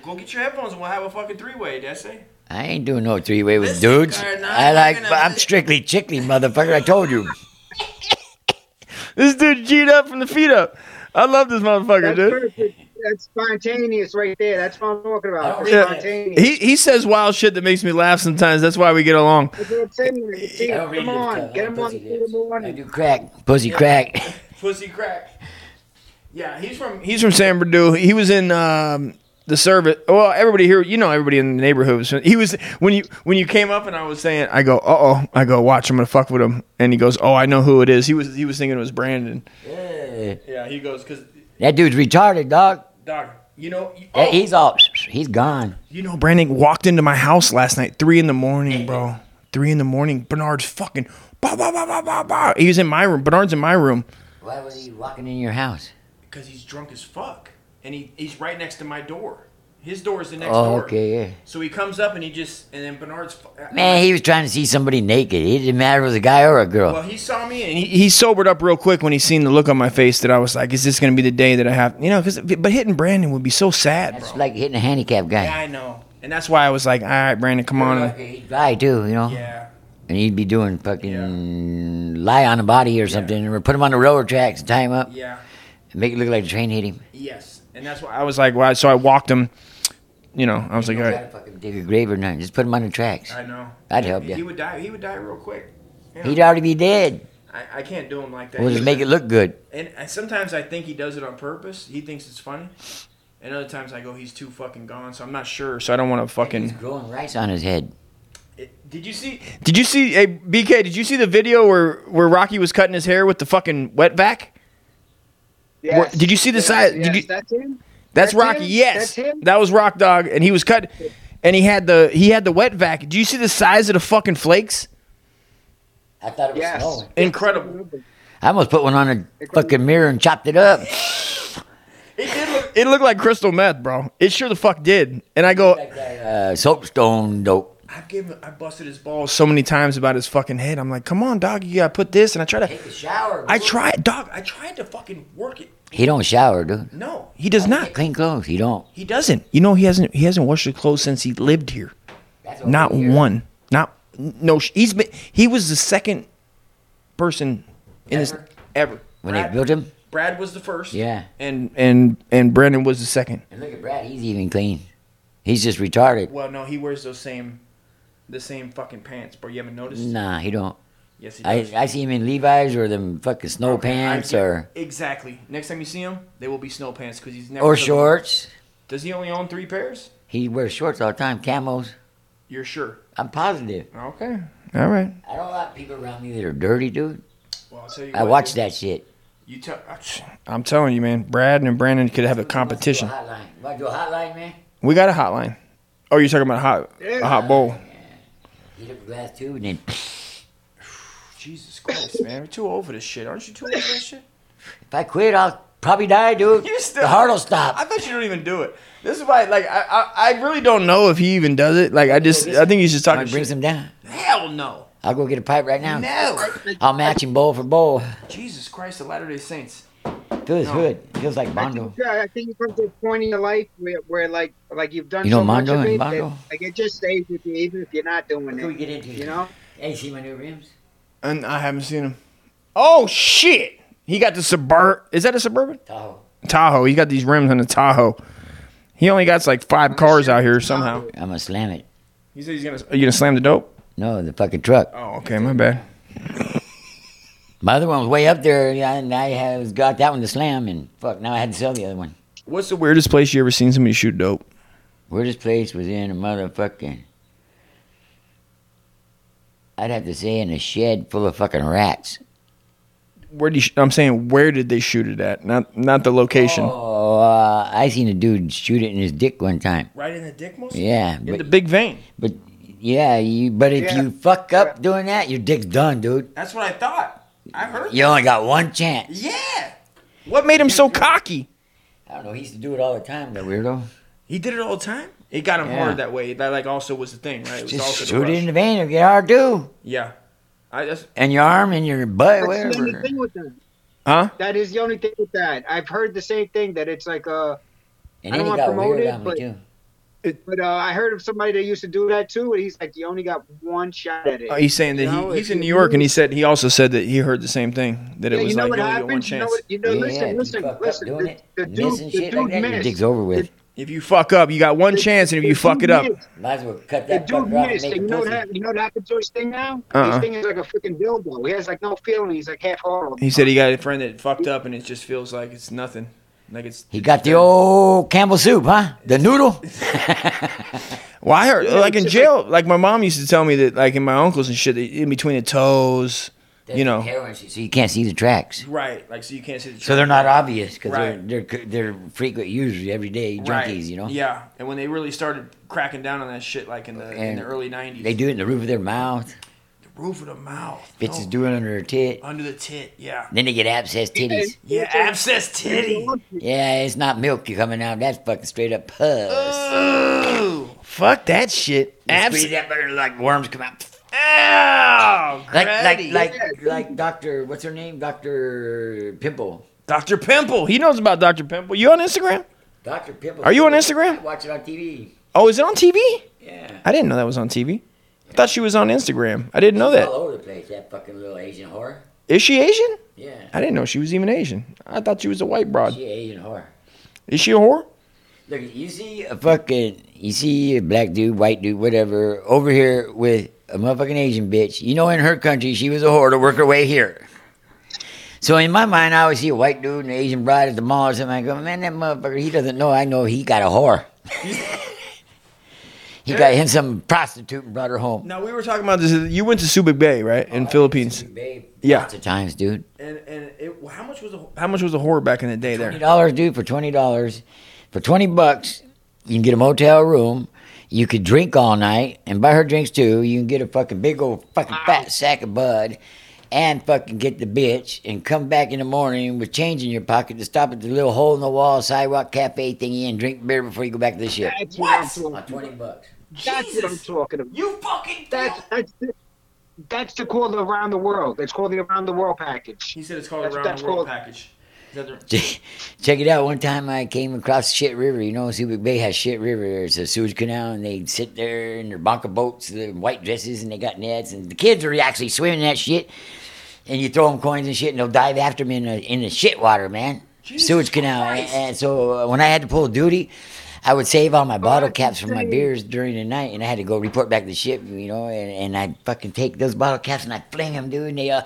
A: go get your headphones and we'll have a fucking three way. That's it.
H: I ain't doing no three way with dudes.
A: guy, nah,
H: I
A: I'm
H: like
A: gonna-
H: I'm strictly chickly, motherfucker. I told you.
A: This dude G'd up from the feet up. I love this motherfucker,
F: That's
A: dude.
F: perfect. That's spontaneous right there. That's what I'm talking about. That's
H: Yeah.
F: spontaneous.
A: He he says wild shit that makes me laugh sometimes. That's why we get along.
F: That's what I'm saying. You see,
H: I don't read
F: Come
H: uh, this
F: on,
H: stuff.
F: get him on
H: Pussy
F: the
H: lips. I
F: morning.
H: do crack, pussy crack.
A: Pussy crack. Yeah, he's from he's from San Bernardino. He was in um, the service. Well, everybody here, you know, everybody in the neighborhood. Was, he was when you when you came up and I was saying, I go, uh oh, I go, watch, I'm gonna fuck with him, and he goes, oh, I know who it is. He was he was thinking it was Brandon.
H: Yeah.
A: Yeah, he goes, cause
H: That dude's retarded, dog.
A: dog, you know, oh,
H: That- He's all he's gone.
A: you know, Brandon walked into my house last night, three in the morning, bro, three in the morning. Bernard's fucking. Bah, bah, bah, bah, bah, bah. He was in my room. Bernard's in my room.
H: Why was he walking in your house?
A: Because he's drunk as fuck. And he, he's right next to my door. His door is the next
H: Oh, okay. Yeah.
A: So he comes up and he just, and then Bernard's.
H: Man, he was trying to see somebody naked. It didn't matter if it was a guy or a girl.
A: Well, he saw me and he, he sobered up real quick when he seen the look on my face that I was like, is this going to be the day that I have, you know, because, but hitting Brandon would be so sad,
H: it's
A: bro.
H: like hitting a handicapped guy.
A: Yeah, I know. And that's why I was like, all right, Brandon, come on.
H: He'd lie too, you know.
A: Yeah.
H: And he'd be doing fucking lie on a body or something, or put him on the roller tracks, tie him up,
A: Yeah.
H: and make it look like the train hit him.
A: Yes. And that's why I was like, why? So I walked him, you know, I was like, all
H: Try
A: right.
H: to fucking dig a grave or nothing. Just put him on the tracks.
A: I know.
H: I'd help
A: He
H: you.
A: would die. He would die real quick.
H: He'd already be dead.
A: I, I can't do him like that.
H: We'll just
A: He's-
H: make it look good.
A: And I- sometimes I think he does it on purpose. He thinks it's funny. And other times I go, he's too fucking gone, so I'm not sure. So I don't want to
H: He's
A: fucking.
H: growing rice on his head.
A: It- Did you see? Did you see? Hey, BK, did you see the video where where Rocky was cutting his hair with the fucking wet vac?
F: Yes.
A: Did you see the
F: Yes,
A: side- did
F: yes,
A: you-
F: That's him.
A: That's,
F: That's
A: Rocky.
F: him?
A: Yes,
F: That's him?
A: that was Rock Dog, and he was cut, and he had the he had the wet vac. Do you see the size of the fucking flakes?
H: I thought it was
F: Yes.
H: snowing.
A: Incredible.
H: I almost put one on a fucking mirror and chopped it up.
A: It did look. It looked like crystal meth, bro. It sure the fuck did. And I go,
H: Like that, uh, soapstone dope.
A: I've given, I busted his balls so many times about his fucking head. I'm like, come on, dog, you gotta put this. And I try to,
H: Take a shower.
A: I
H: boo.
A: tried, dog, I tried to fucking work it.
H: He don't shower, dude.
A: No, he does not.
H: Clean clothes. He don't.
A: He doesn't. You know, he hasn't. He hasn't washed his clothes since he lived here.
H: That's over
A: Not
H: here.
A: one. Not no. sh- He's been. He was the second person in this
H: Ever?
A: ever.
H: When
A: Brad-
H: they built him.
A: Brad was the first.
H: Yeah.
A: And and and Brandon was the second.
H: And look at Brad. He's even clean. He's just retarded.
A: Well, no, he wears those same, the same fucking pants, bro. You haven't noticed?
H: Nah, he don't.
A: Yes, he
H: I,
A: does.
H: I see him in Levi's or them fucking snow pants
A: I-
H: or
A: exactly. Next time you see him, they will be snow pants because he's never
H: or
A: took them.
H: shorts.
A: Does he only own three pairs?
H: He wears shorts all the time, camos.
A: You're sure?
H: I'm positive.
A: Okay. All right.
H: I don't like people around me that are dirty, dude.
A: Well, I'll tell you.
H: I
A: what,
H: watch
A: dude.
H: that shit.
A: You tell. uh, I'm telling you, man. Brad and Brandon could have a competition.
H: Hotline. Want to do a hotline, man?
A: We got a hotline. Oh, you're talking about a hot, a hot bowl.
H: Heat up a glass too, and then
A: Jesus Christ, man. You're too old for this shit. Aren't you too old for this shit?
H: if I quit, I'll probably die, dude.
A: You still-
H: the heart will stop.
A: I bet you don't even do it. This is why, like, I, I, I really don't know if he even does it. Like, I just, I think he's just
H: I
A: talking
H: brings
A: shit.
H: him down.
A: Hell no.
H: I'll go get a pipe right now.
A: No.
H: I'll match him bowl for bowl.
A: Jesus Christ, the Latter Day Saints.
H: Feels good. Feels like Bondo.
F: Yeah, I think you come to a point in your life where, where like, like you've done
H: You know
F: so much
H: Mondo
F: of
H: and
F: it,
H: Bongo?
F: that, like it just stays with you, even if you're not doing
H: Before we
F: it.
H: get into
F: You
H: it,
F: know?
H: hey, you see my new rims?
A: And I haven't seen him. Oh shit! He got the suburb. Is that a suburban?
H: Tahoe.
A: Tahoe. He got these rims on the Tahoe. He only got like five cars out here somehow.
H: I'm gonna slam it.
A: He said he's gonna. Are you gonna slam the dope?
H: No, the fucking truck.
A: Oh, okay, my bad.
H: My other one was way up there, yeah, and I had, got that one to slam, and fuck, now I had to sell the other one.
A: What's the weirdest place you ever seen somebody shoot dope?
H: Weirdest place was in a motherfucking. I'd have to say in a shed full of fucking rats.
A: Where do you? Sh- I'm saying where did they shoot it at? Not not the location.
H: Oh, uh, I seen a dude shoot it in his dick one time.
A: Right in the dick muscle.
H: Yeah,
A: In
H: but,
A: the big vein.
H: but yeah, you. But if you fuck up doing that, your dick's done, dude.
A: That's what I thought. I heard.
H: You only got one chance.
A: Yeah. What made him so cocky?
H: I don't know. He used to do it all the time, that weirdo.
A: He did it all the time. It got him
H: Yeah.
A: hard that way. That like also was the thing, right? It was also
H: Just
A: the
H: shoot it
A: rush.
H: in the vein or get hard too.
A: Yeah. I just
H: And your arm and your
F: That's
H: butt,
F: the only
H: whatever.
F: thing with that.
A: Huh?
F: That is the only thing with that. I've heard the same thing that it's like uh
H: And
F: I don't
H: then he
F: wanna
H: got
F: promote
H: weird
F: it,
H: on me
F: but-
H: too.
F: But uh, I heard of somebody that used to do that too, and he's like, you only got one shot at it.
A: Oh, he's saying that
F: You know,
A: he, he's
F: if
A: in
F: you
A: New York, and he
F: lose-
A: said he also said that he heard the same thing that
F: yeah,
A: it was
F: you know
A: like
F: what
A: you only get one
F: happens. You know
A: chance.
F: what? You know,
H: yeah,
F: listen,
H: if you
F: listen,
H: fuck up
F: listen.
H: doing
F: The,
H: it,
F: the dude,
H: missing
F: the
H: shit like
F: dude
H: that, your dick's
F: missed.
H: over with.
A: If you fuck up, you got one chance, and if
F: The
A: you fuck it
F: dude
A: up,
F: missed.
H: Might as well cut
F: The
H: that
F: dude
H: fucker off and
F: missed.
H: make
F: And
H: a
F: you know what
H: pussy.
F: happened? You know what happened to his thing now?
A: Uh-uh.
F: His thing is like a freaking dildo. He has like no feeling. He's like half hard.
A: he said he got a friend that fucked up, and it just feels like it's nothing. Like it's
H: He got the old Campbell soup, huh? The noodle.
A: well, I heard like in
F: it's just
A: jail, like my mom used to tell me that like in my uncles and shit, they- in between the toes, you know,
H: Heroin, so you can't see the tracks.
A: right? Like so you can't see the.
H: So they're not obvious because
A: Right.
H: they're, they're they're frequent users, everyday junkies,
A: Right.
H: you know.
A: Yeah, and when they really started cracking down on that shit, like in the in
H: And
A: the early '90s,
H: They do it in the roof of their mouth.
A: roof of the mouth,
H: Bitches
A: no,
H: do it under their tit.
A: under the tit, yeah,
H: Then they get abscess titties.
A: yeah, abscess titty.
H: Yeah, it's not milk coming out. That's fucking straight up pus.
A: Ooh, fuck that shit. Abs-
H: Squeeze that butter like worms come out.
A: Ow,
H: Like like
A: Grady.
H: like like Doctor what's her name? Doctor Pimple.
A: Dr. Pimple. He knows about Dr. Pimple. You on Instagram?
H: Doctor Pimple.
A: Are you on Instagram?
H: I watch it on TV.
A: Oh, is it on TV?
H: Yeah.
A: I didn't know that was on TV. I thought she was on Instagram. I didn't know
H: All
A: that.
H: over the place. That fucking little Asian whore.
A: Is she Asian?
H: Yeah.
A: I didn't know she was even Asian. I thought she was a white broad.
H: She a Asian whore.
A: Is she a whore?
H: Look, you see a fucking, you see a black dude, white dude, whatever, over here with a motherfucking Asian bitch. You know, in her country, she was a whore to work her way here. So in my mind, I always see a white dude and an Asian bride at the mall or something. I go, man, that motherfucker, he doesn't know. I know he got a whore. he got him some prostitute and brought her home.
A: No, we were talking about this. You went to Subic Bay, right? In Philippines.
H: Babe,
A: Yeah.
H: lots of times, dude.
A: And and it, how much was a how much was a whore back in the day
H: Twenty
A: there?
H: dollars, dude, for twenty dollars, for twenty bucks, you can get a motel room. You could drink all night and buy her drinks too. You can get a fucking big old fucking fat sack of bud, and fucking get the bitch and come back in the morning with change in your pocket to stop at the little hole in the wall sidewalk cafe thingy and drink beer before you go back to the shit.
F: That's what I'm talking
H: On twenty bucks.
F: That's what I'm talking about. You fucking. That's that's the, that's the call to around the world. It's called the around the world package.
A: He said it's called
F: That's-
A: a round
F: that's
A: the world
F: called-
A: package. Is that the-
H: Check it out. One time I came across Shit River. You know, Subic Bay has Shit River. It's a sewage canal, and they sit there in their bonka boats, their white dresses, and they got nets. And the kids are actually swimming in that shit. And you throw them coins and shit, and they'll dive after them in the, in the shit water, man. sewage canal. And, and so uh, when I had to pull duty, I would save all my bottle caps for my beers during the night, and I had to go report back to the ship, you know. And, and I fucking take those bottle caps and I fling them, dude, and they uh,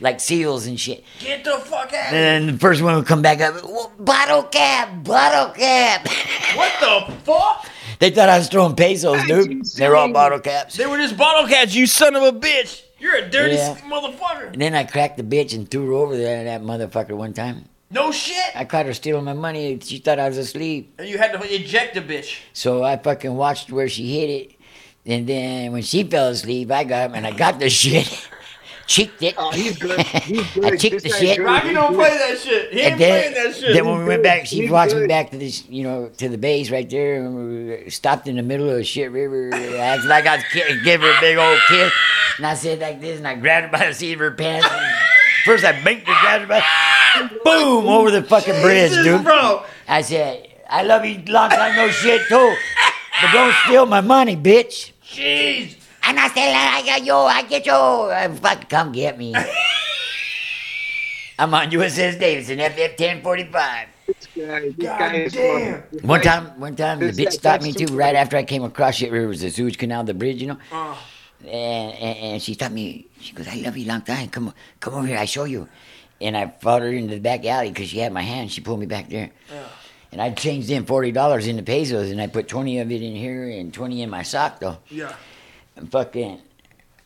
H: like seals and shit.
A: Get the fuck out!
H: And then the first one would come back up, "Whoa, bottle cap, bottle cap.
A: What the fuck?
H: they thought I was throwing pesos, dude. They were all bottle caps.
A: They were just bottle cats, you son of a bitch.
I: You're a dirty
H: Yeah.
I: motherfucker.
H: And then I cracked the bitch and threw her over there that motherfucker one time.
I: No shit.
H: I caught her stealing my money. She thought I was asleep.
I: And you had to eject the bitch.
H: So I fucking watched where she hid it. And then when she fell asleep, I got up and I got the shit. Cheeked it.
F: Oh, he's good. He's good.
H: I cheeked
F: This
H: the
F: guy's
H: shit.
F: good.
I: Rocky don't play that shit. He ain't
H: And then,
I: playing that shit.
H: then when we went back, she
F: He's
H: walked me
F: good.
H: back to this, you know, to the base right there. And we stopped in the middle of a shit river, acting like I was ki- give her a big old kiss. And I said like this, and I grabbed her by the seat of her pants. And first, I banked her, grabbed her by, boom, over the fucking bridge,
I: Jesus,
H: dude.
I: bro.
H: I said, I love you long time no shit too, but don't steal my money, bitch.
I: Jeez.
H: And I said, I got yo, I get yo, and fucking come get me. I'm on USS Davidson, FF 1045.
F: This guy, this
I: God
F: guy is
I: damn.
F: funny.
H: One time, one time, the
F: This-
H: bitch
F: that-
H: stopped me
F: that's too
H: too. Right after I came across shit river, was the Suez Canal, the bridge, you know.
I: Oh.
H: And, and, and she stopped me. She goes, "I love you, long time. Come, o- come over here. I show you." And I followed her into the back alley because she had my hand. She pulled me back there. And I changed in forty dollars into pesos, and I put twenty of it in here and twenty in my sock though.
I: Yeah.
H: And fucking,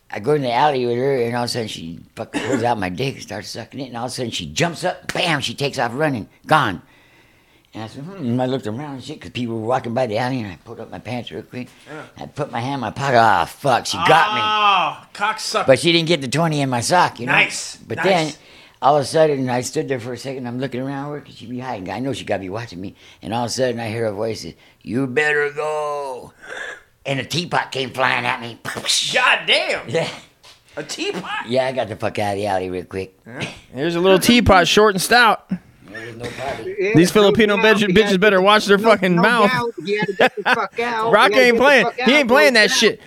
H: I go in the alley with her, and all of a sudden she fucking pulls out my dick and starts sucking it, and all of a sudden she jumps up, bam, she takes off running, gone. And I said, hmm, and I looked around and shit, because people were walking by the alley, and I pulled up my pants real quick. I put my hand in my pocket, ah, fuck, she got me.
I: Ah, cocksucker.
H: But she didn't get the 20 in my sock, you know?
I: Nice,
H: But
I: nice.
H: then, all of a sudden, I stood there for a second, I'm looking around, where could she be hiding? I know she got to be watching me. And all of a sudden, I hear a voice, says, you better go. And a teapot came flying at me.
I: God damn.
H: Yeah.
I: A teapot.
H: Yeah, I got the fuck out of the alley real quick.
A: There's a little teapot, short and stout.
H: There was no party.
F: Yeah,
A: These
F: no
A: Filipino
F: doubt.
A: bitch-
F: He had
A: bitches
F: to
A: better
F: get-
A: watch their
F: no-
A: fucking
F: no
A: mouth.
F: doubt. He had to get the fuck out.
A: Rock
F: He had to
A: ain't
F: get the
A: playing.
F: fuck
A: He
F: out,
A: ain't playing
F: no
A: that
F: doubt.
A: shit.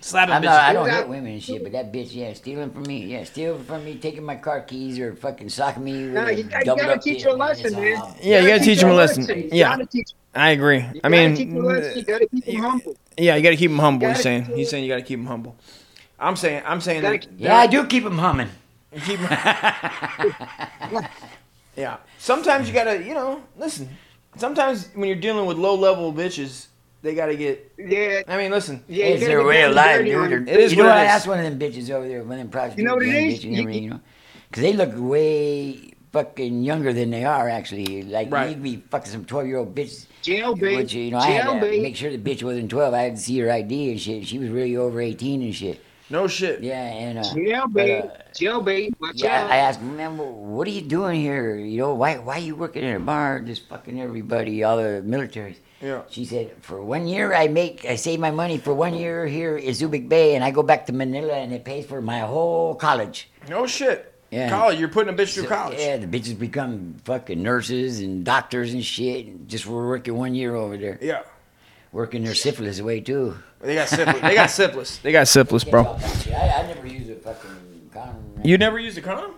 I: Slap a
H: I'm
I: bitch.
H: not, I don't hit women and shit, but that bitch, yeah, stealing from me, yeah, stealing from me, taking my car keys or fucking socking me.
F: Nah, you,
H: with a
F: you gotta
H: double-up
F: teach
H: dick,
F: her a
H: man, it's
F: lesson,
H: all
F: man.
H: out.
A: Yeah, you gotta teach
F: her
A: him a lesson.
F: You
A: Yeah.
F: gotta teach-
A: I agree.
F: you
A: I
F: gotta teach
A: mean,
F: her a lesson. You gotta keep them humble.
A: yeah, you gotta keep him humble. He's
F: Gotta
A: saying.
F: keep-
A: He's saying you gotta keep him humble. I'm saying. I'm saying
F: Gotta
A: that.
F: keep-
H: Yeah, I do keep them humming.
A: You keep yeah. Sometimes you gotta, you know, listen. Sometimes when you're dealing with low level bitches, they gotta get.
F: Yeah,
A: I mean, listen.
F: yeah. you
H: it's
F: gotta
H: their
F: get
H: way
F: down
H: of life,
F: dirty
H: dude.
F: on
H: They're-
F: them.
A: It is
H: you know
A: what it
H: what?
A: is.
H: That's one of them bitches over there, one of them prostitutes.
F: You know what it
H: young
F: is?
H: bitches and
F: You-
H: everything, you know? 'Cause they look way fucking younger than they are, actually. Like,
A: Right.
H: you'd be fucking some 12 year old bitch.
F: Jail bait.
H: Which, you know, I had
F: Jail
H: to
F: bait.
H: make sure the bitch wasn't 12. I had to see her ID and shit. She was really over 18 and shit.
A: No shit.
H: Yeah, and uh,
F: Jail
H: but,
F: bait.
H: uh,
F: Jail bait. Watch
H: yeah,
F: out.
H: I asked him, man, wh- what are you doing here? You know, why why you working in a bar? Just fucking everybody, all the militaries.
A: Yeah.
H: She said, for one year I make, I save my money for one year here in Subic Bay, and I go back to Manila, and it pays for my whole college.
A: No shit.
H: Yeah.
A: College. You're putting a bitch through
H: So,
A: college.
H: Yeah, the bitches become fucking nurses and doctors and shit, and just were working one year over there,
A: Yeah.
H: working their syphilis away too.
A: They got syphilis. they got syphilis. They got syphilis, bro.
H: I, I never use a fucking condom.
A: You never used a condom?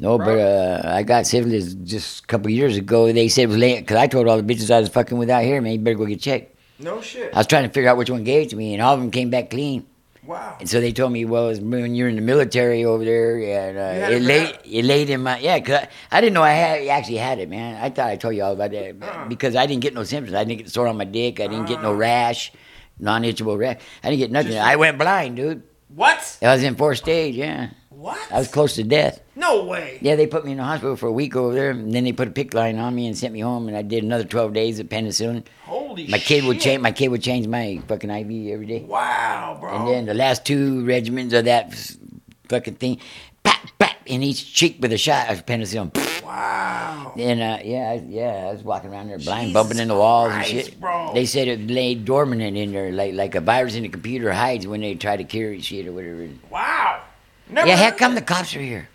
H: No, but uh, I got syphilis just a couple years ago. They said it was late because I told all the bitches I was fucking with out here, man. You better go get checked.
A: No shit.
H: I was trying to figure out which one gave it to me, and all of them came back clean.
A: Wow.
H: And so they told me, well, it's when you're in the military over there, and
A: You
H: uh,
A: had it
H: it laid
A: for
H: it laid in my yeah. Cause I, I didn't know I had actually had it, man. I thought I told you all about that but-
A: Uh-uh.
H: because I didn't get no symptoms. I didn't get sore on my dick. I didn't get no
I: Uh-uh.
H: rash, non-itchable rash. I didn't get nothing.
A: Just-
H: I went blind, dude.
I: What?
H: I was in fourth stage. Yeah,
I: What?
H: I was close to death.
I: no way.
H: Yeah, they put me in the hospital for a week over there, and then they put a pick line on me and sent me home, and I did another 12 days of penicillin.
I: Holy
H: My
I: shit.
H: kid would change. My kid would change my fucking IV every day.
I: Wow, bro.
H: And then the last two regimens of that s- fucking thing, pop, pop, in each cheek with a shot of penicillin.
I: wow.
H: And uh, yeah, I, yeah, I was walking around there blind,
I: Jesus
H: bumping into walls and
I: Christ,
H: shit.
I: bro.
H: They said it lay dormant in there, like like a virus in a computer hides when they try to cure it, shit or whatever.
I: Wow. Never
H: Yeah,
I: heard
H: heck,
I: of
H: come the
I: that.
H: cops are here.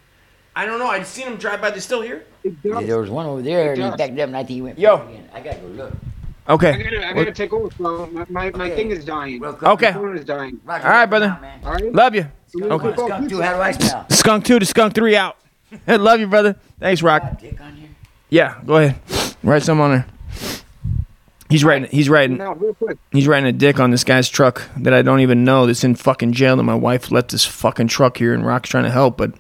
I: I don't know. I've seen him drive by. They're still here.
H: There was one over there, and he
F: does.
H: backed up, and I think he went.
A: Yo.
H: back again. I gotta go look.
F: I
A: Okay.
F: gotta, I gotta take over. bro. My, my, my
H: Okay.
F: thing is dying.
H: Welcome.
A: Okay.
F: My phone is dying.
H: Roger,
A: All right,
H: come
A: brother.
H: on, man.
F: All right.
A: Love you.
F: Okay.
A: Okay.
H: Skunk two, how do I smell?
A: Skunk two to skunk three out. Love you, brother. Thanks, Rock.
H: Got a dick on here?
A: Yeah, go ahead. Write some on there. He's writing. He's writing.
F: No, real quick.
A: He's riding a dick on this guy's truck that I don't even know that's in fucking jail. And my wife left this fucking truck here, and Rock's trying to help, but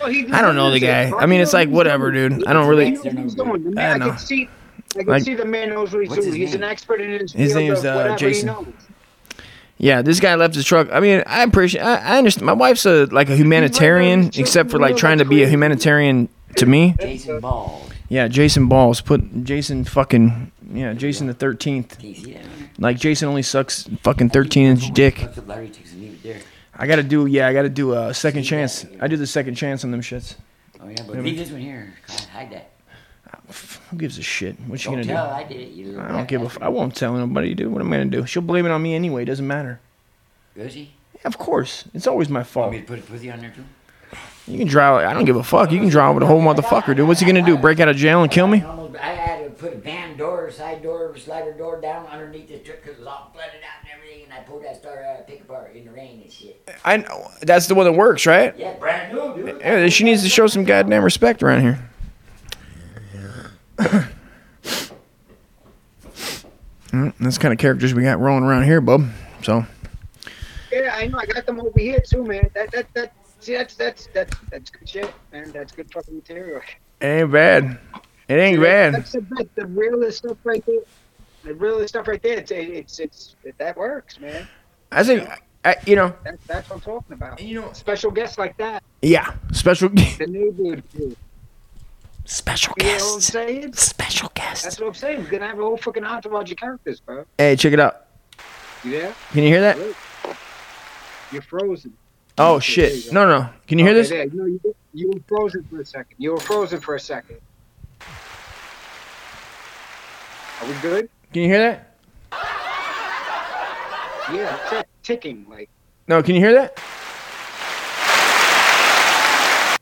F: Well, he-
A: I don't know the guy. I mean, it's like whatever, dude. I don't
F: He
A: really.
F: knows what he's doing. The
A: I
F: man, I,
A: know.
F: can see. I can
A: Like-
F: see the man knows what he's
H: What's
F: doing.
H: his
F: He's an
H: name?
F: expert in his.
A: His
F: field
A: name's,
F: of
A: uh,
F: whatever he
A: Jason.
F: knows.
A: Yeah, this guy left his truck. I mean, I appreciate. I, I understand. My wife's a like a humanitarian, except for like trying to be a humanitarian to me.
H: Jason Ball.
A: Yeah, Jason Balls put Jason fucking yeah Jason the Thirteenth.
H: Can you see that?
A: Like Jason only sucks fucking thirteen inch dick.
H: Fuck the lottery tickets and leave it there.
A: I gotta do yeah. I gotta do a second chance. I do the second chance on them shits.
H: Oh yeah, but leave this one here. God, hide that.
A: Who gives a shit? What you
H: Don't
A: gonna
H: tell
A: do?
H: I did it. You little
A: I don't give a. F- I won't tell nobody. Dude, what am I gonna do? She'll blame it on me anyway. Doesn't matter.
H: Rosie,
A: Of course, it's always my
H: want
A: fault.
H: me to put a pussy on there too?
A: You can drive. I don't give a fuck. You can drive with a whole motherfucker, dude. What's he gonna do? Break out of jail and kill me?
H: I almost- I had to put a van door, side door, slider door down underneath the truck because it was all flooded out and everything. And I pulled that star out of the pickup bar in the rain and shit.
A: I know that's the one that works, right?
H: Yeah, brand new, dude.
A: Yeah, she needs to show some goddamn respect around here. Mm, that's the kind of characters we got rolling around here, bub. So
F: Yeah, I know. I got them over here too, man. That that that. See, that's that's that's that's good shit, man. That's good fucking material.
A: it ain't bad. It ain't bad.
F: That's the best, the realest stuff right there. The realest stuff right there. It's it's it's that works, man.
A: I think, I, you know,
F: That, that's what I'm talking about.
I: You know,
F: Special guests like that.
A: yeah. Special,
F: The new dude. You
A: special
F: know what I'm
A: guests.
F: saying?
A: Special
F: That's
A: guests.
F: what I'm saying. We're gonna have a whole fucking entourage of characters, bro.
A: Hey, check it out.
F: You there?
A: Can you hear that?
F: You're frozen.
A: Oh shit! No, no. Can you hear
F: Okay,
A: this?
F: there. No, you, you were frozen for a second. You were frozen for a second. Are we good?
A: Can you hear that?
F: Yeah, it's that ticking. Like,
A: No, can you hear that?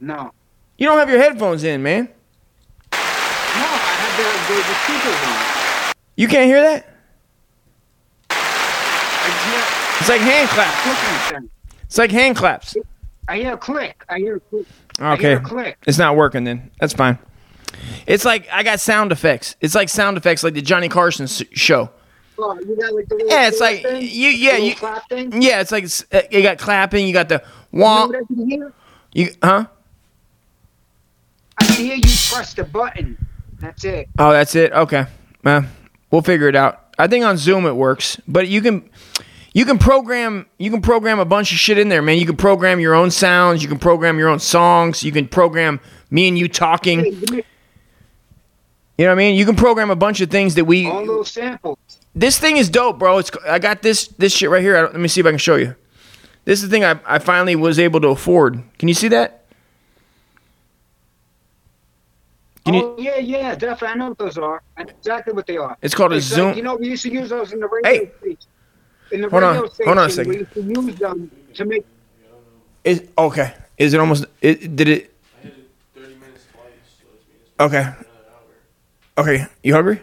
F: no.
A: You don't have your headphones in, man.
F: No, I had the, the, the speakers on.
A: You can't hear that?
F: I
A: It's like hand claps.
F: hear a clicking thing.
A: It's like hand claps.
F: I hear a click. I hear a click. I
A: Okay.
F: hear a click.
A: It's not working then. That's fine. It's like I got sound effects. It's like sound effects like the Johnny Carson s- show.
F: Oh, you got like the little
A: Yeah, it's
F: clap
A: like
F: thing?
A: you
F: The
A: yeah,
F: little
A: you
F: clap thing.
A: Yeah, it's like it's, uh, you got clapping, you got the
F: You know
A: womp.
F: what I can hear?
A: You huh?
F: I can hear you press the button. That's it.
A: Oh, that's it. Okay. Well, we'll figure it out. I think on Zoom it works, but you can you can program you can program a bunch of shit in there, man. You can program your own sounds, you can program your own songs, you can program me and you talking.
F: Hey,
A: You
F: give me
A: know what I mean? You can program a bunch of things that we
F: all those samples.
A: this thing is dope, bro. It's I got this this shit right here. I don't, let me see if I can show you. This is the thing I, I finally was able to afford. Can you see that? Can you-
F: oh, yeah, yeah, definitely. I know what those are. I know exactly what they are.
A: It's called a
F: It's like,
A: zoom.
F: you know, we used to use those in the radio
A: Hey.
F: station. In the
A: Hold on,
F: radio
A: hold on a second.
F: station, We used to use them to make.
A: Is okay. Is it almost? It, did it? Okay. Okay. You hungry?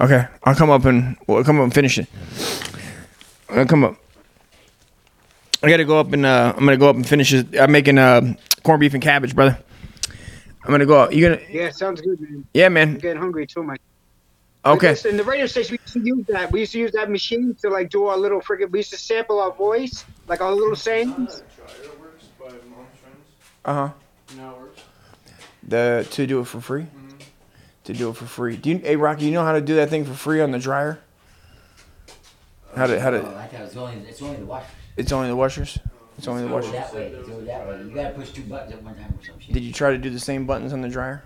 A: Okay. I'll come up and we'll come up and finish it. I'll come up. I gotta go up and uh, I'm gonna go up and finish it. I'm making uh, corned beef and cabbage, brother. I'm gonna go up. You gonna?
F: Yeah, sounds good, man.
A: Yeah,
F: I'm
A: man.
F: getting hungry too, man.
A: Okay.
F: Listen, in the radio station, we used to use that. We used to use that machine to like do our little friggin'. We used to sample our voice, like our little sayings.
A: Uh huh. The to do it for free. To do it for free. Do you, hey Rocky, you know how to do that thing for free on the dryer? How to how
H: Oh,
A: to?
H: I thought it was only, it's only the washer.
A: It's only the washers. It's only the
H: Go
A: washers.
H: that way. Go that way. You gotta push two buttons at one time or some shit.
A: Did you try to do the same buttons on the dryer?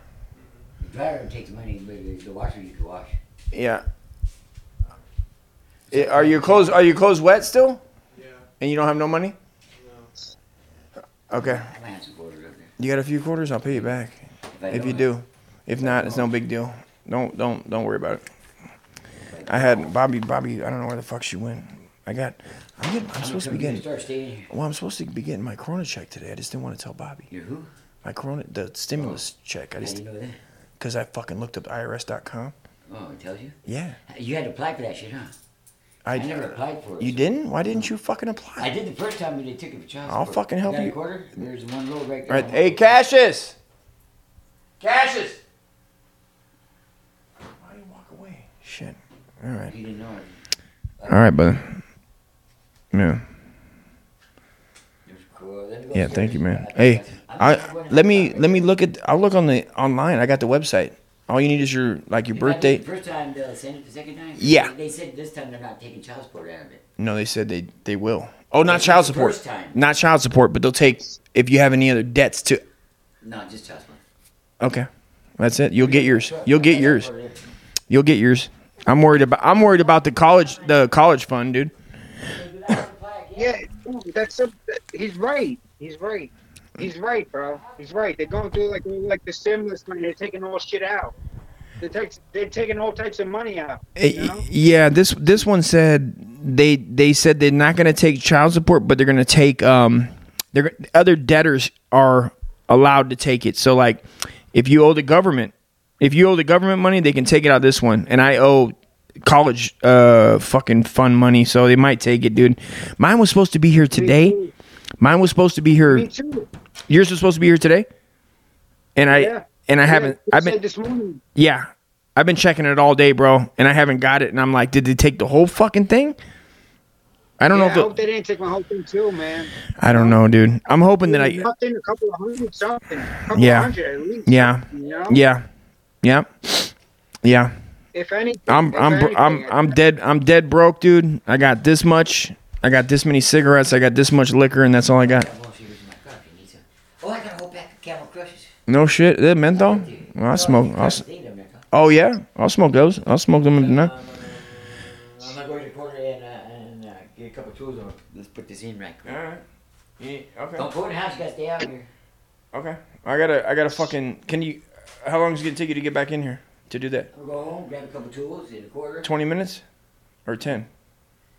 H: The dryer takes money, but the- the washer you can wash.
A: Yeah. Eh, are your clothes are your clothes wet still?
I: Yeah.
A: And you don't have no money? Okay.
H: I might have some quarters up there.
A: You got a few quarters? I'll pay you back
H: I
A: if you
H: don't,
A: do. If not, it's no big deal. Don't don't don't worry about it. I had Bobby. Bobby, I don't know where the fuck she went. I got. I'm, getting, I'm
H: I'm
A: supposed to be
H: gonna
A: getting.
H: Start staying here.
A: Well, I'm supposed to be getting my Corona check today. I just didn't want to tell Bobby
H: You're who?
A: my Corona, the stimulus check. I
H: How do
A: just
H: you know that?
A: because I fucking looked up IRS.com.
H: Oh, it tells you.
A: Yeah,
H: You had to apply for that shit, huh? I never
A: I.
H: applied for it.
A: You
H: so-
A: didn't? Why didn't you fucking
H: I
A: apply?
H: did the first time, but they took it for child
A: I'll
H: support.
A: fucking help
H: got
A: you.
H: A quarter? There's one little right
A: All
H: there.
A: right, hey Cassius. Cassius. Why do you walk away? Shit. All right.
H: You didn't know it.
A: All right, brother. Yeah.
H: There's cool. Let me go
A: Yeah,
H: upstairs.
A: thank you, man.
H: I think
A: Hey,
H: that's- I'm
A: I
H: just wondering-
A: let me let me look at. I'll look on the online. I got the website. All you need is your like your
H: If I did it
A: birthday.
H: the First time they'll send it the second time.
A: Yeah.
H: They said this time they're not taking child support out of it.
A: No, they said they they will. Oh, not child
H: First
A: support.
H: time.
A: Not child support, but they'll take if you have any other debts too.
H: No, just child support.
A: Okay, that's it. You'll get yours. You'll get
H: Child
A: yours.
H: support is-
A: You'll get yours. I'm worried about. I'm worried about the college. The college fund, dude.
F: Yeah, ooh, that's a, he's right. He's right. He's right, bro. He's right. They're going through like like the stimulus money. They're taking all shit out. They're, takes, they're taking all types of money out. You know?
A: Yeah, this this one said they they said they're not going to take child support, but they're going to take um, they're other debtors are allowed to take it. So like, if you owe the government, if you owe the government money, they can take it out of this one. And I owe college uh fucking fund money, so they might take it, dude. Mine was supposed to be here today. Mine was supposed to be
F: Me
A: here.
F: too.
A: Yours was supposed to be here today, and I
F: Yeah.
A: and I
F: Yeah,
A: haven't.
F: you
A: I've been
F: said this morning.
A: yeah. I've been checking it all day, bro, and I haven't got it. And I'm like, did they take the whole fucking thing? I don't
F: Yeah, I
A: know if
F: hope
A: the,
F: they didn't take my whole thing too, man.
A: I don't know, dude. I'm hoping that I
F: nothing, a couple of hundred something, a couple
A: Yeah.
F: of hundred at least.
A: yeah.
F: You know?
A: Yeah. Yeah. Yeah.
F: If anything,
A: I'm
F: if
A: I'm bro- I'm
F: anything,
A: I'm dead I'm dead broke, dude. I got this much. I got this many cigarettes. I got this much liquor and that's all I got.
H: Well, she was in my car if you need some. Oh, I got a whole pack of Camel Crushes.
A: No shit. Is that menthol?
H: Dude.
A: Well, I
H: No,
A: smoke
H: you
A: I'll,
H: fucking
A: s-
H: think of them, Nicole.
A: Oh yeah. I'll smoke those. I'll smoke them tonight.
H: Um, I'm gonna go to the corner and, uh, and uh, get a couple tools on. Let's put this in right quick.
A: Alright. Okay.
H: Don't go in the house, you gotta stay out here.
A: Okay. I gotta I gotta fucking can you how long is it gonna take you to get back in here to do that?
H: We'll go home, grab a couple tools in a quarter.
A: 20 minutes or 10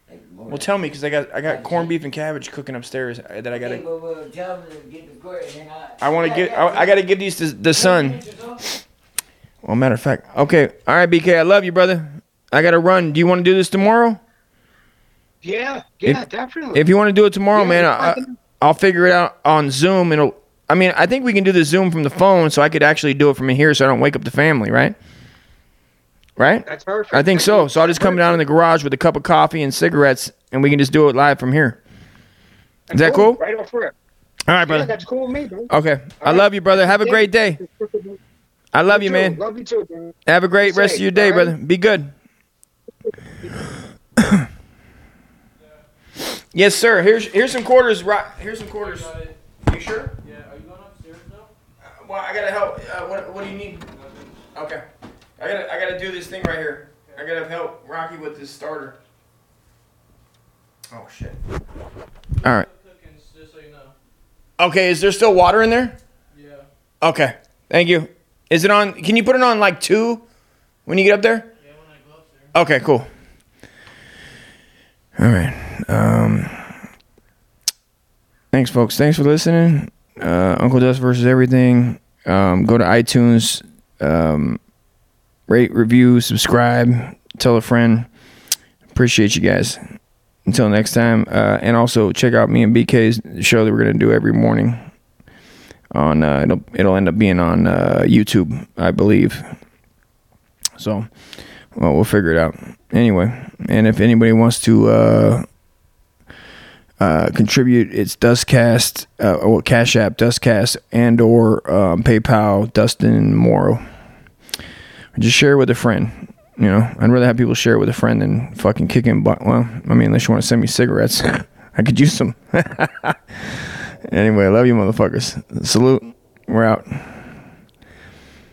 H: Like, more
A: well
H: than-
A: tell me because i got i got corned beef and cabbage cooking upstairs uh, that i
H: Okay,
A: gotta
H: well, well, tell them to get the quarter and then I.
A: i want to
H: Yeah,
A: give
H: yeah,
A: I, I gotta give these to the son
H: minutes or so.
A: well matter of fact okay all right bk i love you brother i gotta run do you want to do this tomorrow
F: yeah, yeah,
A: if-
F: definitely.
A: if you want to do it tomorrow
F: Yeah,
A: man
F: it's
A: I,
F: fucking-
A: i'll figure it out on zoom it'll i mean i think we can do the zoom from the phone so i could actually do it from here so i don't wake up the family right right
F: That's perfect.
A: i think so so i'll just come down in the garage with a cup of coffee and cigarettes and we can just do it live from here is that cool
F: Right off rip.
A: all right
F: Yeah,
A: brother
F: that's cool with me, bro.
A: Okay. I
F: right.
A: love you, brother. Have a great day. I love you,
F: too.
A: man.
F: Love you too, man.
A: Have a great rest of
F: Safe,
A: your day,
F: all right?
A: brother. Be good. yes, sir. Here's here's some quarters. Ro- Here's some quarters. You sure?
I: Yeah, are you going upstairs now?
A: Uh, Well, I gotta help. Uh, what what do you need? Okay. I gotta I gotta do this thing right here. I gotta help Rocky with this starter. Oh shit. All right.
I: Cooking, just so you know.
A: Okay. Is there still water in there?
I: Yeah.
A: Okay. Thank you. Is it on? Can you put it on like two when you get up there?
I: Yeah, when I go upstairs.
A: Okay, cool. All right. Um, thanks, folks. Thanks for listening. Uh, Uncle Dust versus everything. Um, go to iTunes, um, rate, review, subscribe, tell a friend. Appreciate you guys. Until next time, uh, and also check out me and BK's show that we're gonna do every morning. On uh, it'll it'll end up being on uh, YouTube, I believe. So well, we'll figure it out anyway. And if anybody wants to uh, uh, contribute, it's Dustcast uh, or Cash App, Dustcast, and or um, PayPal, Dustin Morrow. Just share it with a friend. You know, I'd rather have people share it with a friend than fucking kicking butt. Well, I mean, unless you want to send me cigarettes, I could use some. anyway, love you, motherfuckers. Salute. We're out.